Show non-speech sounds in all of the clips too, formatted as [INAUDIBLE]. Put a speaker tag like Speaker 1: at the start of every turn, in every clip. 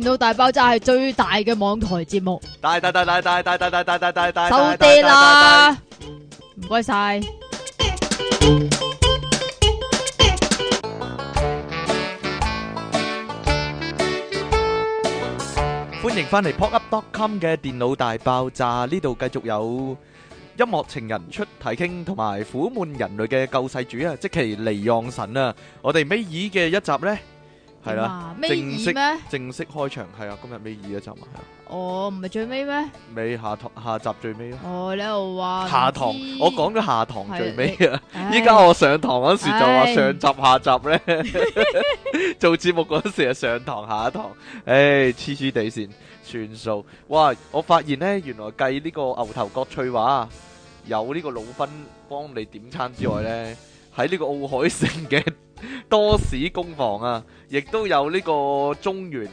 Speaker 1: 到大爆炸係最大嘅網台節目，
Speaker 2: 大大大大大大大大大大大大
Speaker 1: 收爹啦！唔該晒。
Speaker 2: 欢迎翻嚟 popup.com 嘅電腦大爆炸，呢度繼續有音樂情人出題傾，同埋苦悶人類嘅救世主啊，即其尼讓神啊！我哋尾二嘅一集呢，係啦，
Speaker 1: 啦，尾二咩？
Speaker 2: 正式開場係啊，今日尾二一集啊，係啊
Speaker 1: 我唔係最尾咩？
Speaker 2: 尾下堂下集最尾啊，
Speaker 1: 我你又話唔
Speaker 2: 下堂
Speaker 1: 知
Speaker 2: 我講咗下堂最尾啊。
Speaker 1: 唉
Speaker 2: [LAUGHS] 依家我上堂嗰時就話
Speaker 1: 唉
Speaker 2: 上集下集咧， [LAUGHS] 做節目嗰時係上堂下一堂，唉黐黐地線，算數。哇！我發現咧，原來計呢個牛頭角翠華有呢個老芬幫你點餐之外咧，喺呢個奧海城嘅多士工房啊，亦都有呢個中原。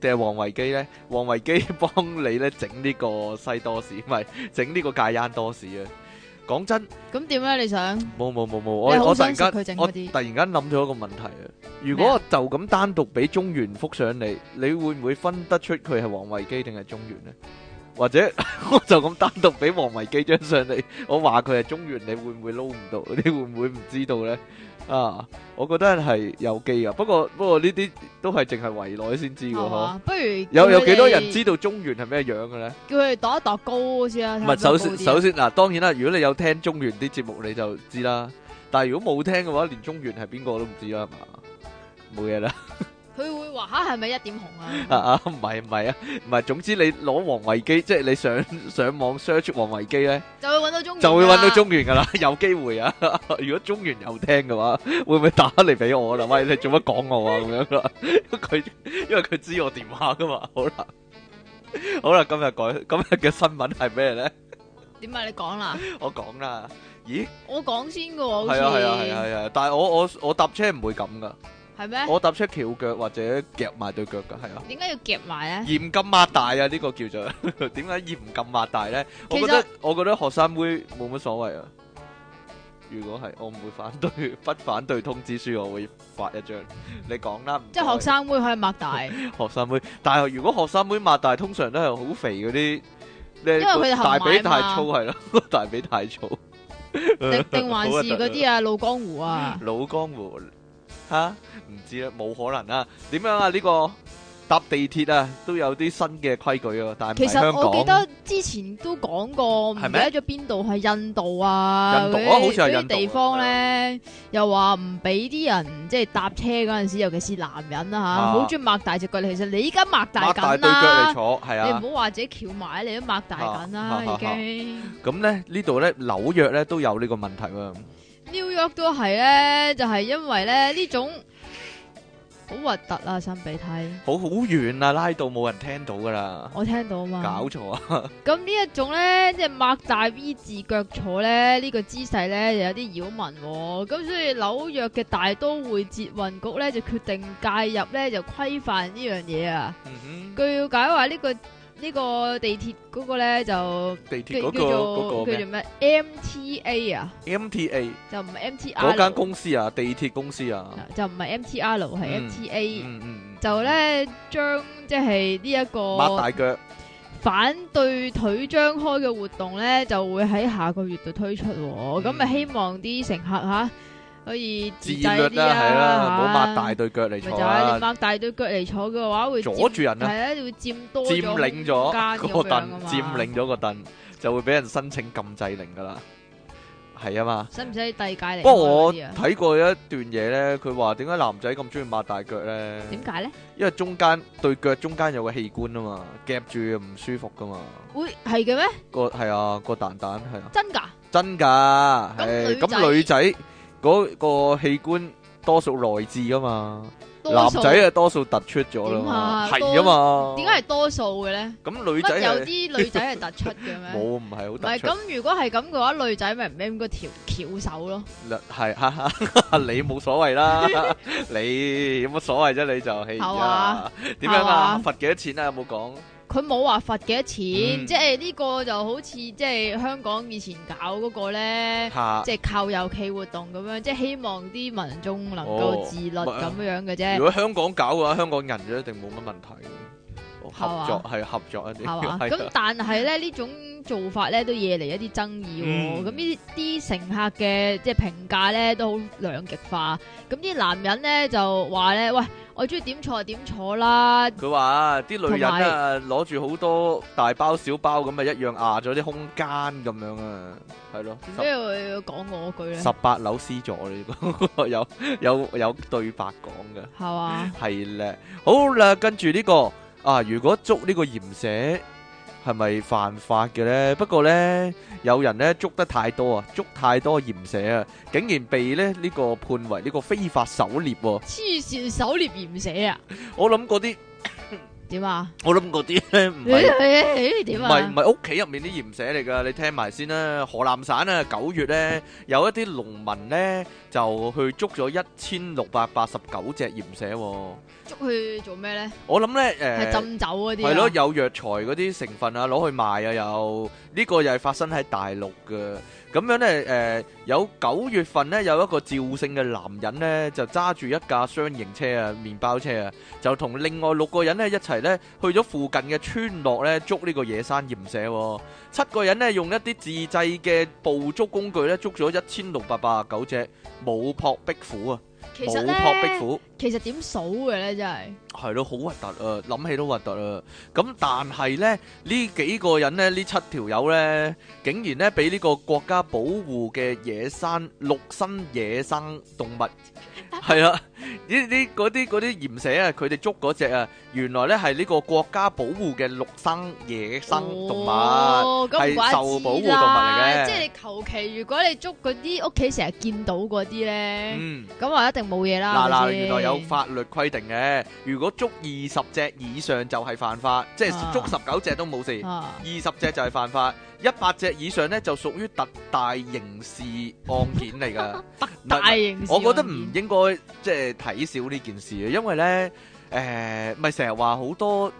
Speaker 2: 定係黃維基咧，黃維基 [LAUGHS] 幫你咧整呢個西多士，唔係整呢個戒煙多士啊！講真，
Speaker 1: 咁點咧？你想
Speaker 2: 冇冇冇冇，我
Speaker 1: 你好
Speaker 2: 我突然
Speaker 1: 想食
Speaker 2: 間
Speaker 1: 佢整
Speaker 2: 我
Speaker 1: 嗰
Speaker 2: 突
Speaker 1: 啲
Speaker 2: 然間諗咗一個問題啊！
Speaker 1: 咩
Speaker 2: 如果
Speaker 1: 啊
Speaker 2: 我就咁單獨俾中原幅上嚟，你會唔會分得出佢係黃維基定係中原呢？或者 [LAUGHS] 我就咁單獨俾黃維基張相你，我話佢係中原，你會唔會撈唔到？你會唔會唔知道 [LAUGHS] 呢？啊，我覺得係有機噶，不過不過呢啲都係淨係圍內先知噶
Speaker 1: 係
Speaker 2: 嗬。
Speaker 1: 嘛不如
Speaker 2: 有有
Speaker 1: 叫佢
Speaker 2: 幾多
Speaker 1: 哋
Speaker 2: 人知道中原係咩樣嘅呢？
Speaker 1: 叫佢哋度一度高先啊！睇
Speaker 2: 唔
Speaker 1: 下
Speaker 2: 係，首
Speaker 1: 邊個
Speaker 2: 先
Speaker 1: 高啲啊
Speaker 2: 首先嗱，當然啦，如果你有聽中原啲節目，你就知啦。但係如果冇聽嘅話，連中原係邊個都唔知啦，係嘛？冇嘢啦，
Speaker 1: 佢會話吓係咪一點紅
Speaker 2: 啊
Speaker 1: 啊？ [LAUGHS]
Speaker 2: 啊，唔係唔係啊，唔係。總之你攞黃維基，即係你上 [LAUGHS] 上網 search 黃維基咧，
Speaker 1: 就會揾到中，
Speaker 2: 就會揾到。中原噶啦，有機會啊！ [LAUGHS] 如果中原有聽嘅話，會唔會打嚟俾我啦？喂，你做乜講我啊？咁樣啦，佢因為佢知我電話噶嘛。好啦，好啦，今日改今日嘅新聞係咩咧？
Speaker 1: 點啊？你講
Speaker 2: [LAUGHS]
Speaker 1: 啦，
Speaker 2: 我講啦，咦？
Speaker 1: 我講先嘅喎，好似
Speaker 2: 係啊係啊係啊係啊！但係我我我搭車唔會咁噶，
Speaker 1: 係咩？
Speaker 2: 我搭車翹腳或者夾埋對腳噶，係啊。
Speaker 1: 點解要夾埋咧？
Speaker 2: 嚴禁擘大啊！呢、個叫做 [LAUGHS] 點解嚴禁擘大咧？我
Speaker 1: 其實
Speaker 2: 覺得我覺得學生妹冇乜所謂啊。如果係，我唔會反對， [LAUGHS] 不反對通知書，我會發一張。你講啦，唔
Speaker 1: 即係
Speaker 2: 該
Speaker 1: 學生妹可以擘大，
Speaker 2: [LAUGHS] 學生妹，但係如果學生妹擘大，通常都係好肥嗰啲，
Speaker 1: 因
Speaker 2: 因
Speaker 1: 為佢哋後
Speaker 2: 大髀
Speaker 1: 買嘛
Speaker 2: 太粗係咯， [LAUGHS] 大髀太粗。
Speaker 1: 定定還是嗰啲啊老江湖啊？
Speaker 2: 老江湖吓，唔知啦，冇可能啦。點樣啊？呢、個搭地鐵啊，都有啲新嘅規矩啊，但係
Speaker 1: 其
Speaker 2: 唔係香
Speaker 1: 實我記
Speaker 2: 港。
Speaker 1: 得之前都講過，唔記
Speaker 2: 係咩
Speaker 1: 得咗邊度係印度啊，
Speaker 2: 印
Speaker 1: 嗰
Speaker 2: 度啊
Speaker 1: 啲
Speaker 2: 好似係
Speaker 1: 嗰啲
Speaker 2: 印度啊
Speaker 1: 地方咧，又話唔俾啲人即係搭車嗰陣時，尤其是男人啦
Speaker 2: 啊
Speaker 1: 吓，好中意擘大隻腳。其實你依家擘大
Speaker 2: 擘大
Speaker 1: 緊
Speaker 2: 對腳嚟
Speaker 1: 啦，
Speaker 2: 坐，係
Speaker 1: 你唔
Speaker 2: 啊。
Speaker 1: 好話自己翹埋，你都擘大緊啦，
Speaker 2: 啊
Speaker 1: 已經。
Speaker 2: 咁咧呢度咧紐約咧都有呢個問題喎。
Speaker 1: New York 都係咧，就係因為咧呢種好核突啊，擤鼻涕，
Speaker 2: 好好遠啊，拉到冇人聽到㗎啦。
Speaker 1: 我聽到啊嘛。
Speaker 2: 搞錯啊！
Speaker 1: 咁呢一種咧，即係擘大 V 字腳坐咧，呢、個姿勢咧又有啲擾民、喎。咁所以紐約嘅大都會捷運局咧就決定介入咧，就規範呢樣嘢啊。
Speaker 2: 嗯哼，
Speaker 1: 據了解話呢、個呢、個地鐵嗰個咧就
Speaker 2: 地鐵
Speaker 1: 叫
Speaker 2: 嗰個
Speaker 1: 叫做
Speaker 2: 嗰個
Speaker 1: 叫做
Speaker 2: 咩
Speaker 1: 咩 MTA 啊，
Speaker 2: MTA
Speaker 1: 就唔係 MTR
Speaker 2: 嗰間公司啊，地鐵公司啊。
Speaker 1: 就唔係 MTR 係
Speaker 2: 嗯
Speaker 1: MTA、
Speaker 2: 嗯嗯，嗯
Speaker 1: 就咧將即係呢一
Speaker 2: 擘
Speaker 1: 個
Speaker 2: 大腳。
Speaker 1: 反對腿張開嘅活動咧，就會喺下個月度推出喎。咁咪、
Speaker 2: 嗯
Speaker 1: 希望啲乘客吓、可以
Speaker 2: 自
Speaker 1: 自制
Speaker 2: 律
Speaker 1: 啲
Speaker 2: 啦，係啦，唔好擘大
Speaker 1: 嚇
Speaker 2: 對腳嚟
Speaker 1: 咪就
Speaker 2: 坐
Speaker 1: 係
Speaker 2: 啦
Speaker 1: 你，擘大對腳嚟坐嘅話，會
Speaker 2: 阻住人啊
Speaker 1: 係！啊，會佔多
Speaker 2: 佔
Speaker 1: 咗
Speaker 2: 領咗
Speaker 1: 空間
Speaker 2: 個
Speaker 1: 咁樣啊
Speaker 2: 凳，
Speaker 1: 嘛
Speaker 2: 佔領咗個凳，就會俾人申請禁制令噶啦，係啊嘛。
Speaker 1: 使唔使遞解嚟開嗰啲啊？
Speaker 2: 不過我睇過一段嘢咧，佢話點解男仔咁中意擘大腳咧？
Speaker 1: 點解咧？
Speaker 2: 因為中間對腳中間有個器官啊嘛，夾住唔舒服噶嘛。
Speaker 1: 會係嘅咩？
Speaker 2: 個係啊，個蛋蛋係啊，
Speaker 1: 真㗎？
Speaker 2: 真噶。
Speaker 1: 咁
Speaker 2: 係
Speaker 1: 女
Speaker 2: 咁
Speaker 1: 仔
Speaker 2: 女仔嗰個器官多數內置噶嘛，男
Speaker 1: 多數
Speaker 2: 仔啊多數突出咗啦
Speaker 1: 點
Speaker 2: 嘛
Speaker 1: 啊，
Speaker 2: 係啊嘛。
Speaker 1: 點解係多數嘅咧？
Speaker 2: 咁女仔
Speaker 1: 乜有
Speaker 2: 係
Speaker 1: 啲女仔係突出嘅咩？
Speaker 2: [LAUGHS] 冇唔係好
Speaker 1: 唔
Speaker 2: 突出
Speaker 1: 係咁，如果係咁嘅話，女仔咪唔應該條翹手咯。
Speaker 2: 啦 [LAUGHS] 係，哈哈，你冇所謂啦，你有乜所謂啫？你就係
Speaker 1: 係嘛
Speaker 2: 點樣
Speaker 1: 係
Speaker 2: 啊？
Speaker 1: 嘛
Speaker 2: 罰幾多錢啊？有冇講？
Speaker 1: 佢冇話罰幾多錢，即
Speaker 2: 嗯
Speaker 1: 係呢個就好似即係香港以前搞嗰個咧，
Speaker 2: 吓，
Speaker 1: 即係靠遊企活動咁樣，即係希望啲民眾能
Speaker 2: 哦
Speaker 1: 夠自律咁樣嘅啫
Speaker 2: 如。果香港搞嘅話，香港人就一定冇乜問題。哦合作係合作一
Speaker 1: 系
Speaker 2: 定
Speaker 1: 嘛？
Speaker 2: 係
Speaker 1: 咁
Speaker 2: 啊
Speaker 1: 但係咧呢種做法咧都惹嚟一啲爭議喎。
Speaker 2: 嗯
Speaker 1: 咁呢啲乘客嘅即係評價咧都好兩極化。咁啲男人咧就話咧，喂，我中意點坐就點坐啦。
Speaker 2: 佢話啲女人啊，攞住好多大包小包咁啊，一樣壓咗啲空間咁樣啊，係咯，
Speaker 1: 點解要要講我嗰句咧？
Speaker 2: 十八樓 C 座呢個 [LAUGHS] 有有有對白講嘅。
Speaker 1: 係嘛？
Speaker 2: 係咧，好啦，跟住呢、個啊，如果捉呢個鹽蛇係咪犯法嘅呢？不過呢，有人呢捉得太多啊，捉太多鹽蛇啊，竟然被咧呢、個判為呢個非法狩獵
Speaker 1: [LAUGHS]
Speaker 2: 喎。
Speaker 1: 黐線狩獵鹽死啊？
Speaker 2: 我諗嗰啲，
Speaker 1: 點啊？
Speaker 2: 我諗嗰啲呢唔係。
Speaker 1: 诶，
Speaker 2: 唔
Speaker 1: 点
Speaker 2: 係唔
Speaker 1: 啊？
Speaker 2: 係屋企入面啲鹽蛇嚟㗎，你聽埋先啦。河南省啊，九月呢，有一啲農民呢，就去捉咗一千六百八十九隻鹽蛇、喎。
Speaker 1: 捉佢做咩咧？
Speaker 2: 我諗呢，
Speaker 1: 係
Speaker 2: 誒、
Speaker 1: 浸酒嗰啲啊
Speaker 2: Ờ, 係咯，有藥材嗰啲成分啊，攞去賣啊，又呢、個又係發生喺大陸嘅。咁樣呢，誒、有九月份呢，有一個趙姓嘅男人呢，就揸住一架雙型車啊，麵包車啊，就同另外六個人呢一齊呢，去咗附近嘅村落呢，捉呢個野生鹽蛇、喎。七個人呢，用一啲自製嘅捕捉工具呢，捉咗一千六百八十九隻冇撲壁虎啊，
Speaker 1: 其
Speaker 2: 冇
Speaker 1: 實
Speaker 2: 撲壁
Speaker 1: 咧，
Speaker 2: 虎。
Speaker 1: 其實點數嘅咧，真係
Speaker 2: 係咯，好核突啊！諗起都核突啊！咁但係呢，呢幾個人呢，呢七條友呢，竟然呢俾呢個國家保護嘅野生陸生野生動物，係啦，呢啲嗰啲嗰啲鹽蛇啊，佢哋捉嗰只啊，原來呢係呢個國家保護嘅陸生野生動物。
Speaker 1: 哦咁
Speaker 2: 係
Speaker 1: 唔怪
Speaker 2: 受
Speaker 1: 之
Speaker 2: 保護動物嚟
Speaker 1: 啦
Speaker 2: 嘅
Speaker 1: 即係你求其，如果你捉嗰啲屋企成日見到嗰啲咧，
Speaker 2: 嗯。
Speaker 1: 咁話一定冇嘢啦。
Speaker 2: 嗱嗱，
Speaker 1: 係咪先
Speaker 2: 原來有法律規定嘅，如果捉二十隻以上就係犯法，即係
Speaker 1: 啊
Speaker 2: 捉十九隻都冇事。
Speaker 1: 啊
Speaker 2: 二十隻就係犯法，一百隻以上呢就屬於特大刑事案件
Speaker 1: [LAUGHS]
Speaker 2: 嚟㗎。唔係
Speaker 1: 大型事
Speaker 2: 我
Speaker 1: 案件。
Speaker 2: 覺得唔應該即係睇少呢件事嘅，因為呢，誒咪成日話好多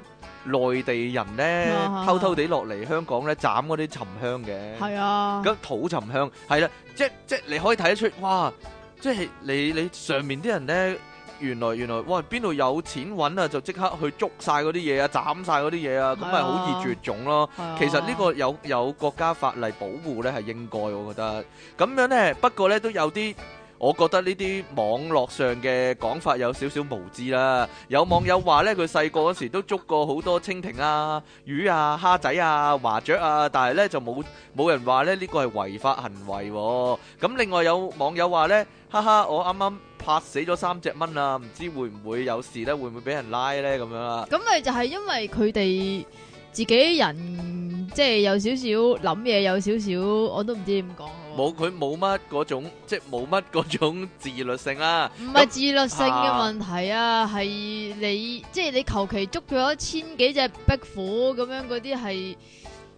Speaker 2: 內地人呢
Speaker 1: 啊
Speaker 2: 偷偷地落嚟香港呢斬嗰啲沉香嘅，
Speaker 1: 係啊，
Speaker 2: 咁土沉香係啦，即即你可以睇得出，哇！即係你你上面啲人呢，原來原來哇邊度有錢揾啊，就即刻去捉晒嗰啲嘢啊，斬晒嗰啲嘢啊，咁咪好易絕種咯。
Speaker 1: 係啊
Speaker 2: 其實呢個有有國家法例保護呢係應該，我覺得咁樣呢，不過呢，都有啲，我覺得呢啲網絡上嘅講法有少少無知啦。有網友話呢，佢細個嗰時都捉過好多蜻蜓啊、魚啊、蝦仔啊、麻雀啊，但係呢就冇冇人話呢呢個係違法行為喎。咁另外有網友話呢，哈哈，我啱啱拍死咗三隻蚊啊，唔知會唔會有事呢？會唔會俾人拉呢？咁樣啦。
Speaker 1: 咁咪就係因為佢哋自己人，即係有少少諗嘢，有少少我都唔知點講好。
Speaker 2: 冇佢冇乜嗰種，即係冇乜嗰種自律性啦。
Speaker 1: 唔係自律性嘅問題啊，係你即係你求其捉咗千幾隻壁虎咁樣嗰啲係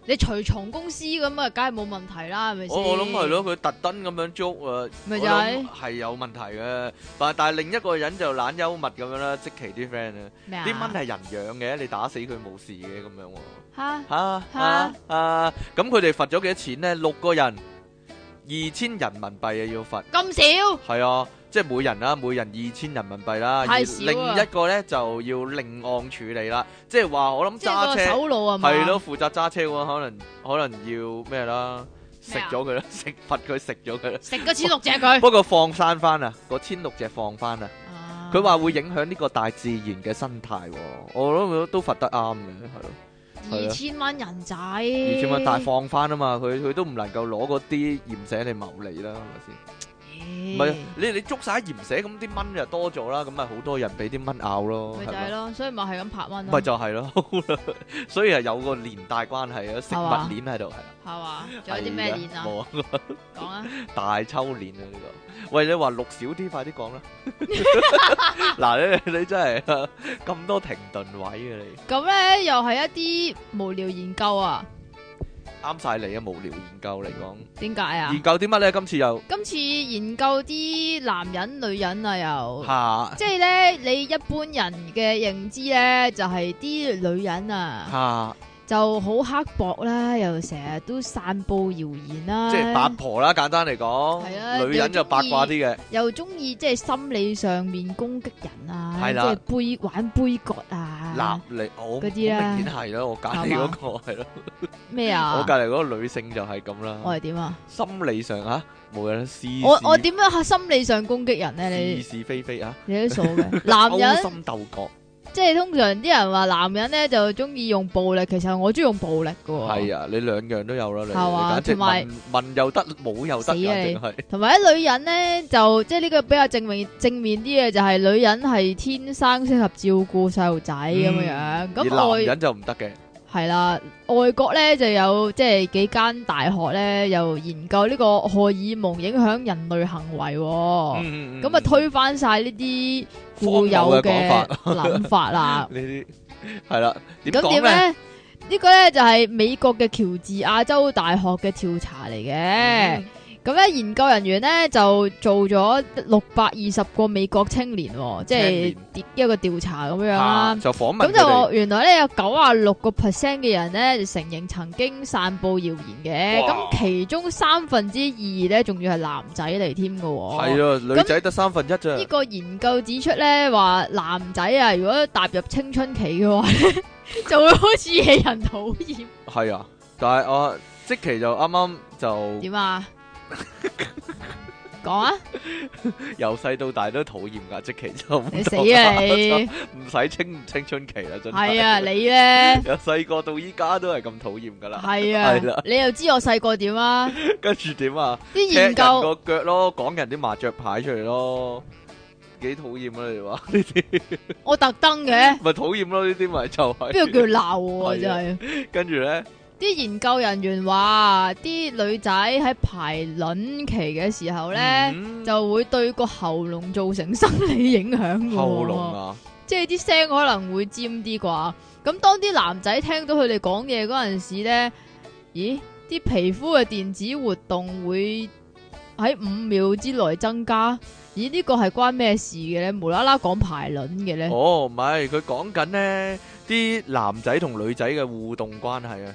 Speaker 1: 你隨從公司咁啊，梗係冇問題啦，係咪先？
Speaker 2: 我我諗係，咯，佢特登咁樣捉誒，
Speaker 1: 咪
Speaker 2: 我
Speaker 1: 就係
Speaker 2: 諗係有問題嘅。但但係另一個人就懶幽默咁樣啦，即其啲 friend 啊，
Speaker 1: 咩啊？
Speaker 2: 啲蚊係人養嘅，你打死佢冇事嘅咁樣喎。
Speaker 1: 吓
Speaker 2: 嚇嚇
Speaker 1: 嚇
Speaker 2: 嚇！咁佢哋罰咗幾多錢呢？六個人二千人民幣啊，要罰。
Speaker 1: 咁少，
Speaker 2: 係啊，即係每人啦，每人二千人民幣啦。
Speaker 1: 太
Speaker 2: 而
Speaker 1: 少啊
Speaker 2: 另一個呢就要另案處理啦，即係話我諗
Speaker 1: 即係
Speaker 2: 揸
Speaker 1: 個
Speaker 2: 車。
Speaker 1: 手腦啊嘛。
Speaker 2: 係咯，，負責揸車嗰個可能可能要咩啦，食咗佢啦， [LAUGHS] 食罰佢食咗佢啦。
Speaker 1: 食嗰千六隻佢。
Speaker 2: [LAUGHS] 不過放生翻啊，嗰千六隻放翻啊，
Speaker 1: 啊
Speaker 2: 佢話會影響呢個大自然嘅生態喎。我諗都罰得啱嘅，係咯，係
Speaker 1: 二
Speaker 2: 啊
Speaker 1: 千蚊人仔，二
Speaker 2: 二千蚊，但係
Speaker 1: 方，
Speaker 2: 放翻啊嘛，佢佢都唔能夠攞嗰啲鹽蛇嚟牟利啦，係咪先？唔係你你捉晒啲鹽蛇，咁啲蚊就多咗啦，咁咪好多人俾啲蚊咬咯，
Speaker 1: 咪
Speaker 2: 係
Speaker 1: 就
Speaker 2: 咪
Speaker 1: 係咯，所以咪係咁拍蚊咯，
Speaker 2: 咪就係咯， [LAUGHS] 好啦所以係有個連帶關係啊，食
Speaker 1: 係嘛
Speaker 2: 物鏈喺度係啦。
Speaker 1: 係嘛？仲有啲咩
Speaker 2: 係
Speaker 1: 鏈
Speaker 2: 啦
Speaker 1: 啊？
Speaker 2: 冇啊。
Speaker 1: 講啊，
Speaker 2: 大抽年啊！呢、個，喂，你話錄少啲，快啲講
Speaker 1: [LAUGHS]
Speaker 2: 啦。嗱，你你真係咁多停頓位嘅你，
Speaker 1: 咁咧又係一啲無聊研究啊。
Speaker 2: 啱晒你啊！無聊研究嚟講，
Speaker 1: 點解啊？
Speaker 2: 研究啲乜咧？今次又
Speaker 1: 今次研究啲男人女人啊，又
Speaker 2: 下
Speaker 1: 即係咧，你一般人嘅認知咧，就係、啲女人啊，
Speaker 2: 下，
Speaker 1: 就好刻薄啦，又成日都散佈謠言啦，
Speaker 2: 即係八婆啦，簡單嚟
Speaker 1: 係啊
Speaker 2: 講，女人就八卦啲嘅，
Speaker 1: 又中意即係心理上面攻擊人啊，
Speaker 2: 係啦
Speaker 1: 即係杯玩杯葛啊，
Speaker 2: 嗱你我好
Speaker 1: 嗰
Speaker 2: 明
Speaker 1: 啲啦
Speaker 2: 顯係啦，我隔離嗰個係咯，
Speaker 1: 咩
Speaker 2: 我
Speaker 1: 啊
Speaker 2: 隔？離嗰個女性就係咁
Speaker 1: 我
Speaker 2: 啦，
Speaker 1: 係點啊？
Speaker 2: 心理上啊嚇冇嘢啦，是
Speaker 1: 我我
Speaker 2: 是
Speaker 1: 點樣心理上攻擊人咧？
Speaker 2: 是
Speaker 1: 你
Speaker 2: 是非非啊，
Speaker 1: 你都傻
Speaker 2: [LAUGHS]
Speaker 1: 嘅，男
Speaker 2: 勾
Speaker 1: 人。
Speaker 2: 心鬥角
Speaker 1: 即係通常啲人話男人咧就中意用暴力，其實我中意用暴力嘅喎。
Speaker 2: 係啊，你兩樣都有啦，你
Speaker 1: 係嘛
Speaker 2: 你簡直
Speaker 1: 同埋
Speaker 2: 問問又得，冇又得，
Speaker 1: 死啊你
Speaker 2: 簡直係
Speaker 1: 同埋啲女人咧就即係呢個比較正面正面啲嘅，就係女人係天生適合照顧細路仔咁樣
Speaker 2: [LAUGHS]
Speaker 1: 樣。
Speaker 2: 嗯
Speaker 1: 咁
Speaker 2: 而男
Speaker 1: 外
Speaker 2: 人就唔得嘅，
Speaker 1: 係啦，外國咧就有即係幾間大學咧又研究呢個荷爾蒙影響人類行為喎、
Speaker 2: 嗯嗯嗯
Speaker 1: 咁啊
Speaker 2: 嗯
Speaker 1: 推翻晒呢啲固
Speaker 2: 荒
Speaker 1: 有
Speaker 2: 謬嘅講
Speaker 1: 嘅
Speaker 2: 法
Speaker 1: 諗法
Speaker 2: [LAUGHS]
Speaker 1: 啦。
Speaker 2: 呢啲係啦，點
Speaker 1: 咁
Speaker 2: 講
Speaker 1: 點
Speaker 2: 咧？
Speaker 1: 咧？呢個咧就係美國嘅喬治亞州大學嘅調查嚟
Speaker 2: Ừ, 嗯
Speaker 1: 嘅。咁咧，研究人員咧就做咗六百二十個美國青年喎，即係一個調查咁樣
Speaker 2: 啊
Speaker 1: 啦。
Speaker 2: 就訪
Speaker 1: 咁
Speaker 2: 問佢哋
Speaker 1: 就原來咧有九啊六個 percent 嘅人咧就承認曾經散佈謠言嘅，
Speaker 2: 哇
Speaker 1: 咁其中三分之二咧仲要係男仔嚟添嘅喎。
Speaker 2: 係啊，女
Speaker 1: 咁
Speaker 2: 仔得三分一咋
Speaker 1: 呢，個研究指出咧，話男仔啊，如果踏入青春期嘅話咧， [LAUGHS] 就會開始惹人討厭。
Speaker 2: 係啊，但係我即期就啱啱就
Speaker 1: 點
Speaker 2: [LAUGHS]
Speaker 1: 啊？講啊！
Speaker 2: 由細到大都討厭噶，即期就唔
Speaker 1: 你死
Speaker 2: 同啦
Speaker 1: 啊
Speaker 2: [LAUGHS]
Speaker 1: 你！
Speaker 2: 唔使青唔青春期啦，真
Speaker 1: 係
Speaker 2: [LAUGHS]
Speaker 1: 啊，你咧
Speaker 2: 由細個到依家都係咁討厭噶啦，
Speaker 1: 係
Speaker 2: 係啦
Speaker 1: 啊，你又知我細個點啊？
Speaker 2: 跟住點啊？ [LAUGHS]
Speaker 1: 啲
Speaker 2: 踢人
Speaker 1: 研究
Speaker 2: 個腳咯，講人啲麻雀牌出嚟咯，幾討厭啊！你哋話
Speaker 1: 我特登嘅，
Speaker 2: [LAUGHS] 咪討厭咯？呢啲咪就
Speaker 1: 邊個
Speaker 2: 係
Speaker 1: 叫鬧我啊？
Speaker 2: 係
Speaker 1: 真
Speaker 2: 啊
Speaker 1: 係。
Speaker 2: [LAUGHS] 跟住咧，
Speaker 1: 啲研究人員話，啲女仔喺排卵期嘅時候咧，
Speaker 2: 嗯
Speaker 1: 就會對個喉嚨造成生理影響嘅喎。
Speaker 2: 喉嚨啊，
Speaker 1: 即係啲聲可能會尖啲啩。咁當啲男仔聽到佢哋講嘢嗰陣時咧，咦？啲皮膚嘅電子活動會喺五秒之內增加。咦？呢個係關咩事嘅咧？無啦啦講排卵嘅咧？
Speaker 2: 哦，唔係，佢講緊咧啲男仔同女仔嘅互動關係啊。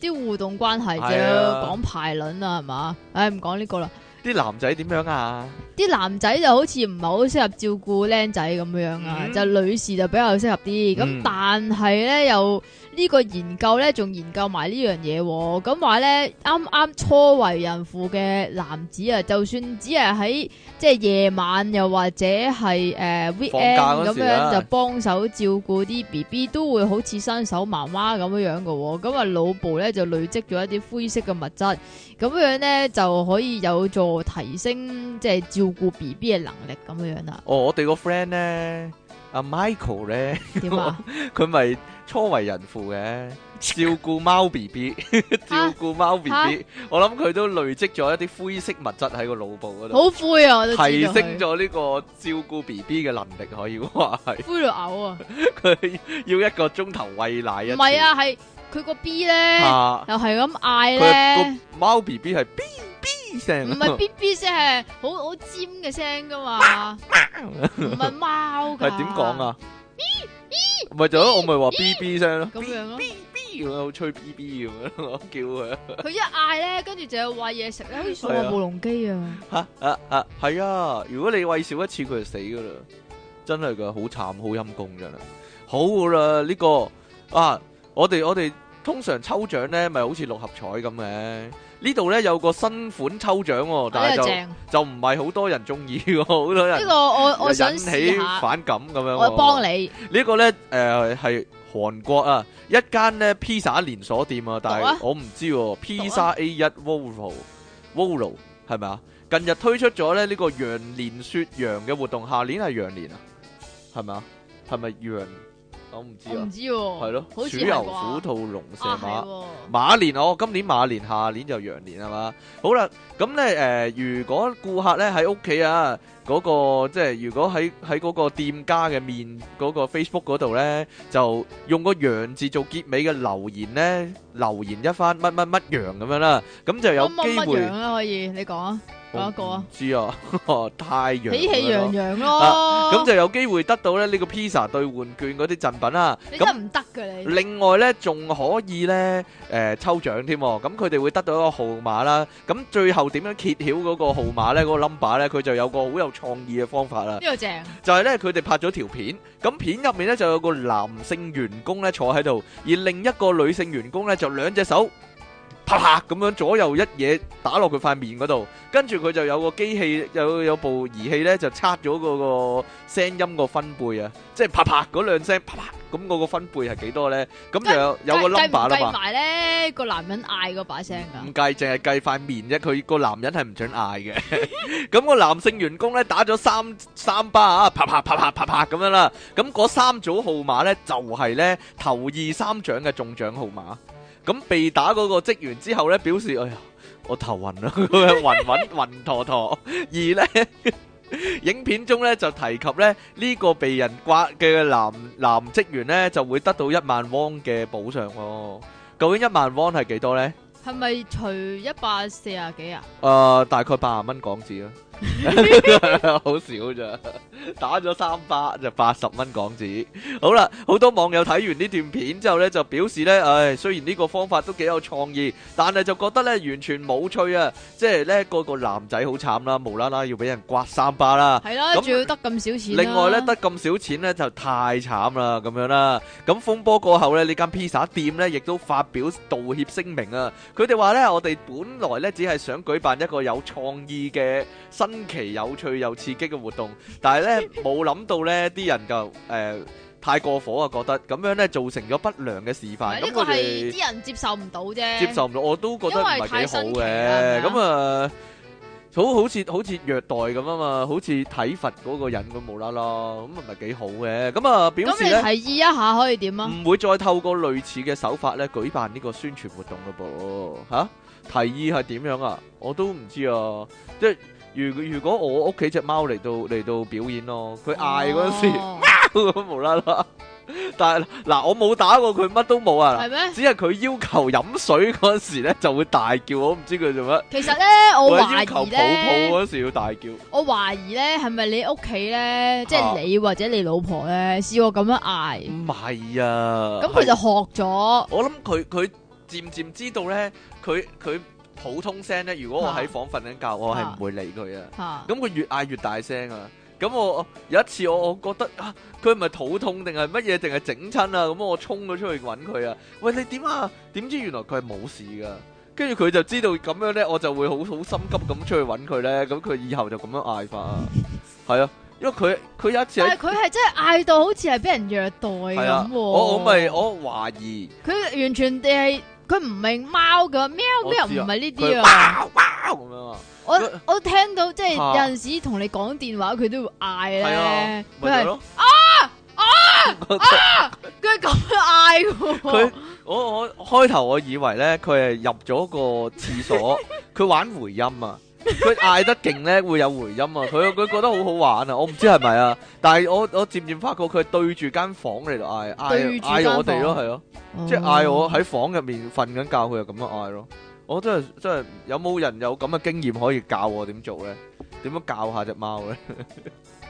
Speaker 1: 啲互動關係啫，
Speaker 2: 係啊
Speaker 1: 講排卵啊，係嘛？唉，唔講呢個啦。
Speaker 2: 啲男仔點樣啊？
Speaker 1: 啲男仔就好似唔係好適合照顧僆仔咁樣啊，
Speaker 2: 嗯
Speaker 1: 就女士就比較適合啲。咁、
Speaker 2: 嗯
Speaker 1: 但係咧，又呢個研究咧，仲研究埋呢樣嘢喎。咁話咧，啱啱初為人父嘅男子啊，就算只係喺即係夜晚，又或者係誒、呃 weekend
Speaker 2: 嗰
Speaker 1: 咁
Speaker 2: 時啦
Speaker 1: 樣就幫手照顧啲 B B，都會好似新手媽媽咁樣樣嘅喎。咁啊，腦部咧就累積咗一啲灰色嘅物質。咁樣咧就可以有助提升即係照顧 B B 嘅能力咁樣啊啦。
Speaker 2: 哦，我哋個 friend 咧，阿 Michael 咧，
Speaker 1: 點啊？
Speaker 2: [LAUGHS] 佢咪初為人
Speaker 1: [LAUGHS]
Speaker 2: 父嘅，照顧貓 B B，照 [LAUGHS] 顧貓 B
Speaker 1: 啊
Speaker 2: B，我諗佢都累積咗一啲灰色物質喺個腦部嗰度，
Speaker 1: 好灰啊！我都知道
Speaker 2: 提
Speaker 1: 佢
Speaker 2: 升咗呢個照顧 B B 嘅能力，可以話係
Speaker 1: 灰到嘔啊！
Speaker 2: 佢要一個鐘頭喂奶一
Speaker 1: 唔
Speaker 2: 次。
Speaker 1: 係啊，係佢個 B 咧
Speaker 2: 啊，
Speaker 1: 又係咁嗌
Speaker 2: 佢
Speaker 1: 咧，
Speaker 2: 個貓 B B 係 B B 聲，啊
Speaker 1: 唔係 B B 聲，係好好尖嘅聲噶
Speaker 2: [LAUGHS]
Speaker 1: 嘛，唔係貓噶。
Speaker 2: 係點講？啊？咪就係咯我咪話 B B 聲咯
Speaker 1: 咁樣咯，
Speaker 2: ，B 咁樣好吹 B B 咁樣咯，叫佢
Speaker 1: 佢一嗌咧，跟住就有餵嘢食哎咧，好似數
Speaker 2: 係啊
Speaker 1: 碼暴龍機啊！
Speaker 2: 吓啊啊係啊！如果你喂少一次，佢就死噶啦，真係噶，好慘，好陰公真係。好噶啦，呢個啊，我哋我哋通常抽獎咧，咪好似六合彩咁嘅。呢度咧有個新款抽獎喎，但
Speaker 1: 呢個哎
Speaker 2: 係
Speaker 1: 正，
Speaker 2: 就就唔係好多人中意喎，好多人
Speaker 1: 呢個我我想
Speaker 2: 引
Speaker 1: 試
Speaker 2: 起
Speaker 1: 下，
Speaker 2: 反啊感咁樣。
Speaker 1: 我幫。你
Speaker 2: 呢個呢，誒、呃係韓國啊一間呢披薩連鎖店啊，但係
Speaker 1: 啊
Speaker 2: 我唔知喎、披薩 A 一 Volo Volo 係咪啊？近日推出咗咧呢個羊年雪羊嘅活動，下年係羊年啊，係咪啊？係咪羊我唔知
Speaker 1: 我唔
Speaker 2: 啊，
Speaker 1: 知喎，
Speaker 2: 係咯，
Speaker 1: 好似
Speaker 2: 鼠
Speaker 1: 係
Speaker 2: 牛
Speaker 1: 啩
Speaker 2: 虎兔龍蛇
Speaker 1: 啊，係
Speaker 2: 馬。
Speaker 1: 喎
Speaker 2: 馬年哦，今年馬年，下年就羊年係嘛？好啦，咁咧誒，如果顧客咧喺屋企啊，嗰、個即係如果喺喺嗰個店家嘅面嗰、個 Facebook 嗰度咧，就用個羊字做結尾嘅留言咧，留言一番乜乜乜羊咁樣啦，咁就有
Speaker 1: 咁乜
Speaker 2: 機
Speaker 1: 乜
Speaker 2: 會
Speaker 1: 羊啦，可以你講啊，講一個啊
Speaker 2: 我唔知啊， [LAUGHS] 太陽
Speaker 1: 喜氣洋洋
Speaker 2: 啊
Speaker 1: 咯，
Speaker 2: 咁就有機會得到咧呢個 pizza 兌換券嗰啲贈品啦。
Speaker 1: 你
Speaker 2: 咁
Speaker 1: 真係唔得噶你，
Speaker 2: 另外咧，仲可以咧誒、呃抽獎添喎，咁佢哋會得到一個號碼啦。咁最後點樣揭曉嗰個號碼咧？嗰、個 number 咧，佢就有個好有創意嘅方法啦
Speaker 1: 呢。個正，
Speaker 2: 就係咧，佢哋拍咗條片，咁片入面咧就有個男性員工咧坐喺度，而另一個女性員工咧就兩隻手啪啪咁樣左右一嘢打落佢塊面嗰度，跟住佢就有個機器有有部儀器咧就測咗嗰個聲音個分貝啊，即係啪啪嗰兩聲啪啪，咁嗰個分貝係幾多咧？咁就有有個
Speaker 1: 計
Speaker 2: number 啦
Speaker 1: 計唔計
Speaker 2: 嘛，嗯
Speaker 1: 埋咧個男人嗌嗰把
Speaker 2: [LAUGHS]
Speaker 1: 聲噶
Speaker 2: 唔，計淨係計塊面啫，佢個男人係唔准嗌嘅。咁個男性員工咧打咗三三巴啊，啪啪啪啪啪啪咁樣啦。咁嗰三組號碼咧就係、咧頭二三獎嘅中獎號碼。咁被打嗰個職員之後咧表示：哎呀，我頭暈啦，咁樣暈暈 [LAUGHS] 暈陀陀。而咧 [LAUGHS] 影片中咧就提及咧呢、個被人刮嘅男男職員咧就會得到一萬汪嘅補償喎、究竟一萬汪係幾多咧？
Speaker 1: 係咪除一百四啊幾啊？
Speaker 2: 誒、呃大概八十蚊港紙啦， [LAUGHS] 好少咋，打咗三巴就八十蚊港紙。好啦，好多網友睇完呢段片之後呢，就表示呢：「唉，雖然呢個方法都幾有創意，但係就覺得呢完全冇趣啊！即係呢個個男仔好慘啦，無啦啦要俾人刮三巴啦。
Speaker 1: 係啦，
Speaker 2: 咁
Speaker 1: 仲要得咁少錢啦。
Speaker 2: 另外咧，得咁少錢咧就太慘啦，咁樣啦。咁風波過後咧，呢間披薩店咧亦都發表道歉聲明啊。佢哋話咧，我哋本來咧只係想舉辦一個有創意嘅新奇、有趣又刺激嘅活動，但係咧冇諗到咧啲人就誒、呃太過火啊，覺得咁樣咧造成咗不良嘅示
Speaker 1: 唔
Speaker 2: 範。
Speaker 1: 係呢
Speaker 2: 咁
Speaker 1: 個
Speaker 2: 我
Speaker 1: 係
Speaker 2: 哋
Speaker 1: 啲人接受唔到啫，
Speaker 2: 接受唔到，我都覺得唔係
Speaker 1: 因
Speaker 2: 幾好
Speaker 1: 為太新奇啦
Speaker 2: 嘅。咁啊，好好似好似虐待咁啊嘛，好似體罰嗰個人咁無啦啦，咁啊唔係幾好嘅。咁啊表
Speaker 1: 咁
Speaker 2: 示
Speaker 1: 你
Speaker 2: 咧
Speaker 1: 提議一下可以點啊？
Speaker 2: 唔會再透過類似嘅手法咧舉辦呢個宣傳活動咯噃嚇。提議係點樣啊？我都唔知啊。即係如如果我屋企只貓嚟到嚟到表演咯，佢嗌嗰陣 [LAUGHS] 時
Speaker 1: 哦
Speaker 2: 咁無啦啦，但係嗱我冇打過佢，乜都冇啊。
Speaker 1: 係咩？
Speaker 2: 只係佢要求飲水嗰時咧就會大叫，我唔知佢做乜。
Speaker 1: 其實咧，我
Speaker 2: 或者
Speaker 1: 懷
Speaker 2: 要求抱抱啊
Speaker 1: 疑咧，
Speaker 2: 嗰時要大叫，
Speaker 1: 我懷疑咧，係咪你屋企咧，即
Speaker 2: 啊
Speaker 1: 係你或者你老婆咧，試過咁樣嗌，
Speaker 2: 唔係啊。
Speaker 1: 咁佢就
Speaker 2: 係
Speaker 1: 學咗。
Speaker 2: 我諗佢佢漸漸知道咧，佢佢普通聲咧，如果我喺
Speaker 1: 啊
Speaker 2: 房瞓緊覺，我係唔會理佢啊。
Speaker 1: 吓，
Speaker 2: 咁佢越嗌越大聲啊！咁我我有一次我我覺得啊，佢係咪肚痛定係乜嘢定係整親啊？咁我衝咗出去揾佢啊！喂，你點啊？點知原來佢係冇事噶。跟住佢就知道咁樣呢，我就會好好心急咁出去揾佢呢。咁佢以後就咁樣嗌法啊，係啊，因為佢佢有一次
Speaker 1: 但係啊
Speaker 2: 喺
Speaker 1: 佢係真係嗌到好似係俾人虐待咁
Speaker 2: 係啊，
Speaker 1: 喎。
Speaker 2: 我我咪我懷疑
Speaker 1: 佢完全地係佢唔明貓噶，喵
Speaker 2: 我
Speaker 1: 喵唔
Speaker 2: 知啊
Speaker 1: 係呢
Speaker 2: 佢
Speaker 1: 啲啊。
Speaker 2: 啊咁樣啊，
Speaker 1: 我我聽到即係
Speaker 2: 啊
Speaker 1: 有陣時同你講電話，佢都會嗌
Speaker 2: 係
Speaker 1: 咧
Speaker 2: 啊，，
Speaker 1: 佢
Speaker 2: 咪就係
Speaker 1: 係佢
Speaker 2: 咯，
Speaker 1: 係咁樣嗌
Speaker 2: 佢
Speaker 1: 嘅。
Speaker 2: 我我開頭我以為咧佢係入咗個廁
Speaker 1: [LAUGHS]
Speaker 2: 所，佢玩回音啊，佢嗌得勁咧會有回音啊，佢佢覺得好好玩啊，我唔知係咪啊，但係我我漸漸發覺佢係對住間房嚟度嗌
Speaker 1: 對
Speaker 2: 嗌
Speaker 1: 住間
Speaker 2: 嗌
Speaker 1: 房哦
Speaker 2: 我哋咯，係咯，即係嗌我喺房入面瞓緊覺，佢就咁樣嗌咯。我真係真係有冇人有咁嘅經驗可以教我點做咧？點樣教下只貓咧？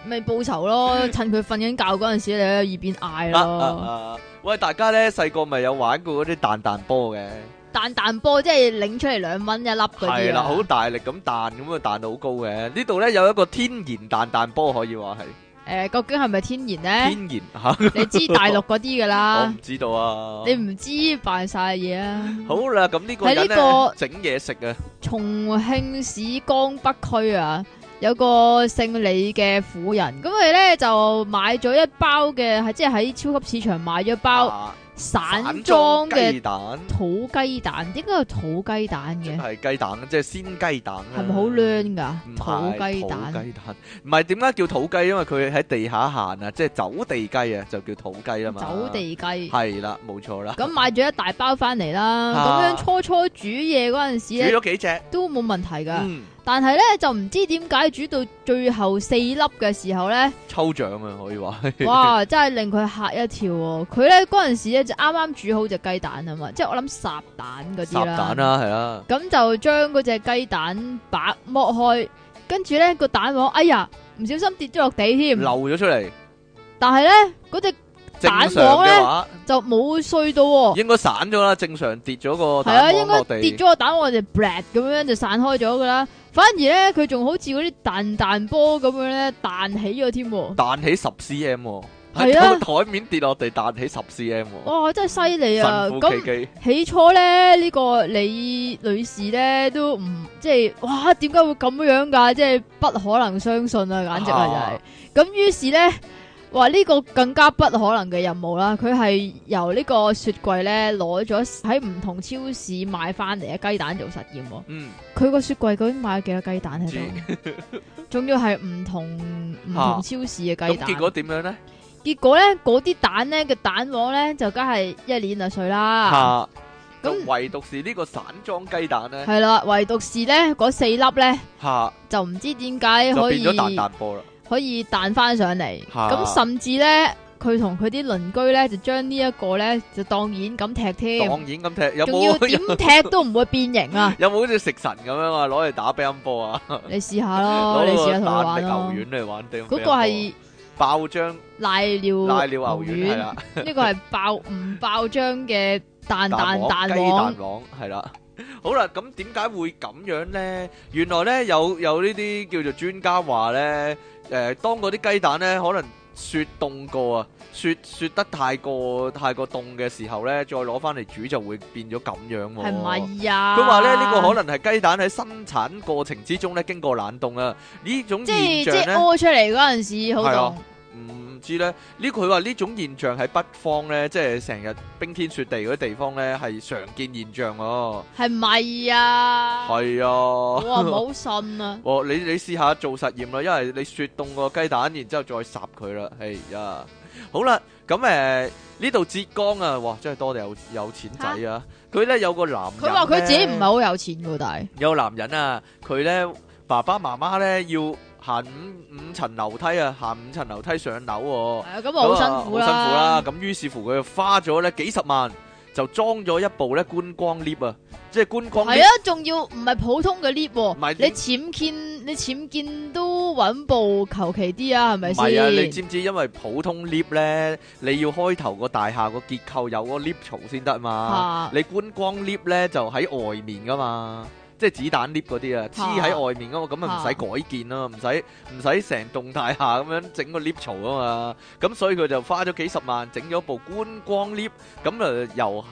Speaker 1: 咪報仇咯，
Speaker 2: [LAUGHS]
Speaker 1: 趁佢瞓緊覺嗰陣時，你喺耳邊嗌
Speaker 2: 啊啊
Speaker 1: 咯。
Speaker 2: 啊！喂，大家咧細個咪有玩過嗰啲彈彈波嘅？
Speaker 1: 彈彈波即係擰出嚟兩蚊一粒嗰啲啊。
Speaker 2: 係啦，好大力咁彈，咁啊彈到好高嘅。呢度咧有一個天然彈彈波，可以話係
Speaker 1: 誒，究竟係咪天然咧？
Speaker 2: 天然吓，
Speaker 1: 你知大陸嗰啲噶
Speaker 2: 我
Speaker 1: 啦
Speaker 2: [LAUGHS] 唔，知道啊。
Speaker 1: 你唔知扮晒嘢啊。
Speaker 2: 好啦，咁呢個
Speaker 1: 喺
Speaker 2: 人
Speaker 1: 呢
Speaker 2: 咧
Speaker 1: 個
Speaker 2: 整嘢食啊，
Speaker 1: 重慶市江北區啊，有個姓李嘅婦人，咁佢咧就買咗一包嘅，係即係喺超級市場買咗一包
Speaker 2: 啊
Speaker 1: 散裝
Speaker 2: 裝
Speaker 1: 嘅
Speaker 2: 雞蛋，
Speaker 1: 土雞蛋，應該係土雞蛋
Speaker 2: 即
Speaker 1: 嘅，
Speaker 2: 係雞蛋，即係鮮雞蛋啊。
Speaker 1: 係咪好攣㗎？
Speaker 2: 嗯唔
Speaker 1: 土
Speaker 2: 係
Speaker 1: 雞
Speaker 2: 土
Speaker 1: 蛋
Speaker 2: 雞蛋，唔係點解叫土雞？因為佢喺地下行啊，即係走地雞啊，就叫土雞啊嘛。
Speaker 1: 走地雞。
Speaker 2: 係啦，冇錯啦。
Speaker 1: 咁買咗一大包翻嚟啦，咁
Speaker 2: 啊
Speaker 1: 樣初初煮嘢嗰陣時
Speaker 2: 煮
Speaker 1: 咧
Speaker 2: 咗幾隻，
Speaker 1: 都冇問題㗎，
Speaker 2: 嗯，
Speaker 1: 但係咧就唔知點解煮到最後四粒嘅時候咧。
Speaker 2: 抽獎啊，可以話。
Speaker 1: 哇！真係令佢嚇一跳喎、佢咧嗰陣時咧就啱啱煮好只雞蛋啊嘛，即係我諗烚蛋嗰啲
Speaker 2: 烚
Speaker 1: 啦。
Speaker 2: 蛋啊啦，係啦，
Speaker 1: 咁就將嗰只雞蛋白剝開，跟住咧個蛋黃，哎呀，唔小心跌咗落地添。
Speaker 2: 漏咗出嚟。
Speaker 1: 但係咧嗰只
Speaker 2: 正
Speaker 1: 蛋
Speaker 2: 常
Speaker 1: 黃咧
Speaker 2: 嘅話，
Speaker 1: 就冇碎到、喎，
Speaker 2: 應該散咗啦。正常跌咗個
Speaker 1: 係啊，
Speaker 2: 蛋
Speaker 1: 應
Speaker 2: 黃落
Speaker 1: 該跌
Speaker 2: 地
Speaker 1: 咗。個蛋黃就 black 咁樣就散開咗噶啦。反而咧佢仲好似嗰啲彈彈波咁樣咧彈起咗添、喎。
Speaker 2: 彈起十 cm 喎，
Speaker 1: 係啊
Speaker 2: 喺個台面跌落地彈起十 cm 喎，
Speaker 1: 哇！真係犀利啊！
Speaker 2: 神乎
Speaker 1: 咁
Speaker 2: 其技，
Speaker 1: 起初咧，呢、個李女士咧都唔即係，哇！點解會咁樣㗎？即係不可能相信啊，簡直係
Speaker 2: 啊
Speaker 1: 就係。咁於是咧，話呢個更加不可能嘅任務啦，佢係由呢個雪櫃咧攞咗喺唔同超市買翻嚟嘅雞蛋做實驗喎。
Speaker 2: 嗯，
Speaker 1: 佢個雪櫃究竟買咗幾多雞蛋喺度？啊 [LAUGHS] 仲要係唔同唔同
Speaker 2: 啊
Speaker 1: 超市嘅雞
Speaker 2: 咁
Speaker 1: 蛋。
Speaker 2: 結果點樣咧？
Speaker 1: 結果咧，嗰啲蛋咧嘅蛋黃咧就梗係一年就碎啦。
Speaker 2: 嚇，
Speaker 1: 啊咁
Speaker 2: 咁唯獨是呢個散裝雞蛋咧，
Speaker 1: 系啦，唯獨是咧嗰四粒咧
Speaker 2: 嚇
Speaker 1: 就唔知點解
Speaker 2: 就
Speaker 1: 可
Speaker 2: 變
Speaker 1: 以
Speaker 2: 咗蛋蛋波啦，
Speaker 1: 可以彈翻上嚟，
Speaker 2: 嚇
Speaker 1: 咁甚至咧佢同佢啲鄰居咧就將呢一個咧就當然咁踢
Speaker 2: 當
Speaker 1: 添，
Speaker 2: 然咁踢，有
Speaker 1: 仲要
Speaker 2: 冇！
Speaker 1: 點踢都唔會變形啊
Speaker 2: [LAUGHS] 有冇好似食神咁樣啊？攞嚟打乒乓波啊，
Speaker 1: 你試下咯，哦你
Speaker 2: 攞
Speaker 1: 試
Speaker 2: 個
Speaker 1: 下
Speaker 2: 蛋
Speaker 1: 同佢玩咯。
Speaker 2: 力牛丸嚟玩乒乓波
Speaker 1: 嗰個係
Speaker 2: 爆漿
Speaker 1: 瀨尿
Speaker 2: 瀨尿牛丸係啦，
Speaker 1: 丸呢個係爆唔爆漿嘅蛋蛋
Speaker 2: 蛋黃
Speaker 1: 蛋
Speaker 2: 雞
Speaker 1: 黃
Speaker 2: 蛋。黃係啦。 [LAUGHS] 好啦，咁點解會咁樣咧？原來咧有有呢啲叫做專家話咧，誒、當嗰啲雞蛋咧可能雪凍過啊，雪雪得太過太過凍嘅時候咧，再攞翻嚟煮就會變咗咁樣喎、
Speaker 1: 係咪啊？
Speaker 2: 佢話咧呢、個可能係雞蛋喺生產過程之中咧經過冷凍啊，呢種
Speaker 1: 即係即
Speaker 2: 現象
Speaker 1: 係
Speaker 2: 咧。
Speaker 1: 屙出嚟嗰陣時好
Speaker 2: 係
Speaker 1: 凍
Speaker 2: 啊。唔知咧，呢佢話呢種現象喺北方咧，即係成日冰天雪地嗰啲地方咧，係常見現象喎。
Speaker 1: 系咪啊？
Speaker 2: 係
Speaker 1: 我
Speaker 2: 啊，！
Speaker 1: 話唔好信啊
Speaker 2: [LAUGHS] 哦，你你試下做實驗啦，因為你雪凍個雞蛋，然之後再烚佢啦。係呀，好啦，咁誒呢度浙江啊，哇，真係多有有錢仔啊！佢咧有個男人呢，
Speaker 1: 佢話佢自己唔係好有錢噶，但係
Speaker 2: 有男人啊，佢呢爸爸媽媽呢要行五五層樓梯啊，行五層樓梯上樓
Speaker 1: 係
Speaker 2: 喎、
Speaker 1: 啊，咁
Speaker 2: 咁
Speaker 1: 啊好
Speaker 2: 啊
Speaker 1: 辛苦
Speaker 2: 好辛苦啦。
Speaker 1: 啦。
Speaker 2: 咁於是乎佢就花咗呢幾十萬，就裝咗一部呢觀光 lift 啊，即係觀光
Speaker 1: 係
Speaker 2: lift
Speaker 1: 啊，仲要唔係普通嘅 lift，
Speaker 2: 唔
Speaker 1: 喎
Speaker 2: 係
Speaker 1: 你僭建你僭建都揾部求其啲啊，係咪
Speaker 2: 唔係啊！你
Speaker 1: 先？
Speaker 2: 知唔知？因為普通 lift 呢，你要開頭個大廈個結構有個 lift 槽先得嘛。
Speaker 1: 啊，
Speaker 2: 你觀光 lift 呢，就喺外面噶嘛，即係子彈 lift 嗰啲啊，黐喺外面噶嘛，咁啊咪唔使改建咯，唔使唔使成棟大廈咁樣整個 lift 槽啊嘛。咁所以佢就花咗幾十萬整咗部觀光 lift，咁啊由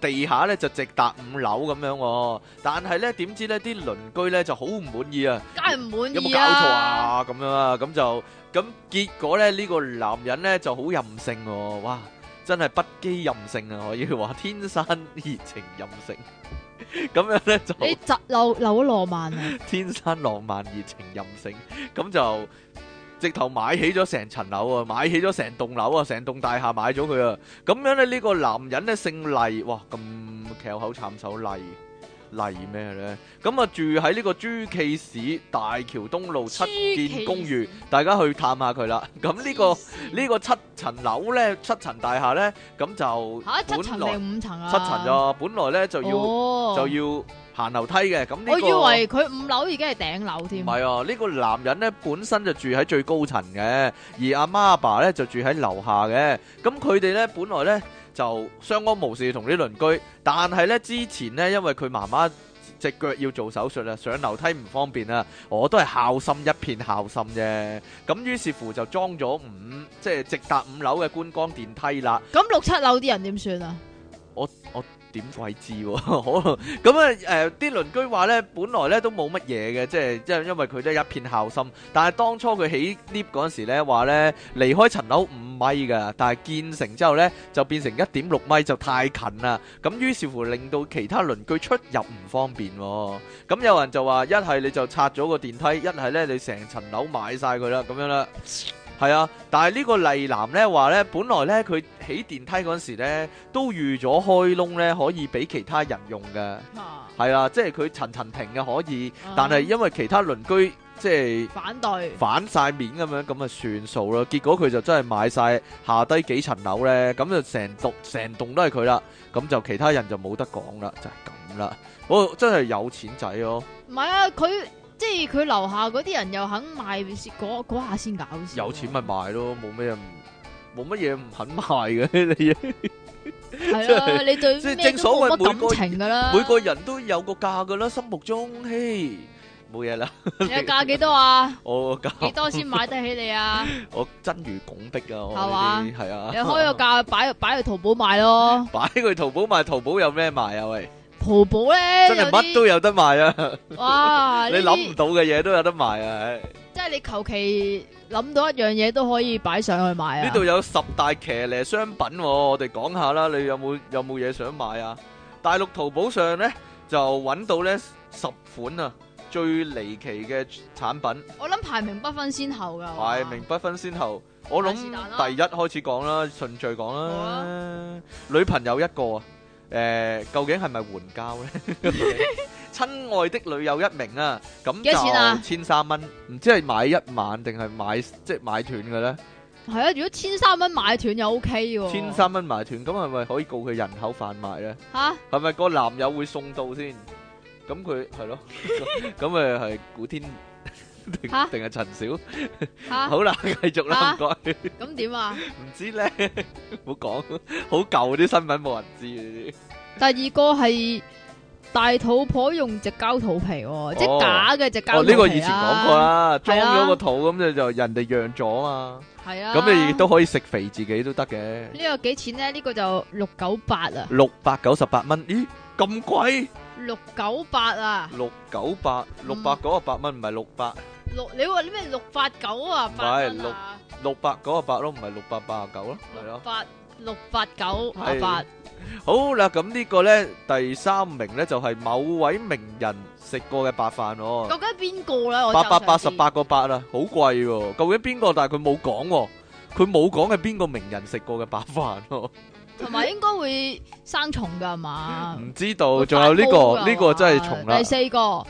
Speaker 2: 地下呢就直達五樓咁樣喎。但係呢點知呢啲鄰居呢就好唔滿意啊！
Speaker 1: 梗係唔滿
Speaker 2: 有冇
Speaker 1: 意
Speaker 2: 搞錯！啊？咁樣啊，咁就咁結果咧，呢個男人咧就好任性喎，哇！真係不羈任性啊，可以話天生熱情任性， [LAUGHS] 咁樣咧就
Speaker 1: 你窒漏漏咗浪漫
Speaker 2: [LAUGHS]
Speaker 1: 啊！
Speaker 2: 天生浪漫熱情任性，咁就直頭買起咗成層樓啊，買起咗成棟樓啊，成棟大廈買咗佢啊，咁樣咧呢個男人咧姓黎，哇咁翹口慘手黎。黎咩咧？咁啊住喺呢個珠暨市大橋東路七建公寓，大家去探下佢啦。咁呢、個呢個七層樓咧，七層大廈咧，咁就
Speaker 1: 吓七層
Speaker 2: 本來
Speaker 1: 定五層啊？
Speaker 2: 七層咋，本來咧就要、
Speaker 1: 哦
Speaker 2: 就要行樓梯嘅。咁呢、個
Speaker 1: 我以為佢五樓已經係頂樓
Speaker 2: 唔
Speaker 1: 添。
Speaker 2: 係啊，呢、個男人呢本身就住喺最高層嘅，而阿媽阿爸呢就住喺樓下嘅。咁佢哋呢本來呢就相安無事同啲鄰居，但係呢之前呢，因為佢媽媽隻腳要做手術啊，上樓梯唔方便啊，我都係孝心一片孝心啫。咁於是乎就裝咗五，即係直達五樓嘅觀光電梯啦。
Speaker 1: 咁六七樓啲人點算啊？
Speaker 2: 我我點鬼知喎？ [LAUGHS] 可能咁啊誒啲鄰居話咧，本來咧都冇乜嘢嘅，即係因因為佢都係一片孝心。但係當初佢起 lift 嗰陣時咧，話咧離開層樓五米㗎，但係建成之後咧就變成一點六米，就太近啦。咁於是乎令到其他鄰居出入唔方便喎。咁有人就話：一係你就拆咗個電梯，一係咧你成層樓買晒佢啦，咁樣啦。係啊，但係呢個麗南咧話咧，本來咧佢起電梯嗰陣時咧，都預咗開窿咧可以俾其他人用嘅，
Speaker 1: 啊
Speaker 2: 係啊，即係佢層層停嘅可以，
Speaker 1: 啊
Speaker 2: 但係因為其他鄰居即係
Speaker 1: 反對
Speaker 2: 反晒面咁樣，咁啊算數啦。結果佢就真係買晒下低幾層樓咧，咁就成棟成棟都係佢啦，咁就其他人就冇得講啦，就係咁啦。我真係有錢仔哦咯，
Speaker 1: 唔係啊，佢即係佢樓下嗰啲人又肯賣先，嗰嗰下先搞笑。啊
Speaker 2: 有錢咪賣咯，冇咩唔冇乜嘢唔肯賣嘅你。
Speaker 1: 係啦，你對
Speaker 2: [LAUGHS] 即係
Speaker 1: 咩
Speaker 2: 正
Speaker 1: 都
Speaker 2: 所
Speaker 1: 冇
Speaker 2: 謂每個
Speaker 1: 乜感情㗎啦。
Speaker 2: 每個人都有個價噶啦，心目中，嘿，冇嘢啦。
Speaker 1: 你嘅價幾多
Speaker 2: [LAUGHS]
Speaker 1: 啊？
Speaker 2: 我個價
Speaker 1: 幾多先買得起你
Speaker 2: [LAUGHS]
Speaker 1: 啊？
Speaker 2: 我真如拱璧啊，我
Speaker 1: 係嘛
Speaker 2: 呢啲係啊。
Speaker 1: 你開個價擺擺去淘寶賣咯。
Speaker 2: 擺去淘寶賣，淘寶有咩賣啊？喂，
Speaker 1: 淘寶咧
Speaker 2: 真係
Speaker 1: 有
Speaker 2: 乜都
Speaker 1: 啲
Speaker 2: 有得賣啊！
Speaker 1: 哇，
Speaker 2: [LAUGHS] 你
Speaker 1: 呢
Speaker 2: 諗唔
Speaker 1: 啲
Speaker 2: 到嘅嘢都有得賣啊！
Speaker 1: 即係你求其諗到一樣嘢都可以擺上去賣啊。
Speaker 2: 呢度有十大騎呢商品喎，我哋講下啦。你有冇有冇嘢想買啊？大陸淘寶上呢，就揾到呢十款啊最離奇嘅產品。
Speaker 1: 我諗排名不分先後㗎。
Speaker 2: 排名不分先後，我諗
Speaker 1: 是但啦
Speaker 2: 第一開始講啦，順序講
Speaker 1: 好
Speaker 2: 啦。女朋友一個啊，誒，究竟係咪援交咧？親愛的女友一名啊，咁
Speaker 1: 幾多錢啊
Speaker 2: 就千三蚊，唔知係買一晚定係買即係買斷嘅咧？
Speaker 1: 係啊，如果千三蚊買斷又 OK 喎。
Speaker 2: 千三蚊買斷，咁係咪可以告佢人口販賣咧？
Speaker 1: 吓？
Speaker 2: 係咪個男友會送到先？咁佢係咯，咁咪係古天定
Speaker 1: 嚇
Speaker 2: 定係陳小？
Speaker 1: 吓
Speaker 2: 好啦，繼續啦，唔該。
Speaker 1: 咁點啊？
Speaker 2: 唔知咧， [LAUGHS] 唔好講，好舊啲新聞冇人知嘅
Speaker 1: 第二個係大肚婆用隻膠肚皮喎、即係假嘅隻
Speaker 2: 啲。哦，
Speaker 1: 膠肚皮
Speaker 2: 呢個以前講過，啦，裝
Speaker 1: 係啊
Speaker 2: 咗個肚咁就就人哋讓咗啊
Speaker 1: 係
Speaker 2: 嘛，
Speaker 1: 啊。
Speaker 2: 咁你亦都可以食肥自己都得嘅。
Speaker 1: 呢個幾錢咧？呢、個就六九八啊，
Speaker 2: 六百九十八蚊，咦咁貴？
Speaker 1: 六九八啊，
Speaker 2: 六九八，六百九十八蚊，唔係六百，
Speaker 1: 六你話你咩六八九啊？
Speaker 2: 唔係
Speaker 1: 八蚊啊，
Speaker 2: 六百九十八咯，唔係六百八十九咯，係
Speaker 1: 六
Speaker 2: 咯。
Speaker 1: 八六八九啊
Speaker 2: 係
Speaker 1: 八，
Speaker 2: 好啦，咁呢個咧第三名咧就係某位名人食過嘅白飯喎。
Speaker 1: 究竟邊個咧？我
Speaker 2: 八
Speaker 1: 就
Speaker 2: 百八
Speaker 1: 想
Speaker 2: 十
Speaker 1: 知
Speaker 2: 八，個八啊，好貴喎！究竟邊個？但係佢冇講喎，佢冇講係邊個名人食過嘅白飯喎，
Speaker 1: 同埋應該會生蟲㗎係嘛？
Speaker 2: [LAUGHS] 唔知道。
Speaker 1: 會
Speaker 2: 仲有呢
Speaker 1: 發毛㗎
Speaker 2: 個呢個
Speaker 1: 嘛
Speaker 2: 真係重啦
Speaker 1: 第，四個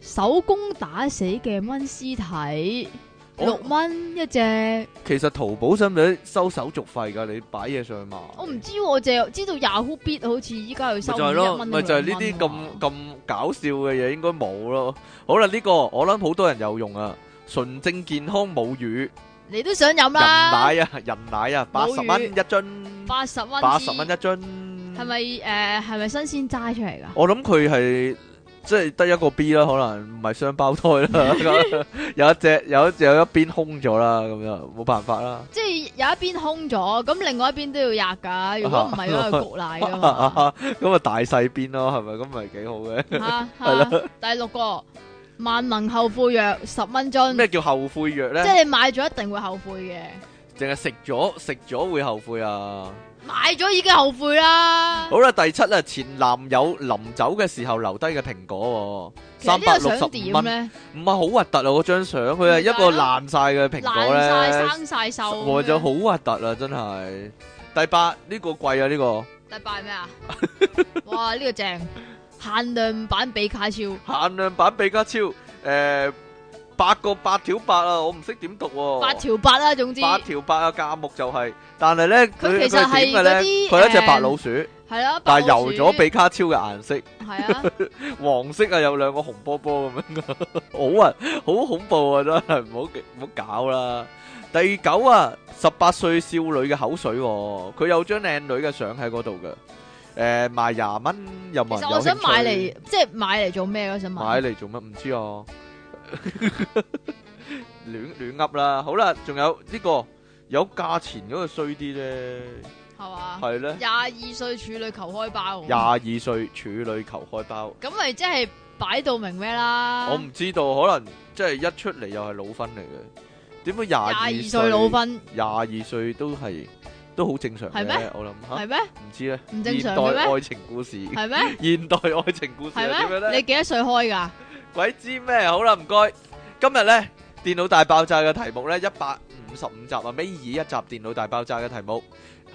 Speaker 1: 手工打死嘅蚊屍體，
Speaker 2: 我
Speaker 1: 六蚊一隻。
Speaker 2: 其實淘寶使唔使收手續費㗎？你擺嘢上去賣，
Speaker 1: 我唔知喎，我淨係知道 Yahoo Bid 好似依家要
Speaker 2: 咪
Speaker 1: 收
Speaker 2: 就係
Speaker 1: 一
Speaker 2: 咯，
Speaker 1: 蚊，
Speaker 2: 咪就係呢啲咁咁搞笑嘅嘢應該冇咯。好啦，呢個我諗好多人有用啊，純正健康母乳人
Speaker 1: 你都想飲啦，
Speaker 2: 奶啊，人奶啊，八
Speaker 1: 母乳
Speaker 2: 十蚊一樽，
Speaker 1: 八十蚊，
Speaker 2: 八十蚊一樽，
Speaker 1: 係咪誒係咪新鮮揸出嚟㗎？
Speaker 2: 我諗佢係即係得一個 B 啦，可能唔係雙胞胎
Speaker 1: [LAUGHS]
Speaker 2: 啦，有一隻有一有一邊空咗啦，咁樣冇辦法啦。
Speaker 1: 即係有一邊空咗，咁另外一邊都要壓㗎。如果唔係嗰個焗奶㗎
Speaker 2: [LAUGHS]
Speaker 1: 嘛。
Speaker 2: 咁啊大細邊咯，係咪咁咪幾好嘅？
Speaker 1: 嚇嚇，第六個萬能後悔藥十蚊樽，
Speaker 2: 咩叫後悔藥
Speaker 1: 嗯即
Speaker 2: 咧？
Speaker 1: 係你買咗一定會後悔嘅，
Speaker 2: 淨係食咗食咗會後悔啊！
Speaker 1: 買咗已經後悔啦。
Speaker 2: 好啦，第七啦，前男友臨走嘅時候留低嘅蘋果喎，
Speaker 1: 其實
Speaker 2: 三百
Speaker 1: 呢
Speaker 2: 六
Speaker 1: 個
Speaker 2: 十
Speaker 1: 想
Speaker 2: 五
Speaker 1: 點
Speaker 2: 蚊，
Speaker 1: 咧？
Speaker 2: 唔係好核突啊！嗰張相佢係一個爛晒嘅蘋果
Speaker 1: 爛晒
Speaker 2: 咧，
Speaker 1: 生啊晒瘦
Speaker 2: 我
Speaker 1: 咁
Speaker 2: 就
Speaker 1: 樣。
Speaker 2: 好核突啦，真係。第八呢個貴啊，呢個。
Speaker 1: 第八係咩
Speaker 2: [LAUGHS]
Speaker 1: 啊？哇！呢個正限量版比卡超。
Speaker 2: 限量版比卡超，誒、Ờ, 八個八條八啊，我唔識點讀喎、
Speaker 1: 八條八啦，總之
Speaker 2: 八
Speaker 1: 係
Speaker 2: 條八啊，價目就係、但係咧，佢
Speaker 1: 其實
Speaker 2: 佢點嘅咧
Speaker 1: 係嗰啲
Speaker 2: 佢係一隻
Speaker 1: 誒
Speaker 2: 白老鼠，
Speaker 1: 啦，
Speaker 2: 但
Speaker 1: 白
Speaker 2: 係
Speaker 1: 老鼠
Speaker 2: 油咗比卡超嘅顏色，
Speaker 1: 係啊，
Speaker 2: [LAUGHS] 黃色啊，有兩個紅波波咁 [LAUGHS] 樣㗎好啊，好恐怖啊，真係唔好唔好搞啦。第九啊，十八歲少女嘅口水、喎，佢有張靚女嘅相喺嗰度嘅，誒、賣廿蚊有
Speaker 1: 其
Speaker 2: 冇人
Speaker 1: 實
Speaker 2: 有
Speaker 1: 我想
Speaker 2: 興趣
Speaker 1: 買嚟，即係買嚟做咩啊咯？想
Speaker 2: 買
Speaker 1: 買
Speaker 2: 嚟做乜唔知啊， [LAUGHS] 亂亂噏啦。好啦，仲有呢個有價錢嗰個衰啲咧，
Speaker 1: 系嘛？
Speaker 2: 係咧，
Speaker 1: 廿二歲處女求開包喎，
Speaker 2: 廿二歲處女求開包，
Speaker 1: 咁咪即係擺到明咩啦？
Speaker 2: 我唔知道，可能即係一出嚟又係老婚嚟嘅，點解廿
Speaker 1: 廿二
Speaker 2: 二
Speaker 1: 歲老婚
Speaker 2: 廿二歲都係都好正常嘅
Speaker 1: 係咩，
Speaker 2: 我諗吓，
Speaker 1: 係咩？
Speaker 2: 唔知咧，
Speaker 1: 唔正常
Speaker 2: 現
Speaker 1: 嘅
Speaker 2: 代
Speaker 1: 咩
Speaker 2: 愛情故事， [LAUGHS]
Speaker 1: 係咩？
Speaker 2: 現代愛情故事
Speaker 1: 係
Speaker 2: 係點樣
Speaker 1: 咩？
Speaker 2: 咧
Speaker 1: 你？幾多歲開㗎？
Speaker 2: 鬼知咩？好啦，唔該。今日呢，電腦大爆炸嘅題目呢，一百五十五集啊，尾二一集電腦大爆炸嘅題目，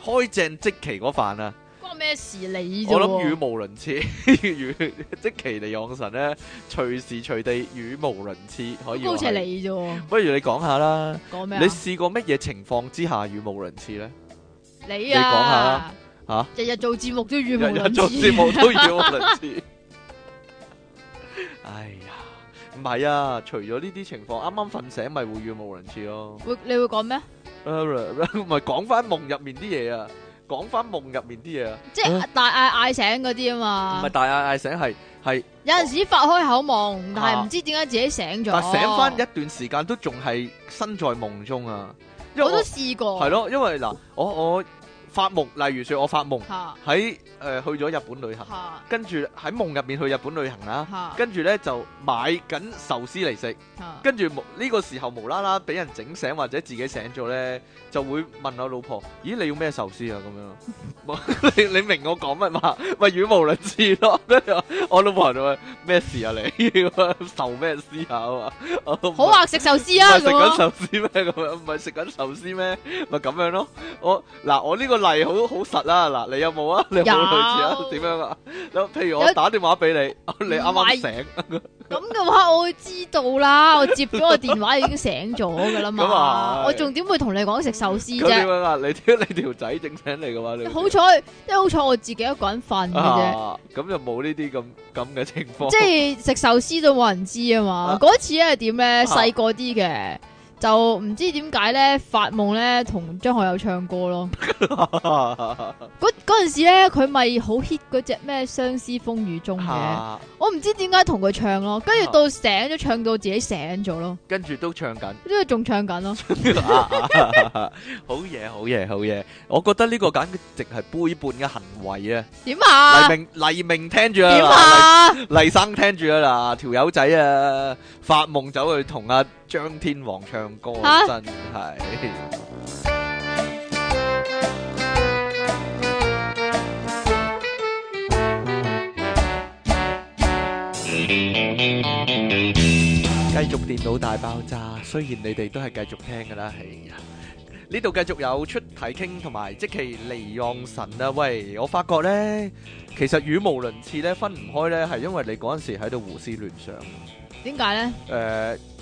Speaker 2: 開正即期嗰飯啊！
Speaker 1: 關咩事你啫喎？
Speaker 2: 我諗語無倫次， [LAUGHS] 語即期嚟養神呢，隨時隨地語無倫次，可以
Speaker 1: 好似
Speaker 2: 話
Speaker 1: 係
Speaker 2: 係。
Speaker 1: 你啫喎，
Speaker 2: 不如你講下啦，
Speaker 1: 講咩啊
Speaker 2: 你試過乜嘢情況之下語無倫次呢？
Speaker 1: 你
Speaker 2: 講下
Speaker 1: 啊
Speaker 2: 啊，嚇
Speaker 1: 日日做節目都語
Speaker 2: 日
Speaker 1: 無
Speaker 2: 日
Speaker 1: 倫
Speaker 2: 做
Speaker 1: 次
Speaker 2: 節，目都語無倫次。
Speaker 1: [LAUGHS]
Speaker 2: 哎呀，唔係啊，除咗呢啲情況，啱啱瞓醒咪會語無倫次咯。
Speaker 1: 會你會講咩？
Speaker 2: [LAUGHS] 咪講翻夢入面啲嘢啊，講翻夢入面啲嘢啊，
Speaker 1: 即係大嗌嗌醒嗰啲啊
Speaker 2: 唔係
Speaker 1: 嘛。
Speaker 2: 大嗌嗌醒係係，
Speaker 1: 有陣時發開口夢，但係
Speaker 2: 啊
Speaker 1: 唔知點解自己醒咗。
Speaker 2: 但醒翻一段時間都仲係身在夢中啊，因為
Speaker 1: 我都
Speaker 2: 我
Speaker 1: 試過。
Speaker 2: 係咯，因為嗱，我我發夢，例如説我發夢
Speaker 1: 嚇
Speaker 2: 喺誒去咗日本旅行，
Speaker 1: 嚇
Speaker 2: 跟住喺夢入面去日本旅行啦，
Speaker 1: 嚇
Speaker 2: 跟住咧就買緊壽司嚟食。
Speaker 1: 嚇
Speaker 2: 跟住無呢個時候無啦啦俾人整醒或者自己醒咗咧，就會問我老婆：咦，你要咩壽司啊？ [LAUGHS] 咁樣，你你明我講乜嘛？ [LAUGHS] 咪語無倫次咯。 [LAUGHS] 跟住我我老婆就話：咩事啊你？ [LAUGHS] 受咩司啊？我話我唔係
Speaker 1: 好啊，食壽司
Speaker 2: 唔
Speaker 1: 啊
Speaker 2: 係食緊
Speaker 1: 咁啊。
Speaker 2: 壽司咩？咁樣唔係食緊壽司咩？ [LAUGHS] 咪咁樣咯。我嗱我呢個例好好實啦。嗱，你有冇啊？你 [LAUGHS] 有冇類似啊
Speaker 1: 有？
Speaker 2: 點樣啊？譬如
Speaker 1: 有
Speaker 2: 我打電話俾你， [LAUGHS] 你
Speaker 1: 唔係
Speaker 2: 啱啱醒。
Speaker 1: 咁嘅話，我會知道啦。我接咗個電話已經醒咗噶啦
Speaker 2: 咁啊
Speaker 1: 嘛。我仲點會同你講食壽司
Speaker 2: 咁點
Speaker 1: 啫？
Speaker 2: 樣啊？你條你 [LAUGHS] 條仔整醒你嘅話，你
Speaker 1: 好彩，即係好彩我自己一個人瞓嘅啫。
Speaker 2: 啊，咁就冇呢啲咁咁嘅情況。
Speaker 1: 即係食壽司都冇人知啊嘛。嗰次咧係點
Speaker 2: 啊
Speaker 1: 咧？細個啲嘅就唔知點解咧，發夢咧同張學友唱歌咯。
Speaker 2: [LAUGHS]
Speaker 1: 嗰嗰阵时咧，佢咪好 hit 嗰只咩《相思風雨中》嘅，
Speaker 2: 嚇
Speaker 1: 我唔知點解同佢唱咯，跟住
Speaker 2: 啊
Speaker 1: 到醒咗，唱到自己醒咗咯，
Speaker 2: 跟住都唱緊， [LAUGHS]
Speaker 1: 跟住仲唱緊咯，
Speaker 2: 好嘢好嘢好嘢！我覺得呢個簡直係背叛嘅行為啊！
Speaker 1: 點啊？
Speaker 2: 黎明黎明聽住啊，
Speaker 1: 點啊？
Speaker 2: 黎黎生聽住啊嗱，條友仔啊，發夢走去同阿張天王唱歌，
Speaker 1: 嚇
Speaker 2: 真係。繼續電腦大爆炸，雖然你哋都係繼續聽㗎啦，哎呀，呢度繼續有出體傾同埋即其離讓神啊！喂，我發覺呢，其實語無倫次呢，分唔開呢，係因為你嗰陣時喺度胡思亂想。誒、
Speaker 1: 點解咧？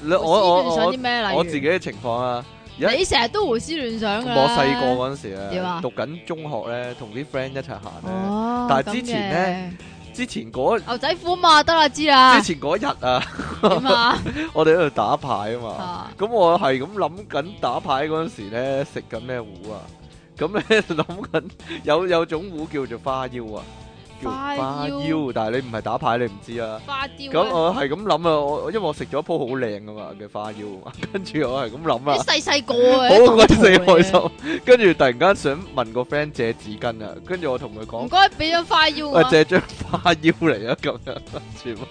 Speaker 2: 你我
Speaker 1: 胡思亂
Speaker 2: 我
Speaker 1: 想
Speaker 2: 我
Speaker 1: 啲咩？例如
Speaker 2: 我自己嘅情況啊，有一
Speaker 1: 你成日都胡思亂想啊噶啦。
Speaker 2: 我細個嗰陣時
Speaker 1: 點
Speaker 2: 啊
Speaker 1: 啊，
Speaker 2: 讀緊中學呢，同啲 friend 一齊行呢。
Speaker 1: 哦，
Speaker 2: 但係之前
Speaker 1: 咧，
Speaker 2: 之前嗰
Speaker 1: 牛仔褲啊嘛，得啦，知啦
Speaker 2: 之，前嗰日啊， [LAUGHS]
Speaker 1: 點啊？ [LAUGHS]
Speaker 2: 我哋喺度打牌啊嘛。
Speaker 1: 啊
Speaker 2: 咁我係咁諗緊打牌嗰陣時咧，食緊咩糊啊？咁咧 [LAUGHS] 諗緊有有種糊叫做花腰啊，叫
Speaker 1: 花
Speaker 2: 花
Speaker 1: 腰
Speaker 2: 腰，但係你唔係打牌，你唔知啊。
Speaker 1: 花雕
Speaker 2: 咁
Speaker 1: 呢，
Speaker 2: 我係咁諗啊，我因為我食咗一鋪好靚噶嘛嘅花腰 [LAUGHS] 啊，跟住我係咁諗
Speaker 1: 你
Speaker 2: 啊，
Speaker 1: 細細個啊，
Speaker 2: 好鬼
Speaker 1: 一個
Speaker 2: 死
Speaker 1: 圖嚟
Speaker 2: 開
Speaker 1: 嘅。
Speaker 2: 心。啊跟住突然間想問個 friend 借紙巾啊，跟住我同佢
Speaker 1: 唔
Speaker 2: 講。
Speaker 1: 該，俾咗花腰啊
Speaker 2: 喂
Speaker 1: 我，，
Speaker 2: 借 [LAUGHS] 張花腰嚟啊！ [LAUGHS] 咁樣全部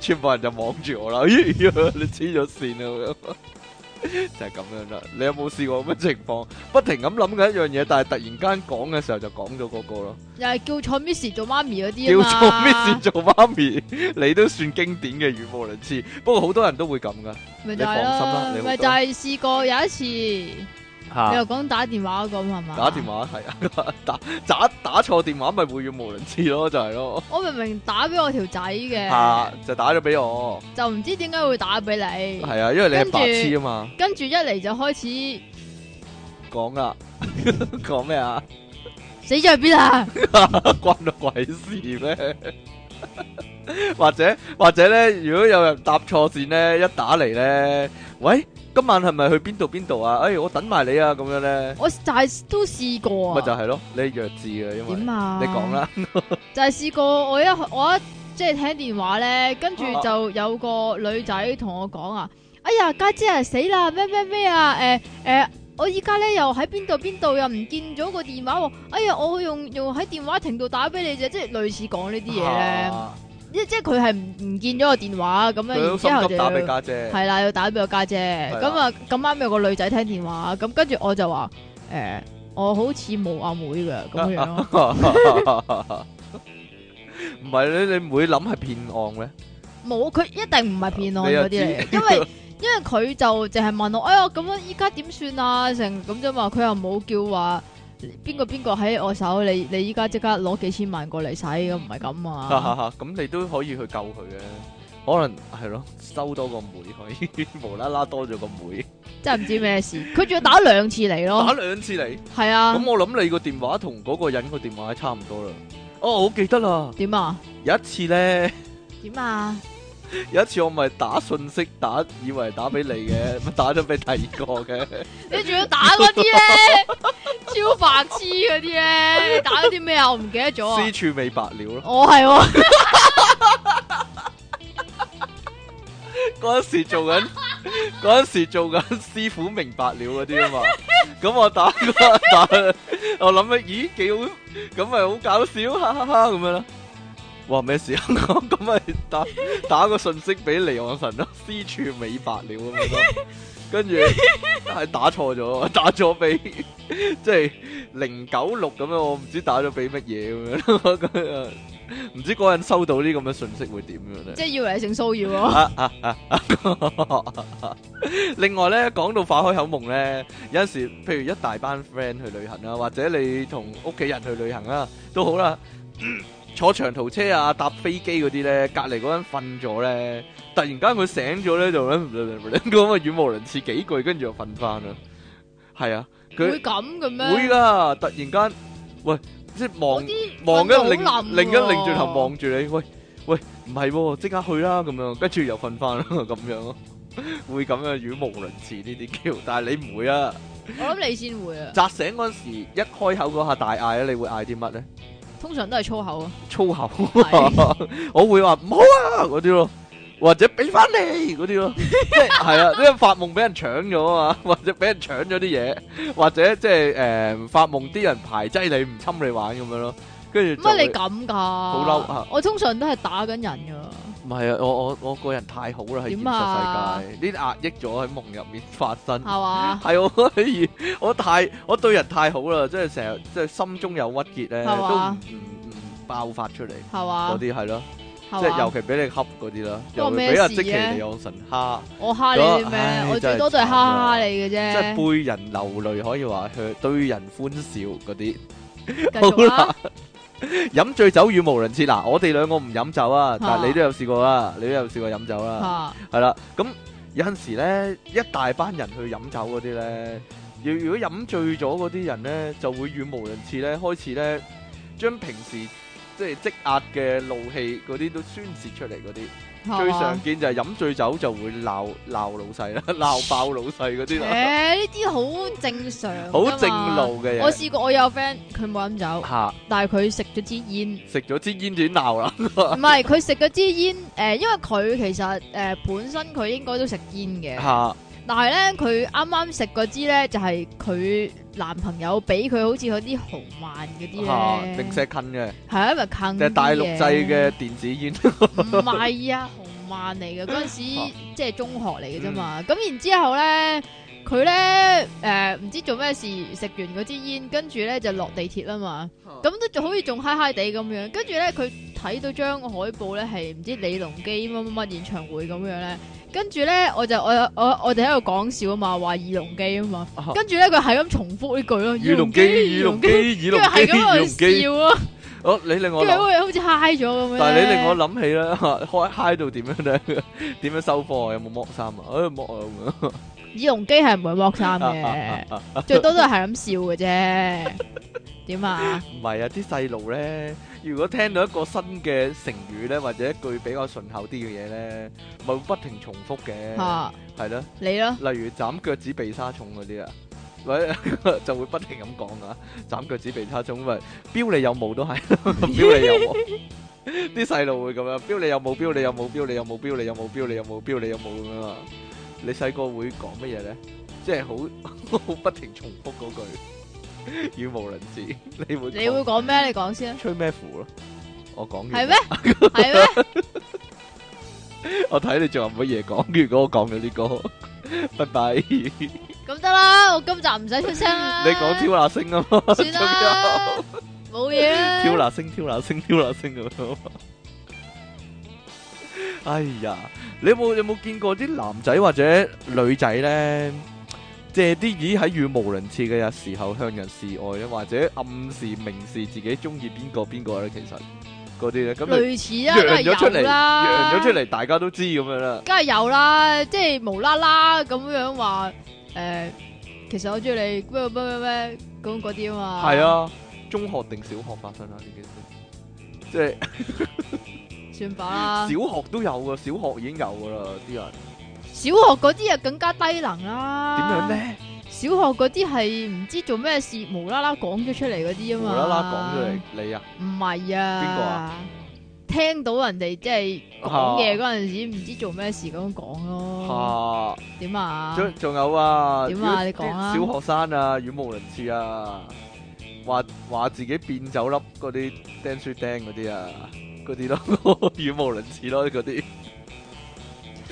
Speaker 2: 全部人就望住我啦，咦、呀你黐咗線 [LAUGHS] 啊！咁樣就係咁樣啦。你有冇試過咁嘅情況？不停咁諗緊一樣嘢，但係突然間講嘅時候就講咗嗰個咯，
Speaker 1: 又係叫錯 Miss 做媽咪嗰
Speaker 2: 叫
Speaker 1: 啲啊
Speaker 2: 做
Speaker 1: 嘛。
Speaker 2: 咩事做媽咪，你都算經典嘅語無倫次。不過好多人都會咁噶，
Speaker 1: 咪
Speaker 2: 你
Speaker 1: 就係
Speaker 2: 放心啦
Speaker 1: 咯
Speaker 2: 你好
Speaker 1: 咪就
Speaker 2: 多
Speaker 1: 係試過有一次，你
Speaker 2: 嚇
Speaker 1: 又講打電話咁係嘛？
Speaker 2: 打電，話係啊， [LAUGHS] 打打打錯電話咪會語無倫次咯，就係咯，
Speaker 1: 我明明打俾我條仔
Speaker 2: 嚇
Speaker 1: 嘅，
Speaker 2: 就打咗俾我，
Speaker 1: 就唔知點解會打俾你。
Speaker 2: 係啊，因為你係
Speaker 1: 跟住
Speaker 2: 白痴啊嘛，
Speaker 1: 跟住一嚟就開始
Speaker 2: 講啦， [LAUGHS] 講咩啊？ [LAUGHS]
Speaker 1: 死咗喺邊啊？
Speaker 2: 关我鬼事咩？ [LAUGHS] 或者或者咧，如果有人搭錯線咧，一打嚟咧，喂，今晚係咪去邊度邊度啊？哎，我等埋你啊，咁樣咧，
Speaker 1: 我就係都試過
Speaker 2: 咪就
Speaker 1: 啊。
Speaker 2: 係咯，你弱智嘅，因為
Speaker 1: 點啊？
Speaker 2: 你講。啦，
Speaker 1: 就係試過我一我一即係聽電話咧，跟住
Speaker 2: 啊
Speaker 1: 就有個女仔同我講啊，哎呀家姐啊死啦咩咩咩啊，誒誒我依家咧又喺邊度邊度又唔見咗個電話喎，哎呀，我用用喺電話亭度打俾你啫，即係類似講呢啲嘢咧，
Speaker 2: 啊 [LAUGHS]
Speaker 1: 即即係佢係唔唔見咗個電話咁樣，然之後就要
Speaker 2: 佢好心急打俾家姐。
Speaker 1: 係啦，要打俾我家姐，
Speaker 2: 係
Speaker 1: 咁
Speaker 2: 啦
Speaker 1: 啊咁啱有個女仔聽電話，咁跟住我就話誒，我好似冇阿妹嘅咁樣
Speaker 2: [LAUGHS]
Speaker 1: 咯
Speaker 2: 唔係，你-你唔會諗係騙案咩？
Speaker 1: 冇，佢一定唔係騙案
Speaker 2: 你又
Speaker 1: 嗰啲嚟嘅，因為因為佢就淨係問我，哎呀咁樣依家點算啊？成咁啫嘛，佢又冇叫話邊個邊個喺我手，你你依家即刻攞幾千萬過嚟使，咁唔係咁
Speaker 2: [LAUGHS]
Speaker 1: 啊？
Speaker 2: 咁你都可以去救佢嘅。可能係咯，收多個妹可以， [LAUGHS] 無啦啦多咗個妹。
Speaker 1: 真係唔知咩事，佢仲要打兩次嚟咯，
Speaker 2: 打兩次嚟，
Speaker 1: 係啊，
Speaker 2: 咁我諗你個電話同嗰個人個電話係差唔多啦。哦，我記得啦，有一次
Speaker 1: 點
Speaker 2: 呢，
Speaker 1: 啊？
Speaker 2: [LAUGHS]
Speaker 1: 點啊？
Speaker 2: 有一次我咪打信息打-以為打俾你嘅，咪打咗俾第二個嘅。
Speaker 1: [LAUGHS] 你仲要打嗰啲咧， [LAUGHS] 超白痴嗰啲咧，你打咗啲咩啊？我唔記得咗啊！
Speaker 2: 私處未白了咯。
Speaker 1: 我係喎，
Speaker 2: 嗰陣時做緊，嗰陣時做緊師傅明白了嗰啲啊嘛。咁我打嗰 [LAUGHS] 打，我諗起咦幾好，咁咪好搞笑，哈哈哈咁樣啦。哇咩事啊？咁咪打打個信息俾離岸神咯，私處美白了咁樣咯。跟住係打錯咗，打咗俾即係零九六咁樣，我唔知打咗俾乜嘢咁樣咯。咁啊唔知嗰個人收到呢咁嘅信息會點樣咧？
Speaker 1: 即係以為你性騷擾喎，
Speaker 2: 啊 [LAUGHS] 另外咧，講到化開口夢咧，有陣時譬如一大班 friend 去旅行啊，或者你同屋企人去旅行啊，都好啦。 [CLEARS THROAT] 坐長途車啊，搭飛機嗰啲咧，隔離嗰人瞓咗咧，突然間佢醒咗咧，就 [LAUGHS] 咁啊語無倫次幾句，跟住就瞓翻啦。係啊，佢
Speaker 1: 會咁嘅咩？
Speaker 2: 會噶，突然間，喂，即係望
Speaker 1: 嗰啲
Speaker 2: 望一
Speaker 1: 瞓到好
Speaker 2: 擰
Speaker 1: 冧
Speaker 2: 擰一
Speaker 1: 喎
Speaker 2: 擰轉頭望住你，喂喂，唔係喎，即刻去啦咁樣，跟住又瞓翻啦 [LAUGHS] 咁樣咯，會咁樣語無倫次呢啲叫，但係你唔會啊！
Speaker 1: 我諗你先會啊，
Speaker 2: 扎醒嗰陣時一開口嗰下大嗌啊，你會嗌啲乜咧？
Speaker 1: 通常都係粗口啊。
Speaker 2: 粗口，我會話唔好啊嗰啲咯，或者俾翻你嗰啲咯，即係係啊，因為發夢俾人搶咗 [LAUGHS] 啊嘛，或者俾人搶咗啲嘢，或者即係誒發夢啲人排擠你唔侵你玩咁樣咯，跟住就
Speaker 1: 乜
Speaker 2: 會
Speaker 1: 你咁噶？
Speaker 2: 好
Speaker 1: 好
Speaker 2: 嬲啊！
Speaker 1: 我通常都係打緊人噶，
Speaker 2: 唔係啊，我我我個人太好啦喺現
Speaker 1: 點啊
Speaker 2: 實世界，呢啲壓抑咗喺夢入面發生。
Speaker 1: 係嘛？
Speaker 2: 係我可以，我太我對人太好啦，即係成日即係心中有鬱結咧，
Speaker 1: 係
Speaker 2: 都唔
Speaker 1: 嘛
Speaker 2: 唔唔爆發出嚟
Speaker 1: 係
Speaker 2: 嗯嗰
Speaker 1: 嘛？
Speaker 2: 啲係咯。
Speaker 1: 係
Speaker 2: 即係尤
Speaker 1: 嘛？
Speaker 2: 其俾你恰嗰啲啦，
Speaker 1: 關
Speaker 2: 尤
Speaker 1: 我
Speaker 2: 其
Speaker 1: 咩
Speaker 2: 俾阿
Speaker 1: 事
Speaker 2: 即其
Speaker 1: 啊
Speaker 2: 尼昂神蝦，
Speaker 1: 我蝦你啲
Speaker 2: 唉
Speaker 1: 咩？我
Speaker 2: 真係
Speaker 1: 最多都係
Speaker 2: 慘
Speaker 1: 蝦
Speaker 2: 啊
Speaker 1: 蝦你嘅
Speaker 2: 即係
Speaker 1: 啫。
Speaker 2: 背人流淚可以話去對人歡笑嗰啲。 [LAUGHS]
Speaker 1: 繼續
Speaker 2: 好
Speaker 1: 啦，
Speaker 2: 飲醉酒語無倫次嗱，我哋兩個唔飲酒啊，但係
Speaker 1: 啊
Speaker 2: 你都有試過啦，你都有試過飲酒啦，
Speaker 1: 嚇
Speaker 2: 係啦。咁有陣時咧，一大班人去飲酒嗰啲咧，如如果飲醉咗嗰啲人咧，就會語無倫次咧，開始咧將平時即係積壓嘅怒氣嗰啲都宣泄出嚟嗰啲。
Speaker 1: 係
Speaker 2: 最
Speaker 1: 嘛
Speaker 2: 常？見就係飲醉酒就會鬧鬧老細啦， [LAUGHS] 鬧爆老細嗰啲
Speaker 1: 誒
Speaker 2: 啦，
Speaker 1: 呢啲好正常㗎嘛，
Speaker 2: 啊 [LAUGHS] 好正路嘅
Speaker 1: 我
Speaker 2: 嘢。
Speaker 1: 試過我有 friend 佢冇飲
Speaker 2: [LAUGHS]
Speaker 1: 酒，
Speaker 2: 嚇
Speaker 1: 但係佢食咗支
Speaker 2: [LAUGHS]
Speaker 1: 煙，
Speaker 2: 食咗支煙就鬧啦，
Speaker 1: 唔係佢食咗支煙誒，因為佢其實誒本身佢應該都食煙嘅。
Speaker 2: 嚇
Speaker 1: 但係咧，佢啱啱食嗰支咧，就係佢男朋友俾佢，好似嗰啲豪曼嗰啲
Speaker 2: 嚇
Speaker 1: 咧，
Speaker 2: 零石近嘅，
Speaker 1: 係因啊為近
Speaker 2: 就係大陸製嘅電
Speaker 1: [LAUGHS]
Speaker 2: 子煙，
Speaker 1: 唔係啊，紅曼嚟嘅嗰陣時，
Speaker 2: [LAUGHS] 哦
Speaker 1: 即係中學嚟嘅啫
Speaker 2: 嗯
Speaker 1: 嘛。咁、然之後咧，佢咧誒唔知做咩事，食完嗰支煙，跟住咧就落地鐵啦嘛。
Speaker 2: 哦
Speaker 1: 咁都仲好似仲嗨嗨地咁樣，跟住咧佢睇到張海報咧係唔知李龍基乜乜乜演唱會咁樣咧，跟住咧我就我我我哋喺度講笑啊嘛，話二龍基啊嘛
Speaker 2: 啊，
Speaker 1: 跟住咧佢係咁重複呢句咯，
Speaker 2: 耳 [LAUGHS] 龍機、耳龍機、耳
Speaker 1: 跟住
Speaker 2: 龍
Speaker 1: 係
Speaker 2: 機、耳龍
Speaker 1: 咁喺度
Speaker 2: 機。
Speaker 1: 笑咯，
Speaker 2: 哦，你令我
Speaker 1: 跟住
Speaker 2: 諗，
Speaker 1: 好似好似嗨咗咁樣。
Speaker 2: 但係你令我諗起啦， [LAUGHS] 開嗨到點樣咧？ [LAUGHS] 點樣收貨啊？有冇剝衫啊？ [LAUGHS] 誒剝啊咁樣。
Speaker 1: 耳龍機係唔會剝衫嘅，最多都係咁笑
Speaker 2: [LAUGHS]
Speaker 1: 嘅啫。點啊？
Speaker 2: 唔係啊，啲細路咧，如果聽到一個新嘅成語咧，或者一句比較順口啲嘅嘢咧，咪會不停重複嘅，
Speaker 1: 嚇
Speaker 2: 係咯、
Speaker 1: 你咯，
Speaker 2: 例如斬腳趾避沙蟲嗰啲啊，或者 [LAUGHS] 就會不停咁講啊，斬腳趾避沙蟲咪標你有冇都係，標你有冇。啲細路會咁樣，標你有冇？標你有冇？標你有冇？標你有冇？標你有冇？標你有冇咁樣啊？你細個會講乜嘢咧？即係好 [LAUGHS] 好不停重複嗰句語無倫次，你會
Speaker 1: 你會
Speaker 2: 講
Speaker 1: 講咩？你講
Speaker 2: [LAUGHS]
Speaker 1: 先啊，
Speaker 2: 吹咩符咯？我講
Speaker 1: 係
Speaker 2: 完
Speaker 1: 咩？係咩？
Speaker 2: 我睇你仲有乜嘢講？如果我講咗呢個， [LAUGHS] 拜拜。你
Speaker 1: 咁得啦，我今集唔使出聲啦。
Speaker 2: 講挑那星啊嘛，
Speaker 1: 算啦，冇嘢啦。
Speaker 2: 挑那星，挑那星，挑那星咁樣啊嘛。哎呀，你有冇有冇見過啲男仔或者女仔咧，借啲耳喺語無倫次嘅時候向人示愛咧，或者暗示明示自己中意邊個邊個咧？其實嗰啲咧，咁你
Speaker 1: 類似啊，都
Speaker 2: 揚
Speaker 1: 係有
Speaker 2: 咗出嚟，
Speaker 1: 啦，
Speaker 2: 揚咗出，嚟，大家都知咁樣啦。
Speaker 1: 梗係有啦，即係無啦啦咁樣話誒，其實我中意你咩咩咩咩咁嗰啲啊嘛。
Speaker 2: 係，啊，中學定小學發生啦呢件事，即係。
Speaker 1: 算吧啦。
Speaker 2: 小學都有噶，小學已經有噶啦，啲人
Speaker 1: 小學嗰啲啊更加低能啦。
Speaker 2: 點樣？咧？
Speaker 1: 小學嗰啲係唔知做咩事，無啦啦講咗出嚟嗰啲啊
Speaker 2: 無
Speaker 1: 嘛。
Speaker 2: 啦啦講出嚟，你啊，
Speaker 1: 唔係啊，
Speaker 2: 邊個
Speaker 1: 啊？聽到人哋即係講嘢嗰陣時，唔知做咩事咁講咯。
Speaker 2: 嚇，
Speaker 1: 點啊？
Speaker 2: 仲仲有啊，
Speaker 1: 點啊
Speaker 2: 如
Speaker 1: 你
Speaker 2: 果
Speaker 1: 講啊
Speaker 2: 啲小學生啊，語無倫次啊，話話自己變走粒嗰啲釘書釘嗰啲啊，嗰啲咯， [LAUGHS] 語無倫次咯，嗰啲
Speaker 1: 呢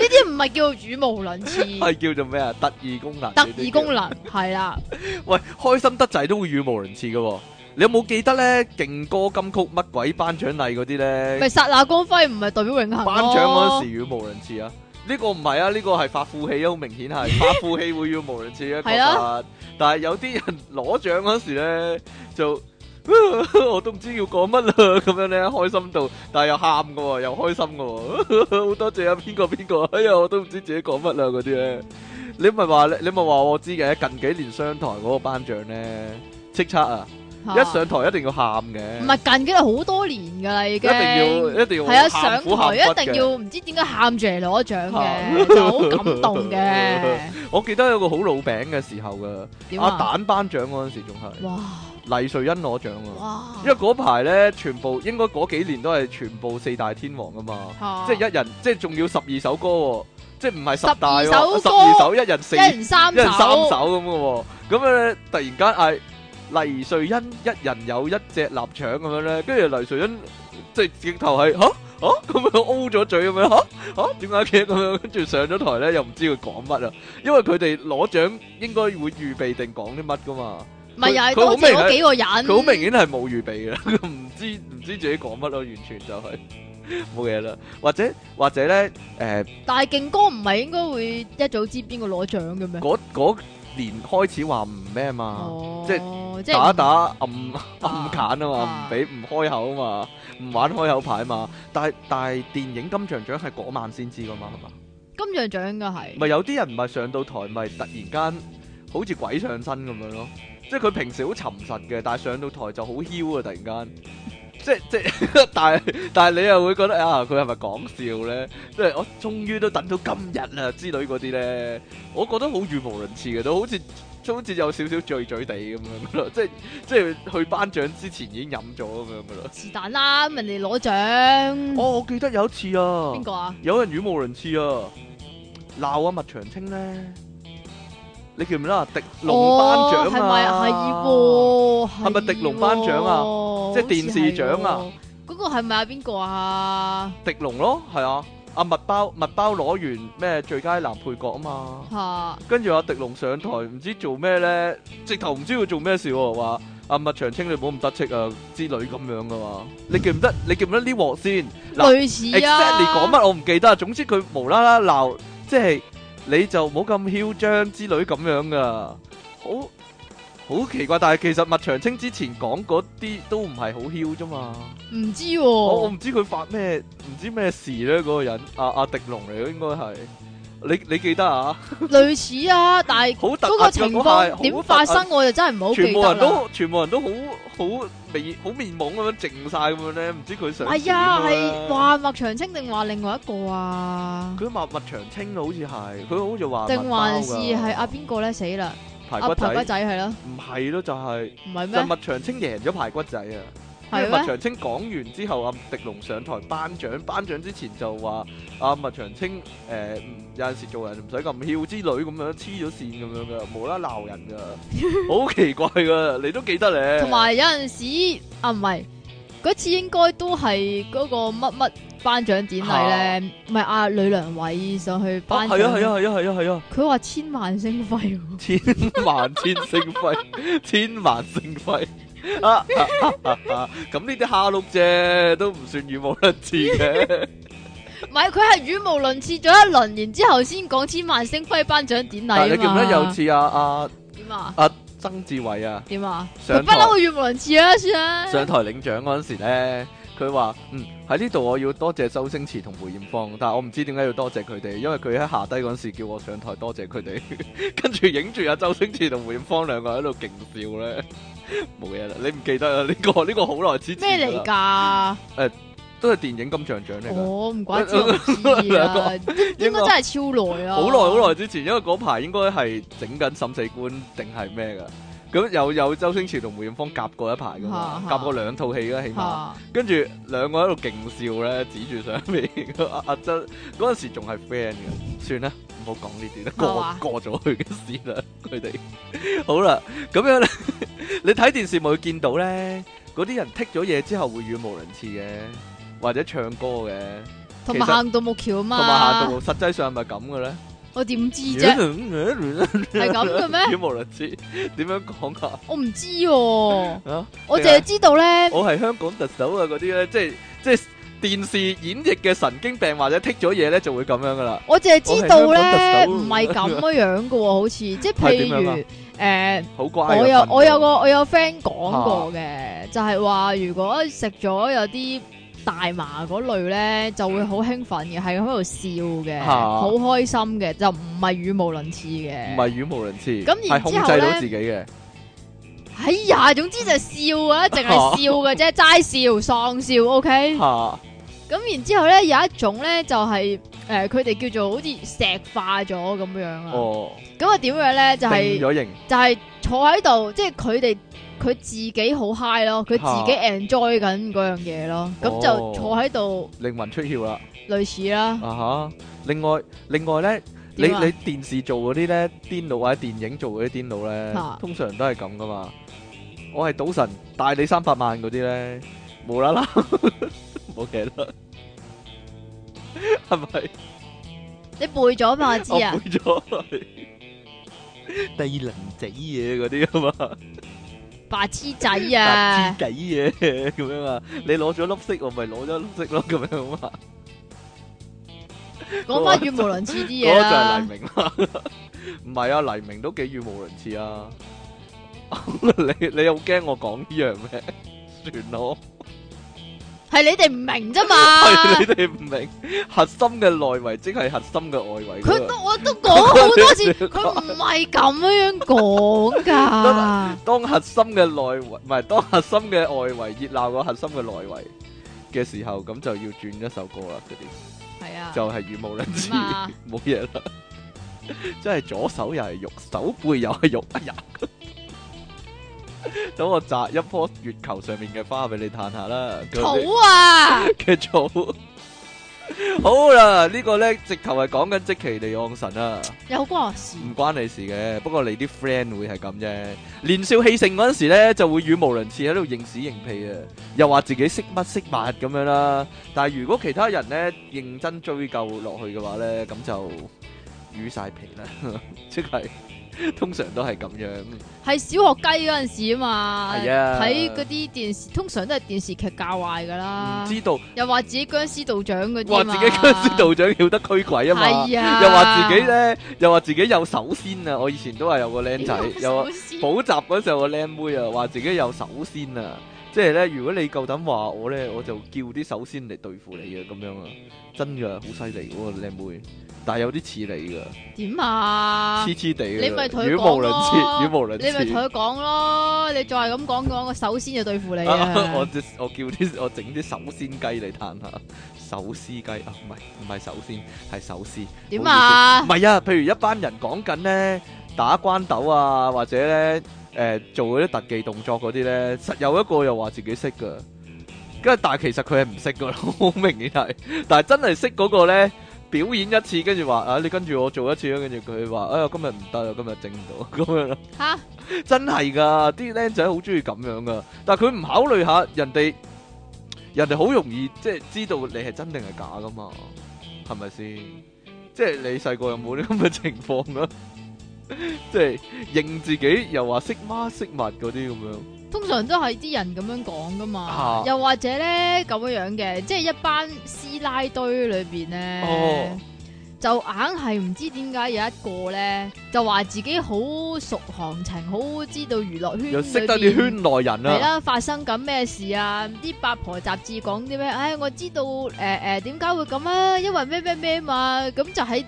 Speaker 1: 啲唔係叫語無倫
Speaker 2: [LAUGHS]
Speaker 1: 次，
Speaker 2: 係叫做咩啊？特異功能，
Speaker 1: 特異功。能係啦。
Speaker 2: 喂，開心得滯都會語無倫次噶喎。你有冇記得咧？勁歌金曲乜鬼頒獎禮嗰啲咧？
Speaker 1: 咪剎那光輝唔係代表永 [LAUGHS] 恆
Speaker 2: 頒獎哎嗰陣
Speaker 1: 時
Speaker 2: 時語無倫次啊！呢個唔係啊，呢個係發富氣啊，好明顯係發富氣會語無倫次啊，確
Speaker 1: 係啊
Speaker 2: 實。但係有啲人攞獎嗰時咧，就我都唔知要講乜啦，咁樣咧開心到，但係又喊噶喎，又開心噶 [LAUGHS] 喎，好多謝啊邊個邊個，哎呀我都唔知自己講乜啦嗰啲咧。你咪話你咪話我知嘅，近幾年商台嗰個頒獎咧，叱咤啊，一上台一定要喊嘅，
Speaker 1: 唔係近幾好多年㗎啦，已
Speaker 2: 一
Speaker 1: 經
Speaker 2: 定要一定要
Speaker 1: 係啊，
Speaker 2: 喊
Speaker 1: 上
Speaker 2: 苦喊
Speaker 1: 台一
Speaker 2: 忽嘅
Speaker 1: 定要唔知點解喊住嚟攞獎
Speaker 2: 嚇
Speaker 1: 嘅，就好感
Speaker 2: [LAUGHS]
Speaker 1: 動嘅。
Speaker 2: 我記得有個好老餅嘅時候噶，
Speaker 1: 點
Speaker 2: 阿
Speaker 1: 啊？
Speaker 2: 蛋頒獎嗰陣時仲
Speaker 1: 哇
Speaker 2: 係黎瑞恩攞獎啊，
Speaker 1: 哇！
Speaker 2: 因為嗰排咧全部應該嗰幾年都係全部四大天王噶嘛，
Speaker 1: 嚇
Speaker 2: 即係一人即係仲要十二首歌喎，即係唔係十大
Speaker 1: 12首
Speaker 2: 喎，十
Speaker 1: 歌
Speaker 2: 二首一人四
Speaker 1: 一人三
Speaker 2: 一人三首咁嘅喎，咁樣咧突然間嗌黎瑞恩一人有一隻臘腸咁樣咧，跟住黎瑞恩即係鏡頭係嚇嚇 [LAUGHS] 咁樣 O 咗嘴咁樣嚇嚇點解嘅咁樣，跟住上咗台咧又唔知佢講乜啊，因為佢哋攞獎應該會預備定講啲乜噶嘛，
Speaker 1: 咪又係
Speaker 2: 佢佢
Speaker 1: 多
Speaker 2: 好
Speaker 1: 謝
Speaker 2: 明
Speaker 1: 嗰幾個人，
Speaker 2: 佢好明顯係冇預備嘅， [LAUGHS] 佢唔知唔知自己講乜咯，完全就係冇嘢啦，或者或者咧誒。
Speaker 1: 但係勁哥唔係應該會一早知邊個攞獎嘅咩？
Speaker 2: 嗰嗰年開始話唔咩嘛，
Speaker 1: 哦，
Speaker 2: 即
Speaker 1: 係即係
Speaker 2: 打打暗暗砍啊嘛，
Speaker 1: 啊
Speaker 2: 唔俾唔開口啊嘛，唔玩開口牌嘛。但係但係電影金像獎係嗰晚先知噶嘛，係嘛？
Speaker 1: 金像獎應該係
Speaker 2: 咪有啲人唔係上到台咪突然間好似鬼上身咁樣咯，即係佢平時好沉實嘅，但係上到台就好囂啊！突然間，即即但係 [LAUGHS] 但係你又會覺得啊，佢係咪講笑咧？即係我終於都等到今日啦之類嗰啲咧，我覺得好語無倫次嘅，都好似好似有少少醉醉地咁樣咯，即係即係去頒獎之前已經飲咗咁樣噶啦。
Speaker 1: 是但啦，人哋攞獎
Speaker 2: 哦，我記得有一次啊
Speaker 1: 邊。個啊？
Speaker 2: 有人語無倫次啊！鬧啊麥長青咧，你記唔記得啊？迪龍頒獎
Speaker 1: 哦
Speaker 2: 啊，
Speaker 1: 係咪係喎？
Speaker 2: 係咪迪龍頒獎啊
Speaker 1: 啊
Speaker 2: 即係電視獎啊？
Speaker 1: 嗰個係咪啊？邊個啊？
Speaker 2: 迪龍咯，係啊，阿麥包麥包攞完咩最佳男配角啊嘛，
Speaker 1: 嚇
Speaker 2: 跟住阿迪龍上台唔知做咩咧，直頭唔知佢做咩事喎，話阿麥長青你唔好咁得戚啊之類咁樣噶嘛，你記唔得？你記唔記得呢鑊先？嗱
Speaker 1: 類似啊
Speaker 2: exactly 講乜我唔記得，總之佢無啦啦鬧，即係你就唔好咁囂張之類咁樣噶，好好奇怪。但係其實麥長青之前講嗰啲都唔係好囂啫嘛，
Speaker 1: 唔知
Speaker 2: 我我
Speaker 1: 喎，
Speaker 2: 唔知佢發咩唔知咩事咧嗰、個人，阿、啊、阿、迪龍嚟嘅應該係。你你記得啊？
Speaker 1: 類似啊，但係
Speaker 2: 好突兀
Speaker 1: 嗰
Speaker 2: 嘅
Speaker 1: 個情
Speaker 2: 嗰下
Speaker 1: 況
Speaker 2: 好
Speaker 1: 點
Speaker 2: 突
Speaker 1: 發
Speaker 2: 兀
Speaker 1: 生我就真係唔係好記
Speaker 2: 全部
Speaker 1: 得
Speaker 2: 人
Speaker 1: 啦。
Speaker 2: 都全部人都好好面好面懵咁樣靜晒咁樣咧，唔知佢想
Speaker 1: 係啊，
Speaker 2: 點樣
Speaker 1: 係
Speaker 2: 咧
Speaker 1: 話麥長青定話另外一個啊？
Speaker 2: 佢話麥長青好似係，佢好似話
Speaker 1: 定
Speaker 2: 麥
Speaker 1: 還
Speaker 2: 包
Speaker 1: 是
Speaker 2: 㗎
Speaker 1: 係阿邊個咧？死啦！
Speaker 2: 排
Speaker 1: 阿
Speaker 2: 骨
Speaker 1: 排
Speaker 2: 仔
Speaker 1: 骨仔係咯，
Speaker 2: 唔係咯，就係
Speaker 1: 唔係
Speaker 2: 就
Speaker 1: 咩？
Speaker 2: 麥長青贏咗排骨仔啊！因為
Speaker 1: 係
Speaker 2: 麥
Speaker 1: 咩？
Speaker 2: 長青講完之後，阿迪龍上台頒獎，頒獎之前就話阿麥長青誒、呃唔有陣時做人唔使咁囂之類咁樣，黐咗線咁樣噶，無啦啦鬧人
Speaker 1: [LAUGHS]
Speaker 2: 噶，好奇怪噶，你都記得咧。
Speaker 1: 同埋有陣時啊，唔係嗰次應該都係嗰個乜乜頒獎典禮咧，唔係阿呂良偉上去
Speaker 2: 啊，
Speaker 1: 頒獎，
Speaker 2: 係啊，係啊，係啊，係啊，係啊。
Speaker 1: 佢話千萬星輝喎， [LAUGHS]
Speaker 2: 千萬千星輝，千萬星輝。啊，咁呢啲蝦碌啫，都唔算語無倫次
Speaker 1: [LAUGHS]
Speaker 2: 嘅。
Speaker 1: 唔係佢係語無倫次咗一輪，然之後先講千萬星輝頒獎典禮
Speaker 2: 但係你記
Speaker 1: 啊
Speaker 2: 唔記
Speaker 1: 嘛
Speaker 2: 得有次啊啊
Speaker 1: 點啊？
Speaker 2: 曾志偉啊
Speaker 1: 點啊？佢
Speaker 2: 上
Speaker 1: 不
Speaker 2: 台
Speaker 1: 嬲語無倫次啊，算啦。
Speaker 2: 上台領獎嗰陣時咧，佢話：嗯喺呢度我要多謝周星馳同梅艷芳，但係我唔知點解要多謝佢哋，因為佢喺下低嗰陣時叫我上台多謝佢哋， [LAUGHS] 跟住影住阿周星馳同梅艷芳兩個喺度勁笑咧，冇嘢啦，你唔記得啦？呢、個呢、個好耐之前
Speaker 1: 咩
Speaker 2: 㗎啦
Speaker 1: 嚟㗎？
Speaker 2: 都係電影金像獎嚟㗎。
Speaker 1: 我唔怪
Speaker 2: [LAUGHS]
Speaker 1: 之我唔知啦，應該真係超耐啊！
Speaker 2: 好耐好耐之前，因為嗰排應該係整緊審死官定係咩噶，咁有有周星馳同梅艷芳夾過一排噶嘛，
Speaker 1: 嚇嚇
Speaker 2: 夾過兩套戲啦，起碼，
Speaker 1: 嚇
Speaker 2: 跟住兩個喺度勁笑咧，指住上面 [LAUGHS] 阿阿周嗰陣時仲係 friend 嘅，算啦，唔好講呢啲啦，
Speaker 1: 係嘛
Speaker 2: 過過咗去嘅事啦，佢哋 [LAUGHS] 好啦，咁樣咧， [LAUGHS] 你睇電視咪會見到咧，嗰啲人剔咗嘢之後會語無倫次嘅，或者唱歌嘅，
Speaker 1: 同埋行到木橋啊
Speaker 2: 同埋下
Speaker 1: 嘛，
Speaker 2: 到實際上係咪咁嘅咧？
Speaker 1: 我點知
Speaker 2: [LAUGHS]
Speaker 1: 啫？係咁嘅咩？
Speaker 2: 語無倫次，點樣講啊？
Speaker 1: 我唔知
Speaker 2: [LAUGHS]
Speaker 1: 喎，
Speaker 2: 啊，
Speaker 1: 我淨係知道咧，
Speaker 2: 我係香港特首啊，嗰啲咧，即係即係電視演繹嘅神經病或者剔咗嘢咧，就會咁樣噶啦。
Speaker 1: 我淨係知道
Speaker 2: 我係
Speaker 1: 咧，
Speaker 2: 香港特首
Speaker 1: 唔係咁嘅樣嘅喎，好似即係
Speaker 2: 係點
Speaker 1: 譬
Speaker 2: 樣啊
Speaker 1: 如誒。
Speaker 2: 好乖啊。
Speaker 1: 我有
Speaker 2: 瞓
Speaker 1: 我有
Speaker 2: 覺
Speaker 1: 個我有 friend 講過嘅，就係話如果食咗有啲大麻嗰類咧，就會好興奮嘅，係喺度笑嘅，
Speaker 2: 嚇
Speaker 1: 好開心嘅，就唔係語無倫次
Speaker 2: 唔
Speaker 1: 嘅。
Speaker 2: 係語無倫次，
Speaker 1: 咁然
Speaker 2: 係
Speaker 1: 之後
Speaker 2: 控
Speaker 1: 呢
Speaker 2: 制到自己嘅。
Speaker 1: 哎呀，總之就係笑啊，淨係笑嘅啫，齋笑喪笑，OK。
Speaker 2: 嚇
Speaker 1: 咁然之後咧有一種咧就係誒佢哋叫做好似石化咗咁樣啊。
Speaker 2: 哦，
Speaker 1: 咁啊點樣咧就
Speaker 2: 定
Speaker 1: 係、
Speaker 2: 咗型，
Speaker 1: 就係坐喺度，即係佢哋佢自己好 high 咯，佢自己 enjoy 緊嗰樣嘢咯，咁
Speaker 2: 哦
Speaker 1: 就坐喺度
Speaker 2: 靈魂出竅啦。
Speaker 1: 類似啦。
Speaker 2: 啊哈！另外另外咧，你
Speaker 1: 點啊
Speaker 2: 你電視做嗰啲咧癲佬或者電影做嗰啲癲佬咧
Speaker 1: 啊，
Speaker 2: 通常都係咁噶嘛。我係賭神，大你三百萬嗰啲咧，無啦 [LAUGHS] 啦冇嘢啦，係咪？
Speaker 1: 你背咗嘛知
Speaker 2: 我
Speaker 1: 啊？
Speaker 2: 背咗佢低能仔嘢嗰啲啊嘛，
Speaker 1: 白痴仔
Speaker 2: 白
Speaker 1: 啊！
Speaker 2: 痴仔嘢咁樣啊！你攞咗粒色，我咪攞咗粒色咯，咁樣啊嘛。
Speaker 1: 講翻語無倫次啲
Speaker 2: 嗰
Speaker 1: 嘢啊
Speaker 2: 個就係
Speaker 1: 啦
Speaker 2: 黎。明啦。 [LAUGHS] 唔係啊，黎明都幾語無倫次啊！ [LAUGHS] 你你又驚我講呢樣咩？算咯， [LAUGHS]
Speaker 1: 係你哋唔明啫
Speaker 2: 係
Speaker 1: 嘛
Speaker 2: 你。哋唔明核心嘅內圍，即係核心嘅外圍
Speaker 1: 佢
Speaker 2: 㗎
Speaker 1: 都
Speaker 2: 嘛。
Speaker 1: 我都講好多次，
Speaker 2: [LAUGHS] 你
Speaker 1: 佢唔係咁樣
Speaker 2: [LAUGHS]
Speaker 1: 講㗎。
Speaker 2: 當核心嘅內圍唔係當核心嘅外圍熱鬧過核心嘅內圍嘅時候，咁就要轉一首歌啦。嗰啲
Speaker 1: 係啊，
Speaker 2: 就係語無倫次
Speaker 1: 點，啊
Speaker 2: 冇嘢啦。真係左手又係肉，手背又係肉，哎呀！等我摘一樖月球上面嘅花俾你嘆下啦，嗰
Speaker 1: 好
Speaker 2: 啲
Speaker 1: 啊，
Speaker 2: 嘅草。好啦，呢個咧直頭係講緊即其利昂神啊，
Speaker 1: 有關我事。
Speaker 2: 唔關你事嘅。不過你啲 friend 會係咁啫。年少氣盛嗰陣時咧，就會語無倫次喺度認屎認屁啊，又話自己識乜識物咁樣啦。但係如果其他人咧認真追究落去嘅話咧，咁就瘀晒皮啦，即係通常都係咁樣。
Speaker 1: 係小學雞嗰陣時啊嘛，
Speaker 2: 係啊
Speaker 1: 睇嗰啲電視，通常都係電視劇教壞㗎啦。
Speaker 2: 唔知道
Speaker 1: 又話自己僵屍道長嗰啲
Speaker 2: 話
Speaker 1: 嘛
Speaker 2: 自己僵屍道長曉得驅鬼啊嘛，
Speaker 1: 係啊
Speaker 2: 又話自己咧，又話自己有手先啊！我以前都係有個僆
Speaker 1: 哎
Speaker 2: 仔，有
Speaker 1: 首先
Speaker 2: 補習嗰時候個僆妹啊，話自己有手先啊！即係咧，如果你夠膽話我咧，我就叫啲手先嚟對付你嘅咁樣啊！真噶，好犀利嗰個僆妹，但係有啲似你噶，
Speaker 1: 點啊
Speaker 2: 黐？黐地㗎
Speaker 1: 你咪同佢
Speaker 2: 語無倫次，
Speaker 1: 講咯
Speaker 2: 語無倫
Speaker 1: 你咪
Speaker 2: 次
Speaker 1: 同。佢講咯，你再係咁講講，我首先就對付你啊！
Speaker 2: [LAUGHS] 啊我隻我叫啲我整啲手先雞嚟嘆下，手撕雞啊，唔係唔係手先，係手撕。
Speaker 1: 點啊
Speaker 2: 唔？係啊，譬如一班人講緊咧打關鬥啊，或者咧誒、呃做嗰啲特技動作嗰啲咧，實有一個又話自己識噶，跟住但係其實佢係唔識噶咯， [LAUGHS] 好明顯係。但係真係識嗰個咧，表演一次，跟住話啊，你跟住我做一次啦，跟住佢話哎呀，今日唔得啊，今日整唔到咁樣咯。
Speaker 1: 吓，
Speaker 2: 真係噶，啲僆仔好中意咁樣噶。但係佢唔考慮下人哋，人哋好容易即係知道你係真定係假噶嘛，係咪先？即係你細個有冇啲咁嘅情況啊？ [LAUGHS] 即係認自己又話識媽識物嗰啲咁樣。
Speaker 1: 通常都係啲人咁樣講噶嘛
Speaker 2: 啊，
Speaker 1: 又或者咧咁樣樣嘅，即係一班師奶堆裏邊咧
Speaker 2: 哦，
Speaker 1: 就硬係唔知點解有一個咧就話自己好熟行情，好知道娛樂圈
Speaker 2: 又識得
Speaker 1: 裏邊
Speaker 2: 啲圈啊內人
Speaker 1: 係
Speaker 2: 啦、
Speaker 1: 啦，發生緊咩事啊？啲八婆雜誌講啲咩？唉、我知道誒誒點解會咁啊？因為咩咩咩嘛，咁就喺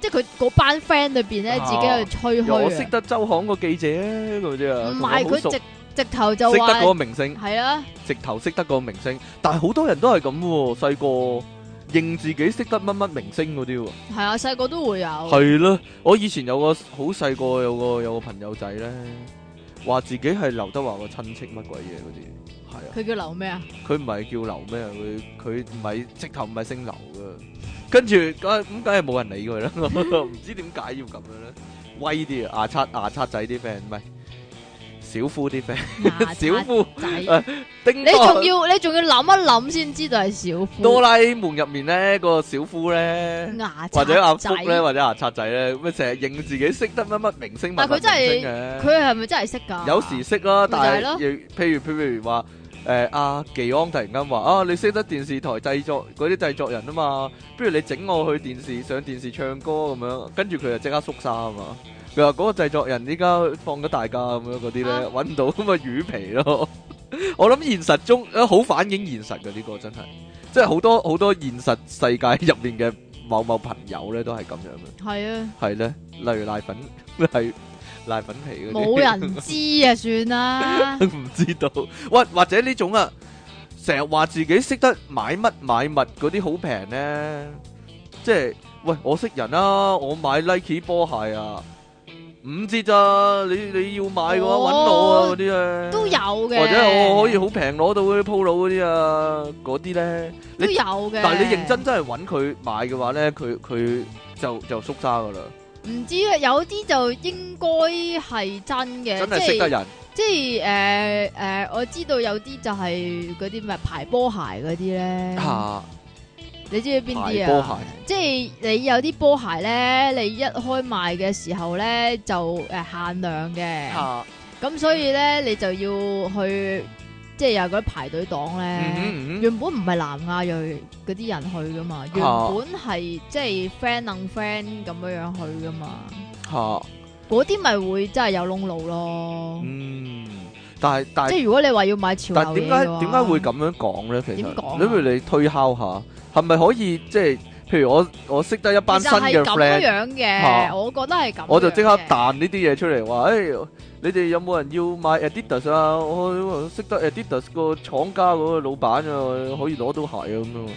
Speaker 1: 即係佢嗰班 friend 裏邊咧，
Speaker 2: 啊
Speaker 1: 自己喺度吹
Speaker 2: 又我
Speaker 1: 噓
Speaker 2: 識
Speaker 1: 啊
Speaker 2: 得周刊個記者嗰啲啊，
Speaker 1: 唔
Speaker 2: 同
Speaker 1: 係
Speaker 2: 我好熟
Speaker 1: 佢直直頭就
Speaker 2: 識得
Speaker 1: 話
Speaker 2: 嗰個明星，
Speaker 1: 係啊，
Speaker 2: 直頭識得嗰個明星。但係好多人都係咁喎，細個認自己識得乜乜明星嗰啲喎。
Speaker 1: 係啊，細個都會有，
Speaker 2: 係咯，我以前有個好細個，有個有個朋友仔咧，話自己係劉德華個親戚乜鬼嘢嗰啲，係啊。
Speaker 1: 佢叫劉咩啊？
Speaker 2: 佢唔係叫劉咩啊？佢佢唔係直頭唔係姓劉噶。跟住咁咁梗係冇人理佢啦， [LAUGHS] 唔知點解要咁樣咧？威啲啊，牙刷牙刷仔啲 friend 唔係小夫啲 friend，
Speaker 1: 牙
Speaker 2: 小
Speaker 1: 刷
Speaker 2: 夫
Speaker 1: 仔，
Speaker 2: 啊叮
Speaker 1: 你仲
Speaker 2: 當
Speaker 1: 要你仲要諗一諗先知道係小夫
Speaker 2: 哆啦 A 夢入面咧個小夫咧，
Speaker 1: 牙
Speaker 2: 或者阿
Speaker 1: 刷
Speaker 2: 福
Speaker 1: 仔，
Speaker 2: 咧，或者牙刷仔咧，咩成日認自己識得乜乜明星，
Speaker 1: 但
Speaker 2: 乜
Speaker 1: 佢真係
Speaker 2: 係
Speaker 1: 佢係咪真係識㗎？
Speaker 2: 有時識啦，
Speaker 1: 咪就係
Speaker 2: 但
Speaker 1: 咯
Speaker 2: 係亦譬如譬如話誒阿技安突然間話啊，你識得電視台製作嗰啲製作人啊嘛，不如你整我去電視上電視唱歌咁樣，跟住佢就即刻縮沙啊嘛。佢話嗰個製作人依家放咗大假咁樣嗰啲咧，
Speaker 1: 啊
Speaker 2: 揾唔到咁嘅魚皮咯。 [LAUGHS] 我諗現實中啊好反映現實嘅呢、個真係，即係好多好多現實世界入面嘅某某朋友咧都係咁樣嘅，
Speaker 1: 係
Speaker 2: [LAUGHS]
Speaker 1: 啊，
Speaker 2: 係咧，例如奶粉 [LAUGHS] 係奶粉皮嗰啲。
Speaker 1: 冇人知啊，算
Speaker 2: [LAUGHS]
Speaker 1: 啦。
Speaker 2: 唔知道，或或者呢種啊，成日話自己識得買乜買物嗰啲好平咧，即係喂我識人啊，我買 Nike 波鞋啊，五折咋，你你要買嘅話揾我啊
Speaker 1: 哦
Speaker 2: 嗰啲啊，
Speaker 1: 都有嘅，
Speaker 2: 或者我可以好平攞到嗰啲鋪佬嗰啲啊，嗰啲咧，
Speaker 1: 都
Speaker 2: 你
Speaker 1: 有嘅。
Speaker 2: 但係你認真真係揾佢買嘅話咧，佢佢就就縮沙噶啦，
Speaker 1: 唔知啊，有啲就應該係真嘅，
Speaker 2: 真
Speaker 1: 即
Speaker 2: 係
Speaker 1: 係
Speaker 2: 識得人
Speaker 1: 即係誒誒，我知道有啲就係嗰啲咩排波鞋嗰啲咧，
Speaker 2: 嚇，
Speaker 1: 你知唔知邊啲
Speaker 2: 啊排波
Speaker 1: 啊？
Speaker 2: 鞋
Speaker 1: 即係你有啲波鞋咧，你一開賣嘅時候咧就誒限量嘅，
Speaker 2: 嚇，
Speaker 1: 咁所以咧你就要去即係有嗰啲排隊檔
Speaker 2: 嗯
Speaker 1: 咧。
Speaker 2: 哼嗯哼
Speaker 1: 原本唔係南亞裔嗰啲人去噶嘛，原本係即係 friend 楞 friend 咁樣樣去噶嘛，
Speaker 2: 嚇。
Speaker 1: 嗰啲咪會真係有窿路咯。
Speaker 2: 嗯，但係但
Speaker 1: 即
Speaker 2: 係
Speaker 1: 係如果你話要買潮
Speaker 2: 但
Speaker 1: 流
Speaker 2: 係點
Speaker 1: 嘢
Speaker 2: 解
Speaker 1: 嘅話
Speaker 2: 點解會咁樣講咧？其
Speaker 1: 點講啊
Speaker 2: 實，你不如你推敲下，係咪可以即係，譬如我我識得一班
Speaker 1: 其
Speaker 2: 新
Speaker 1: 實係
Speaker 2: 嘅
Speaker 1: 咁
Speaker 2: friend，
Speaker 1: 樣
Speaker 2: 嚇
Speaker 1: 嘅，我覺得係咁。
Speaker 2: 我就即刻。彈呢啲嘢出嚟，話誒，你哋有冇人要買 Adidas 啊？我我識得 Adidas 個廠家嗰個老闆啊，可以攞到鞋啊咁樣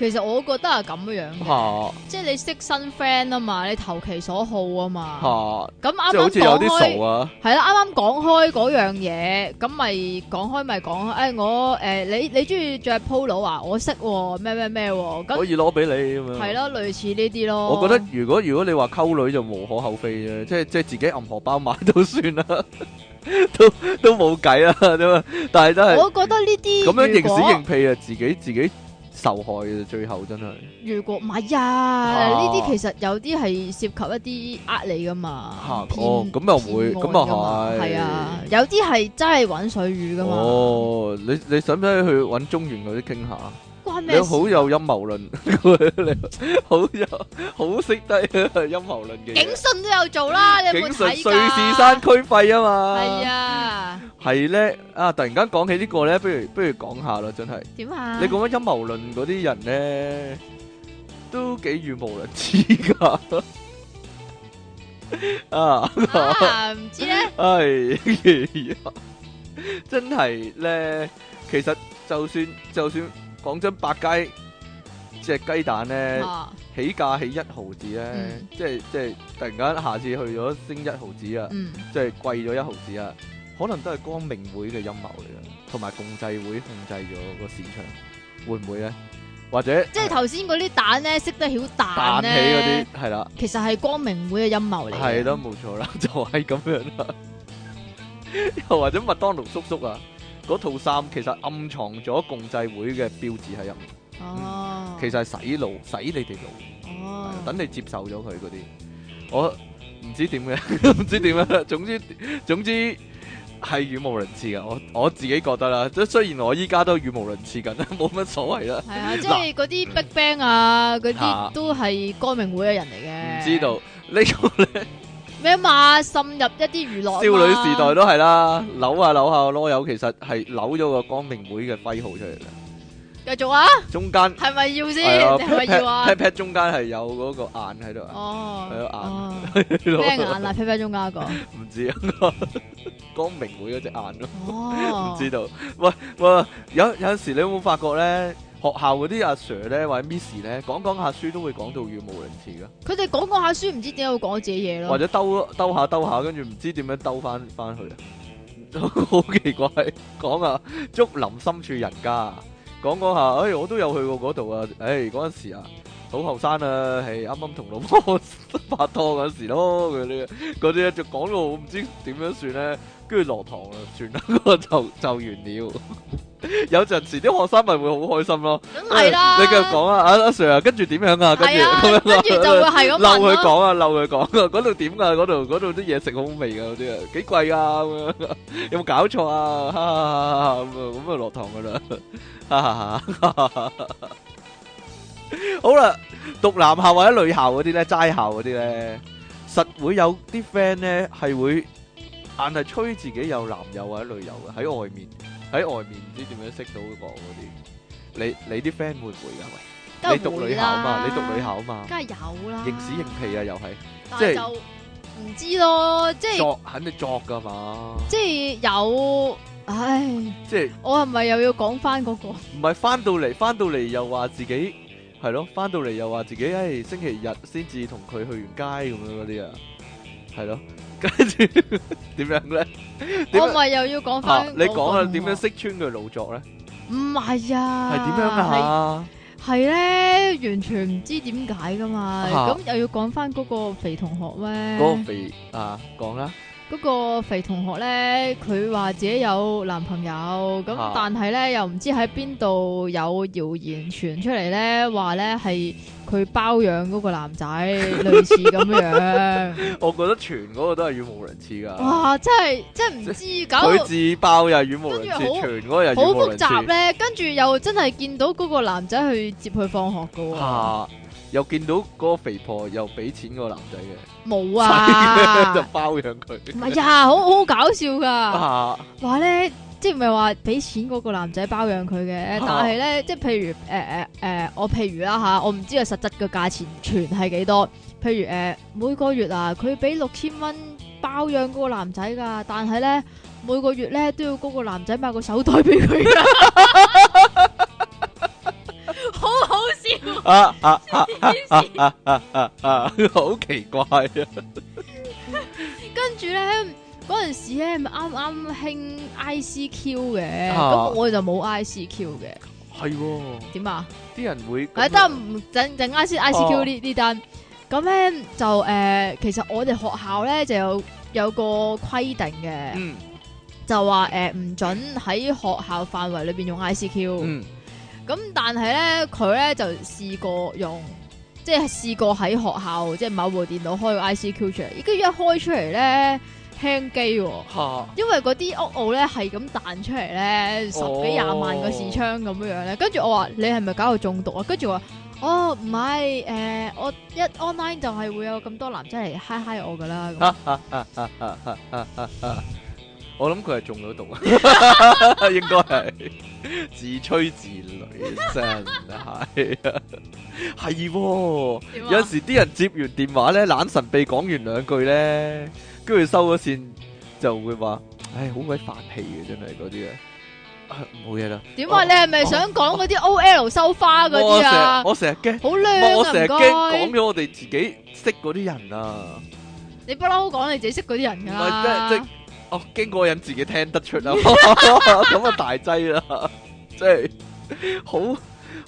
Speaker 1: 其實我覺得係咁樣嘅，
Speaker 2: 嚇
Speaker 1: 即係你識新 friend 啊嘛，你投其所好啊嘛。
Speaker 2: 嚇，
Speaker 1: 咁啱
Speaker 2: 即係好
Speaker 1: 啱
Speaker 2: 似有
Speaker 1: 講
Speaker 2: 啲
Speaker 1: 開
Speaker 2: 傻啊！
Speaker 1: 係啦，啱啱講開嗰樣嘢，咁咪講開咪講開。誒我誒你你中意着 polo 啊？我識喎咩咩咩喎咁
Speaker 2: 可。以攞俾你咁樣。
Speaker 1: 系咯，類似呢啲咯。
Speaker 2: 我覺得如果如果你話溝女就無可厚非啫，即係即係自己揞荷包買都算啦， [LAUGHS] 都都冇計啦，咁啊！但係真係
Speaker 1: 我覺得呢啲
Speaker 2: 咁樣認
Speaker 1: 如果
Speaker 2: 屎認屁啊，自己自己受害嘅最後真係
Speaker 1: 如果唔係啊，呢啲其實有啲係涉及一啲呃你噶嘛
Speaker 2: 嚇，
Speaker 1: 騙
Speaker 2: 哦咁又會
Speaker 1: 騙案
Speaker 2: 咁又
Speaker 1: 㗎嘛
Speaker 2: 係
Speaker 1: 係啊，有啲係真係揾水魚噶嘛，
Speaker 2: 哦，你你使唔使去揾中原嗰啲傾下？
Speaker 1: 關
Speaker 2: 你
Speaker 1: 咩事？啊
Speaker 2: 好有陰謀論， [LAUGHS] 你好有好識得陰謀論
Speaker 1: 警
Speaker 2: 嘅嘢。
Speaker 1: 訊都有做啦，你有冇
Speaker 2: 警訊瑞
Speaker 1: 睇㗎
Speaker 2: 士山區費啊嘛，
Speaker 1: 係啊，
Speaker 2: 係咧啊！突然間講起呢個咧，不如不如講下啦，真係。
Speaker 1: 點啊？
Speaker 2: 你講緊陰謀論嗰啲人咧，都幾語無倫次噶。 [LAUGHS] 啊，
Speaker 1: 啊唔知咧，
Speaker 2: 唉， [LAUGHS] 真係咧，其實就算就算講真，百佳隻雞蛋咧，
Speaker 1: 啊
Speaker 2: 起價起一毫子咧
Speaker 1: 嗯，
Speaker 2: 即係即係突然間下次去咗升一毫子啊！
Speaker 1: 嗯
Speaker 2: 即係貴咗一毫子啊！可能都係光明會嘅陰謀嚟嘅，同埋共濟會控制咗個市場，會唔會咧？或者
Speaker 1: 即係啊頭先嗰啲蛋咧，識得曉
Speaker 2: 彈
Speaker 1: 蛋
Speaker 2: 起嗰
Speaker 1: 咧，
Speaker 2: 啲係啦。
Speaker 1: 其實係光明會嘅陰謀嚟。
Speaker 2: 係咯，，冇錯啦， [LAUGHS] 就係咁樣啦。又或者麥當勞叔叔啊，嗰套衫其實暗藏咗共濟會嘅標誌喺入面，
Speaker 1: 哦，
Speaker 2: 其實係洗腦，洗你哋腦，
Speaker 1: 哦，
Speaker 2: 等你接受咗佢嗰啲。我唔知點嘅，唔 [LAUGHS] 知點樣啦。總之總之係語無倫次嘅，我我自己覺得啦。即係雖然我依家都語無倫次緊， [LAUGHS] 冇乜所謂啦。
Speaker 1: 係啊，即係嗰啲 Big Bang 啊，嗰
Speaker 2: 嚇
Speaker 1: 啲都係光明會嘅人嚟嘅。
Speaker 2: 唔知道呢個
Speaker 1: 咩嘛？滲入一啲娛樂啊嘛。
Speaker 2: 少女時代都係啦，扭下扭下個囉柚，其實係扭咗個光明會嘅徽號出嚟嘅。
Speaker 1: 繼續啊，
Speaker 2: 中間
Speaker 1: 係咪要先？
Speaker 2: 係啊
Speaker 1: 係咪要啊
Speaker 2: pat？pat 中間係有嗰個眼喺度 [LAUGHS] 啊，
Speaker 1: 哦，
Speaker 2: 係
Speaker 1: 哦
Speaker 2: 係咯
Speaker 1: 咩眼啊？啤啤中間嗰個。
Speaker 2: 唔知啊， [LAUGHS] 光明會嗰隻眼咯，
Speaker 1: 哦
Speaker 2: 唔，知道。喂喂，有有陣時你有冇發覺咧？學校嗰啲阿 Sir 咧或者 Miss 咧，講講下書都會講到語無倫次噶，
Speaker 1: 佢哋講講下書，唔知點解會講自己
Speaker 2: [LAUGHS]
Speaker 1: 嘢
Speaker 2: 或
Speaker 1: 咯。
Speaker 2: 者兜兜下兜下，跟住唔知點樣兜翻翻去啊，好奇怪。講啊，竹林深處人家，講講下，哎，我都有去過嗰度啊，哎，嗰陣時啊，好後生啊，係啱啱同老婆 [LAUGHS] 拍拖嗰陣時咯，嗰啲嗰啲就講到我唔知點樣算咧，跟住落堂啦，算啦，我就就完了。 [LAUGHS] 有陣時啲學生咪會好開心咯，
Speaker 1: 梗係啦。
Speaker 2: 你繼續講啊，阿阿 Sir 啊，跟住點樣啊，跟住
Speaker 1: 係啊，
Speaker 2: 咁樣
Speaker 1: 跟住就會係咁問
Speaker 2: 嬲佢
Speaker 1: 咯。
Speaker 2: 講啊，嬲佢 [LAUGHS] 講啊，嗰度點啊，嗰度嗰度啲嘢食好味噶，嗰啲啊幾貴 [LAUGHS] 啊咁樣，有冇搞錯啊？哈哈哈哈咁啊咁啊落堂噶 [LAUGHS] 啦，哈哈哈哈哈哈好啦，讀男校或者女校嗰啲咧，齋校嗰啲咧，實會有啲 friend 咧係會硬係吹自己有男友或者女友嘅喺外面，喺外面唔知點樣識到個嗰啲，你你啲 friend 會唔會噶？
Speaker 1: 梗
Speaker 2: 喂，
Speaker 1: 係
Speaker 2: 你讀
Speaker 1: 會
Speaker 2: 女校啊嘛，
Speaker 1: 啦
Speaker 2: 你讀女校啊嘛。
Speaker 1: 梗係有啦。
Speaker 2: 認屎認屁啊，又係
Speaker 1: 但
Speaker 2: 即係
Speaker 1: 係就唔知咯，即係
Speaker 2: 作肯定作噶嘛，
Speaker 1: 即係有，唉，
Speaker 2: 即係
Speaker 1: 我係咪又要講翻嗰個？
Speaker 2: 唔係翻到嚟，翻到嚟又話自己係咯，翻到嚟又話自己，唉，星期日先至同佢去完街咁樣嗰啲啊，係咯，跟住 [LAUGHS] 點樣咧？點
Speaker 1: 我
Speaker 2: 樣
Speaker 1: 咪又要講
Speaker 2: 啊
Speaker 1: 翻？
Speaker 2: 你講啦，點樣？識穿佢老作咧？
Speaker 1: 唔係啊，
Speaker 2: 係點樣啊？
Speaker 1: 係？係咧，完全唔知點解噶嘛。
Speaker 2: 嚇
Speaker 1: 咁又要講翻嗰個肥同學
Speaker 2: 嗰個
Speaker 1: 咩？
Speaker 2: 肥啊，講啦，
Speaker 1: 嗰個肥同學咧，佢話自己有男朋友，
Speaker 2: 嚇
Speaker 1: 咁但係咧又唔知喺邊度有謠言傳出嚟咧，話咧係佢包養嗰個男
Speaker 2: [LAUGHS]
Speaker 1: 仔，類似咁樣。
Speaker 2: 我覺得全嗰個都係語無倫次噶，
Speaker 1: 哇！真係真係唔知，搞
Speaker 2: 佢
Speaker 1: 到
Speaker 2: 自爆又係語無倫
Speaker 1: 跟住好
Speaker 2: 次，全嗰個又係
Speaker 1: 好
Speaker 2: 語無
Speaker 1: 複
Speaker 2: 倫
Speaker 1: 雜
Speaker 2: 次，
Speaker 1: 咧。跟住又真係見到嗰個男仔去接佢放學噶喎，
Speaker 2: 嚇又見到嗰個肥婆又俾錢嗰個男仔嘅。
Speaker 1: 冇
Speaker 2: [LAUGHS] 就
Speaker 1: 啊，
Speaker 2: 包養佢。
Speaker 1: 唔係啊，好好搞笑噶。
Speaker 2: 啊，
Speaker 1: 話咧，即係唔係話俾錢嗰個男仔包養佢嘅，但係咧，即係譬如誒誒誒，我譬如啦啊吓，我唔知佢實質嘅價錢全係幾多。譬如誒、呃每個月啊，佢俾六千蚊包養嗰個男仔噶，但係咧每個月咧都要嗰個男仔買個手袋俾佢噶， [LAUGHS] 好好笑，
Speaker 2: 啊啊啊啊啊啊啊啊！好奇怪啊！
Speaker 1: 跟住咧。嗰陣時咧，咪啱啱興 ICQ 嘅，咁、
Speaker 2: 啊
Speaker 1: 我就冇 ICQ 嘅，
Speaker 2: 係喎，
Speaker 1: 點啊？
Speaker 2: 啲人會
Speaker 1: 係得唔陣陣間先 ICQ 呢呢單，咁咧就誒、呃其實我哋學校咧就有有個規定嘅，
Speaker 2: 嗯
Speaker 1: 就話誒唔准喺學校範圍裏邊用 ICQ。
Speaker 2: 嗯
Speaker 1: 咁、但係咧佢咧就試過用，即係試過喺學校即係某部電腦開個 ICQ 出嚟，跟住一開出嚟咧輕機喎。
Speaker 2: 嚇
Speaker 1: 因為嗰啲屋澳咧係咁彈出嚟咧，十
Speaker 2: 哦
Speaker 1: 幾廿萬個視窗咁樣樣咧，跟住我話你係咪搞到中毒啊？跟住我話哦唔係，誒、我一 online 就係會有咁多男仔嚟嗨嗨我噶啦，咁
Speaker 2: 啊啊啊啊啊啊啊啊啊！我諗佢係中咗毒
Speaker 1: [LAUGHS]
Speaker 2: 啊，應該係自吹自擂，真係啊！係喎。
Speaker 1: 點啊
Speaker 2: 有陣？時啲人接完電話咧，懶神秘講完兩句咧，跟住收咗線就會話：唉，好鬼發氣嘅真係嗰啲啊啊！冇嘢啦。
Speaker 1: 點啊？你係咪想講嗰啲 OL 收花嗰
Speaker 2: 我
Speaker 1: 啲
Speaker 2: 成
Speaker 1: 啊
Speaker 2: 日？我成日驚，
Speaker 1: 好
Speaker 2: 哇我
Speaker 1: 靚啊！
Speaker 2: 成日
Speaker 1: 唔
Speaker 2: 驚講
Speaker 1: 該，
Speaker 2: 咗我哋自己識嗰啲人啊，
Speaker 1: 你不嬲講你自己識嗰啲人
Speaker 2: 唔
Speaker 1: 㗎
Speaker 2: 係即係
Speaker 1: 啦
Speaker 2: 即。哦，經嗰個人自己聽得出啊，咁啊 [LAUGHS] 大劑啦，即係好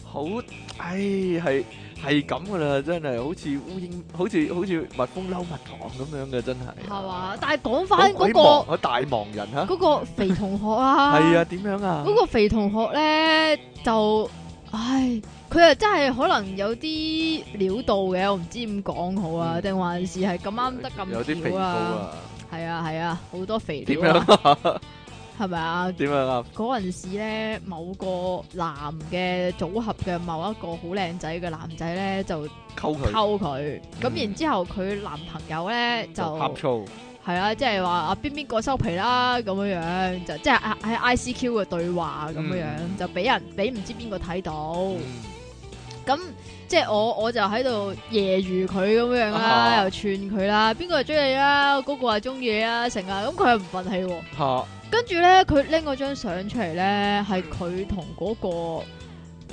Speaker 2: 好，唉，係係咁噶啦，真係好似烏蠅，好似好似蜜蜂嬲蜜糖咁樣嘅，真係。
Speaker 1: 系嘛？但系讲
Speaker 2: 好
Speaker 1: 翻
Speaker 2: 鬼
Speaker 1: 嗰
Speaker 2: 忙，大忙人吓。
Speaker 1: 個嗰個肥同學啊，
Speaker 2: 係啊，點樣啊？
Speaker 1: 嗰個肥同學咧就，唉，佢啊真係可能有啲料到嘅，我唔知點講好啊，
Speaker 2: 嗯
Speaker 1: 定還是係咁啱得
Speaker 2: 有啲
Speaker 1: 咁巧
Speaker 2: 肥高
Speaker 1: 啊？
Speaker 2: 啊？
Speaker 1: 係啊係啊，好多肥
Speaker 2: 點
Speaker 1: 料啊，
Speaker 2: 樣啊？
Speaker 1: [LAUGHS] 係咪啊？
Speaker 2: 點樣啊？
Speaker 1: 嗰陣時咧，某個男嘅組合嘅某一個好靚仔嘅男仔咧，就
Speaker 2: 溝佢
Speaker 1: 溝佢，咁、
Speaker 2: 嗯
Speaker 1: 然之後佢男朋友咧就
Speaker 2: 呷醋，
Speaker 1: 係啦，即係話啊邊邊個收皮啦咁樣樣，就即係喺喺 ICQ 嘅對話咁樣樣，
Speaker 2: 嗯
Speaker 1: 就俾人俾唔知邊個睇到，
Speaker 2: 嗯
Speaker 1: 咁、即係我我就喺度揶揄佢咁樣啦，
Speaker 2: 啊
Speaker 1: 又串佢啦，邊個係追你啦，嗰、個係中意你啦，成啊，咁佢又唔忿氣喎。
Speaker 2: 嚇
Speaker 1: 跟住咧，佢拎嗰張相出嚟咧，係佢同嗰個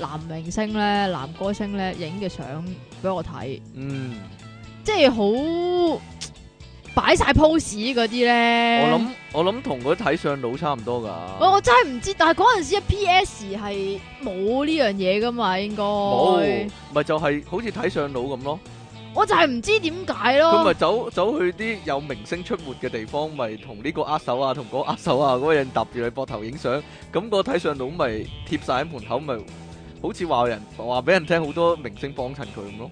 Speaker 1: 男明星咧、男歌星咧影嘅相俾我睇，
Speaker 2: 嗯。
Speaker 1: 即係好擺晒 pose 嗰啲咧。
Speaker 2: 我諗我諗同嗰啲睇相佬差唔多噶。
Speaker 1: 我我真係唔知，但係嗰陣時嘅 PS 係冇呢樣嘢噶嘛，應該
Speaker 2: 冇，咪就係好似睇相佬咁咯。
Speaker 1: 我就係唔知點解
Speaker 2: 佢
Speaker 1: 咯。
Speaker 2: 咪走走去啲有明星出沒嘅地方，咪同呢個握手啊，同嗰個握手啊，嗰個人搭住你膊頭影相，咁個睇相佬咪貼晒喺門口，咪好似話人話俾人聽好多明星幫襯佢咁咯。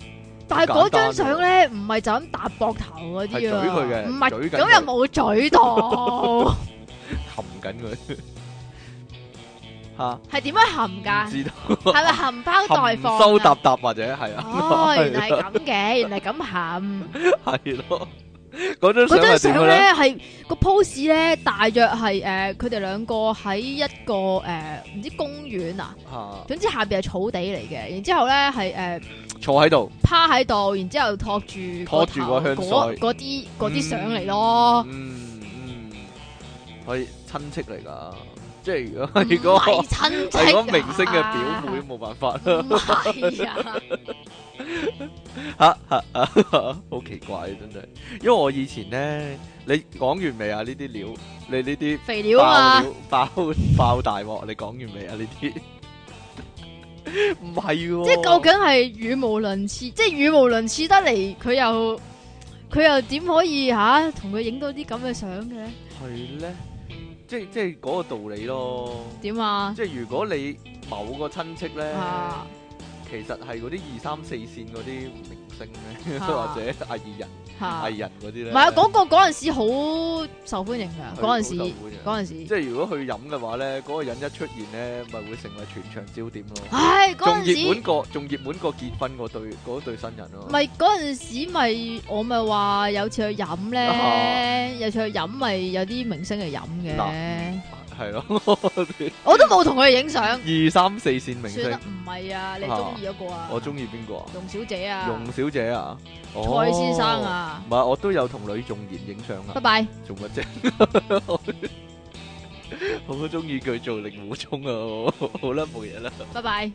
Speaker 1: 但係嗰張相咧，唔係就咁搭膊頭嗰
Speaker 2: 係
Speaker 1: 啲
Speaker 2: 嘴
Speaker 1: 啊，
Speaker 2: 佢嘅
Speaker 1: 唔係
Speaker 2: 嘴緊
Speaker 1: 咁
Speaker 2: 佢
Speaker 1: 又冇嘴
Speaker 2: [LAUGHS]
Speaker 1: 到，
Speaker 2: 含緊佢 [LAUGHS] 嚇，
Speaker 1: 係點樣含
Speaker 2: 唔
Speaker 1: 㗎？
Speaker 2: 知道啊
Speaker 1: 係咪含包
Speaker 2: 含
Speaker 1: 袋啊放？啊
Speaker 2: 收搭搭或者係啊，
Speaker 1: 哦，原來係咁嘅，原來係咁冚。
Speaker 2: 係咯，嗰張相
Speaker 1: 嗰張
Speaker 2: 係點嘅
Speaker 1: 相
Speaker 2: 咧？
Speaker 1: 咧係個 pose 咧，大約係誒佢哋兩個喺一個呃誒唔、知公園啊，
Speaker 2: 嚇，
Speaker 1: 總之下邊係草地嚟嘅，然之後咧係呃誒
Speaker 2: 坐喺度，
Speaker 1: 趴喺度，然之後托住
Speaker 2: 托住個香
Speaker 1: 頭嗰
Speaker 2: 腮
Speaker 1: 嗰啲嗰啲相嚟咯，
Speaker 2: 嗯嗯，係親戚嚟㗎，即 [LAUGHS] 係如
Speaker 1: 唔
Speaker 2: 果如果
Speaker 1: 係親戚、啊，
Speaker 2: 係嗰明星嘅表妹，冇辦法
Speaker 1: [LAUGHS]
Speaker 2: 啦。
Speaker 1: 唔係
Speaker 2: [LAUGHS]
Speaker 1: 啊，
Speaker 2: 好奇怪真係，因為我以前咧，你講完未啊？呢啲料，你呢啲
Speaker 1: 肥料
Speaker 2: 爆
Speaker 1: 啊嘛，
Speaker 2: 料爆爆大鑊，你講完未啊？呢啲唔係喎，
Speaker 1: 即係究竟係語無倫次，即係語無倫次得嚟，佢又佢又點可以吓同佢影到啲咁嘅相嘅咧？
Speaker 2: 係咧，即係即係嗰個道理咯。
Speaker 1: 點啊？
Speaker 2: 即係如果你某個親戚咧，
Speaker 1: 啊！
Speaker 2: 其實係嗰啲二三四線嗰啲明星咧，
Speaker 1: 啊
Speaker 2: [LAUGHS] 或者藝人
Speaker 1: 吓，
Speaker 2: 藝人嗰啲咧，
Speaker 1: 唔係啊，嗰個嗰阵时好受歡迎
Speaker 2: 係
Speaker 1: 噶，嗰阵
Speaker 2: 好受
Speaker 1: 时
Speaker 2: 歡迎
Speaker 1: 嗰阵时，
Speaker 2: 啊即係如果佢飲嘅話咧，嗰、個人一出現咧，咪會成為全場焦點咯。
Speaker 1: 唉，嗰
Speaker 2: 仲
Speaker 1: 阵
Speaker 2: 熱
Speaker 1: 時
Speaker 2: 門過，仲熱門過結婚嗰對嗰對新人咯。
Speaker 1: 咪嗰阵時咪我咪話有次去飲
Speaker 2: 啊
Speaker 1: 咧，有次去飲咪有啲明星嚟飲嘅，
Speaker 2: 係咯， [LAUGHS]
Speaker 1: 我都冇同佢哋影相，
Speaker 2: 二三四線明
Speaker 1: 算啦
Speaker 2: 星，，
Speaker 1: 唔係啊，你中意嗰個啊，
Speaker 2: 我中意邊個啊？
Speaker 1: 容小姐啊，
Speaker 2: 容小姐啊，哦
Speaker 1: 蔡先生，啊
Speaker 2: 唔，係我都有同呂仲賢影相
Speaker 1: 拜
Speaker 2: 啊，
Speaker 1: 拜，
Speaker 2: 做乜啫？ [LAUGHS] 好中意佢做令狐沖啊！我好啦，冇嘢啦。
Speaker 1: 拜拜，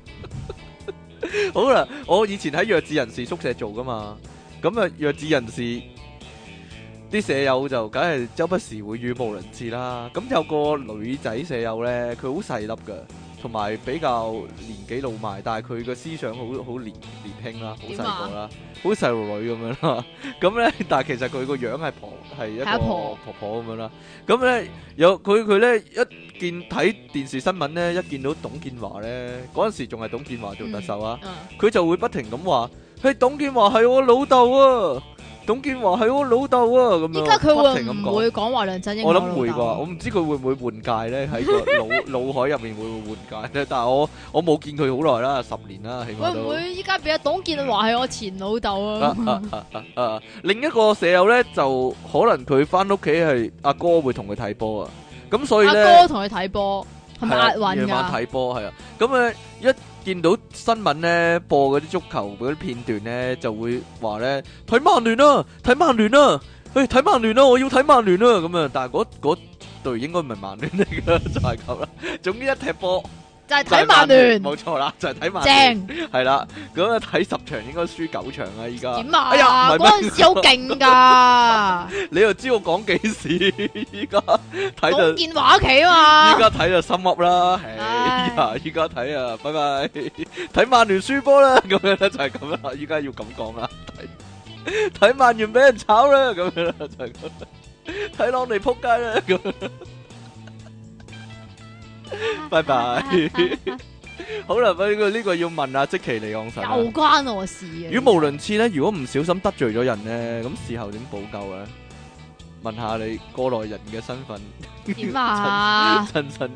Speaker 2: 好啦，我以前喺弱智人士宿舍做噶嘛，咁啊弱智人士啲舍友就梗係周不時會語無倫次啦。咁有個女仔舍友呢，佢好細粒噶，同埋比較年紀老邁，但係佢個思想好好年年輕啦，好細
Speaker 1: 啊
Speaker 2: 個啦，好細路女咁樣啦。咁呢， [LAUGHS] 但係其實佢個樣係婆係一個
Speaker 1: 係阿婆
Speaker 2: 婆婆咁樣啦。咁呢，有佢佢呢一見睇電視新聞呢，一見到董建華呢，嗰陣時仲係董建華做特首啊。
Speaker 1: 嗯，
Speaker 2: 佢就會不停咁話：，嘿，董建華係我老豆啊，董建華係我老豆啊，咁樣。
Speaker 1: 依家佢
Speaker 2: 不
Speaker 1: 會
Speaker 2: 停咁
Speaker 1: 唔
Speaker 2: 講？
Speaker 1: 會講話梁振英？啊
Speaker 2: 我
Speaker 1: 老
Speaker 2: 諗會
Speaker 1: 豆
Speaker 2: 啩，我唔知佢會唔會換屆
Speaker 1: [LAUGHS]
Speaker 2: 咧，喺個腦腦海入面會唔會換屆咧？但係我我冇見佢好耐啦，十年啦，起
Speaker 1: 會
Speaker 2: 碼
Speaker 1: 唔
Speaker 2: 都。
Speaker 1: 會依家俾阿董建華係我前老豆啊
Speaker 2: 啊？啊啊啊啊！另一個舍友咧，就可能佢翻屋企係阿哥會同佢睇波啊，咁所以
Speaker 1: 阿
Speaker 2: 咧。
Speaker 1: 哥同佢睇波，係咪
Speaker 2: 係啊，
Speaker 1: 押韻
Speaker 2: 夜晚
Speaker 1: 噶？
Speaker 2: 睇波係啊，咁誒一見到新聞咧播嗰啲足球嗰啲片段咧，就會話咧睇曼聯啦，睇曼聯啦，誒睇曼聯啦，我要睇曼聯啦咁啊！但係嗰嗰隊應該唔係曼聯嚟㗎，就係咁啦。 [LAUGHS] 總之一踢波
Speaker 1: 就係
Speaker 2: 就係
Speaker 1: 睇曼聯，
Speaker 2: 冇錯啦，就係睇曼聯，
Speaker 1: 正
Speaker 2: 係啦。咁啊睇十場應該輸九場啦，依家
Speaker 1: 點啊？
Speaker 2: 哎呀唔係咩
Speaker 1: 嗰陣時好勁噶，
Speaker 2: 你又知我講幾時？依家睇就
Speaker 1: 董建華屋企啊
Speaker 2: 依
Speaker 1: 嘛，
Speaker 2: 家睇就心噏啦，唉呀！依家睇啊，拜 [LAUGHS] 拜，睇曼聯輸波啦， [LAUGHS] 咁樣咧就係咁啦，依家要咁講啦， [LAUGHS] 睇睇曼聯俾人炒啦，咁樣啦就係咁啦， [LAUGHS] 睇朗尼撲街啦，咁樣拜拜 [LAUGHS] 好啦，呢個呢個要問阿即奇尼昂神啦。
Speaker 1: 又關我事啊！
Speaker 2: 語無倫次咧，如果唔小心得罪咗人咧，咁事後點補救咧？問下你過來人嘅身份。？
Speaker 1: 點啊
Speaker 2: 親身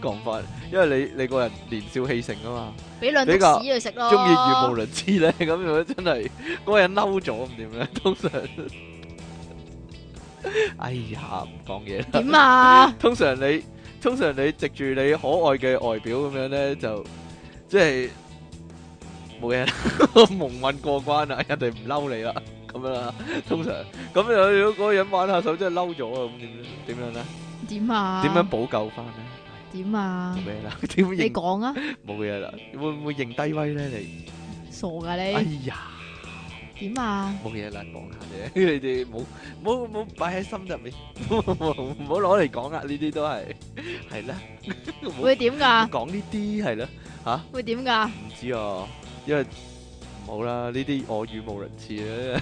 Speaker 2: [LAUGHS] 講法，因為你你個人年少氣盛啊
Speaker 1: 俾兩
Speaker 2: 比較
Speaker 1: 篤屎佢食咯。
Speaker 2: 嘛，中意語無倫次咧，咁樣真係嗰個人嬲咗咁點咧？ [LAUGHS] 通常，哎呀唔講嘢啦。
Speaker 1: 點啊？
Speaker 2: 通常你通常你藉住你可愛嘅外表咁樣咧，就即係冇嘢啦， [LAUGHS] 蒙混過關啦，人哋唔嬲你啦，咁樣啦。通常咁樣如果嗰個人玩下手真係嬲咗啊，咁點咧點樣咧？
Speaker 1: 點啊？
Speaker 2: 點樣？補救翻咧？
Speaker 1: 點啊
Speaker 2: 冇？咩啦， [LAUGHS] 點
Speaker 1: 你
Speaker 2: 認
Speaker 1: 講啊？
Speaker 2: 冇嘢啦，會唔會認低威咧？你
Speaker 1: 傻噶
Speaker 2: 哎
Speaker 1: 你？
Speaker 2: 呀，
Speaker 1: 點啊？
Speaker 2: 冇嘢啦，講下啫，你哋冇冇冇擺喺心入 [LAUGHS] 面，唔好攞嚟講啦，呢啲都係係啦，唔好
Speaker 1: 會點噶？
Speaker 2: 講呢啲係啦，
Speaker 1: 會點噶？
Speaker 2: 唔知啊，因為唔好啦，呢啲我語無倫次 [LAUGHS] 啊，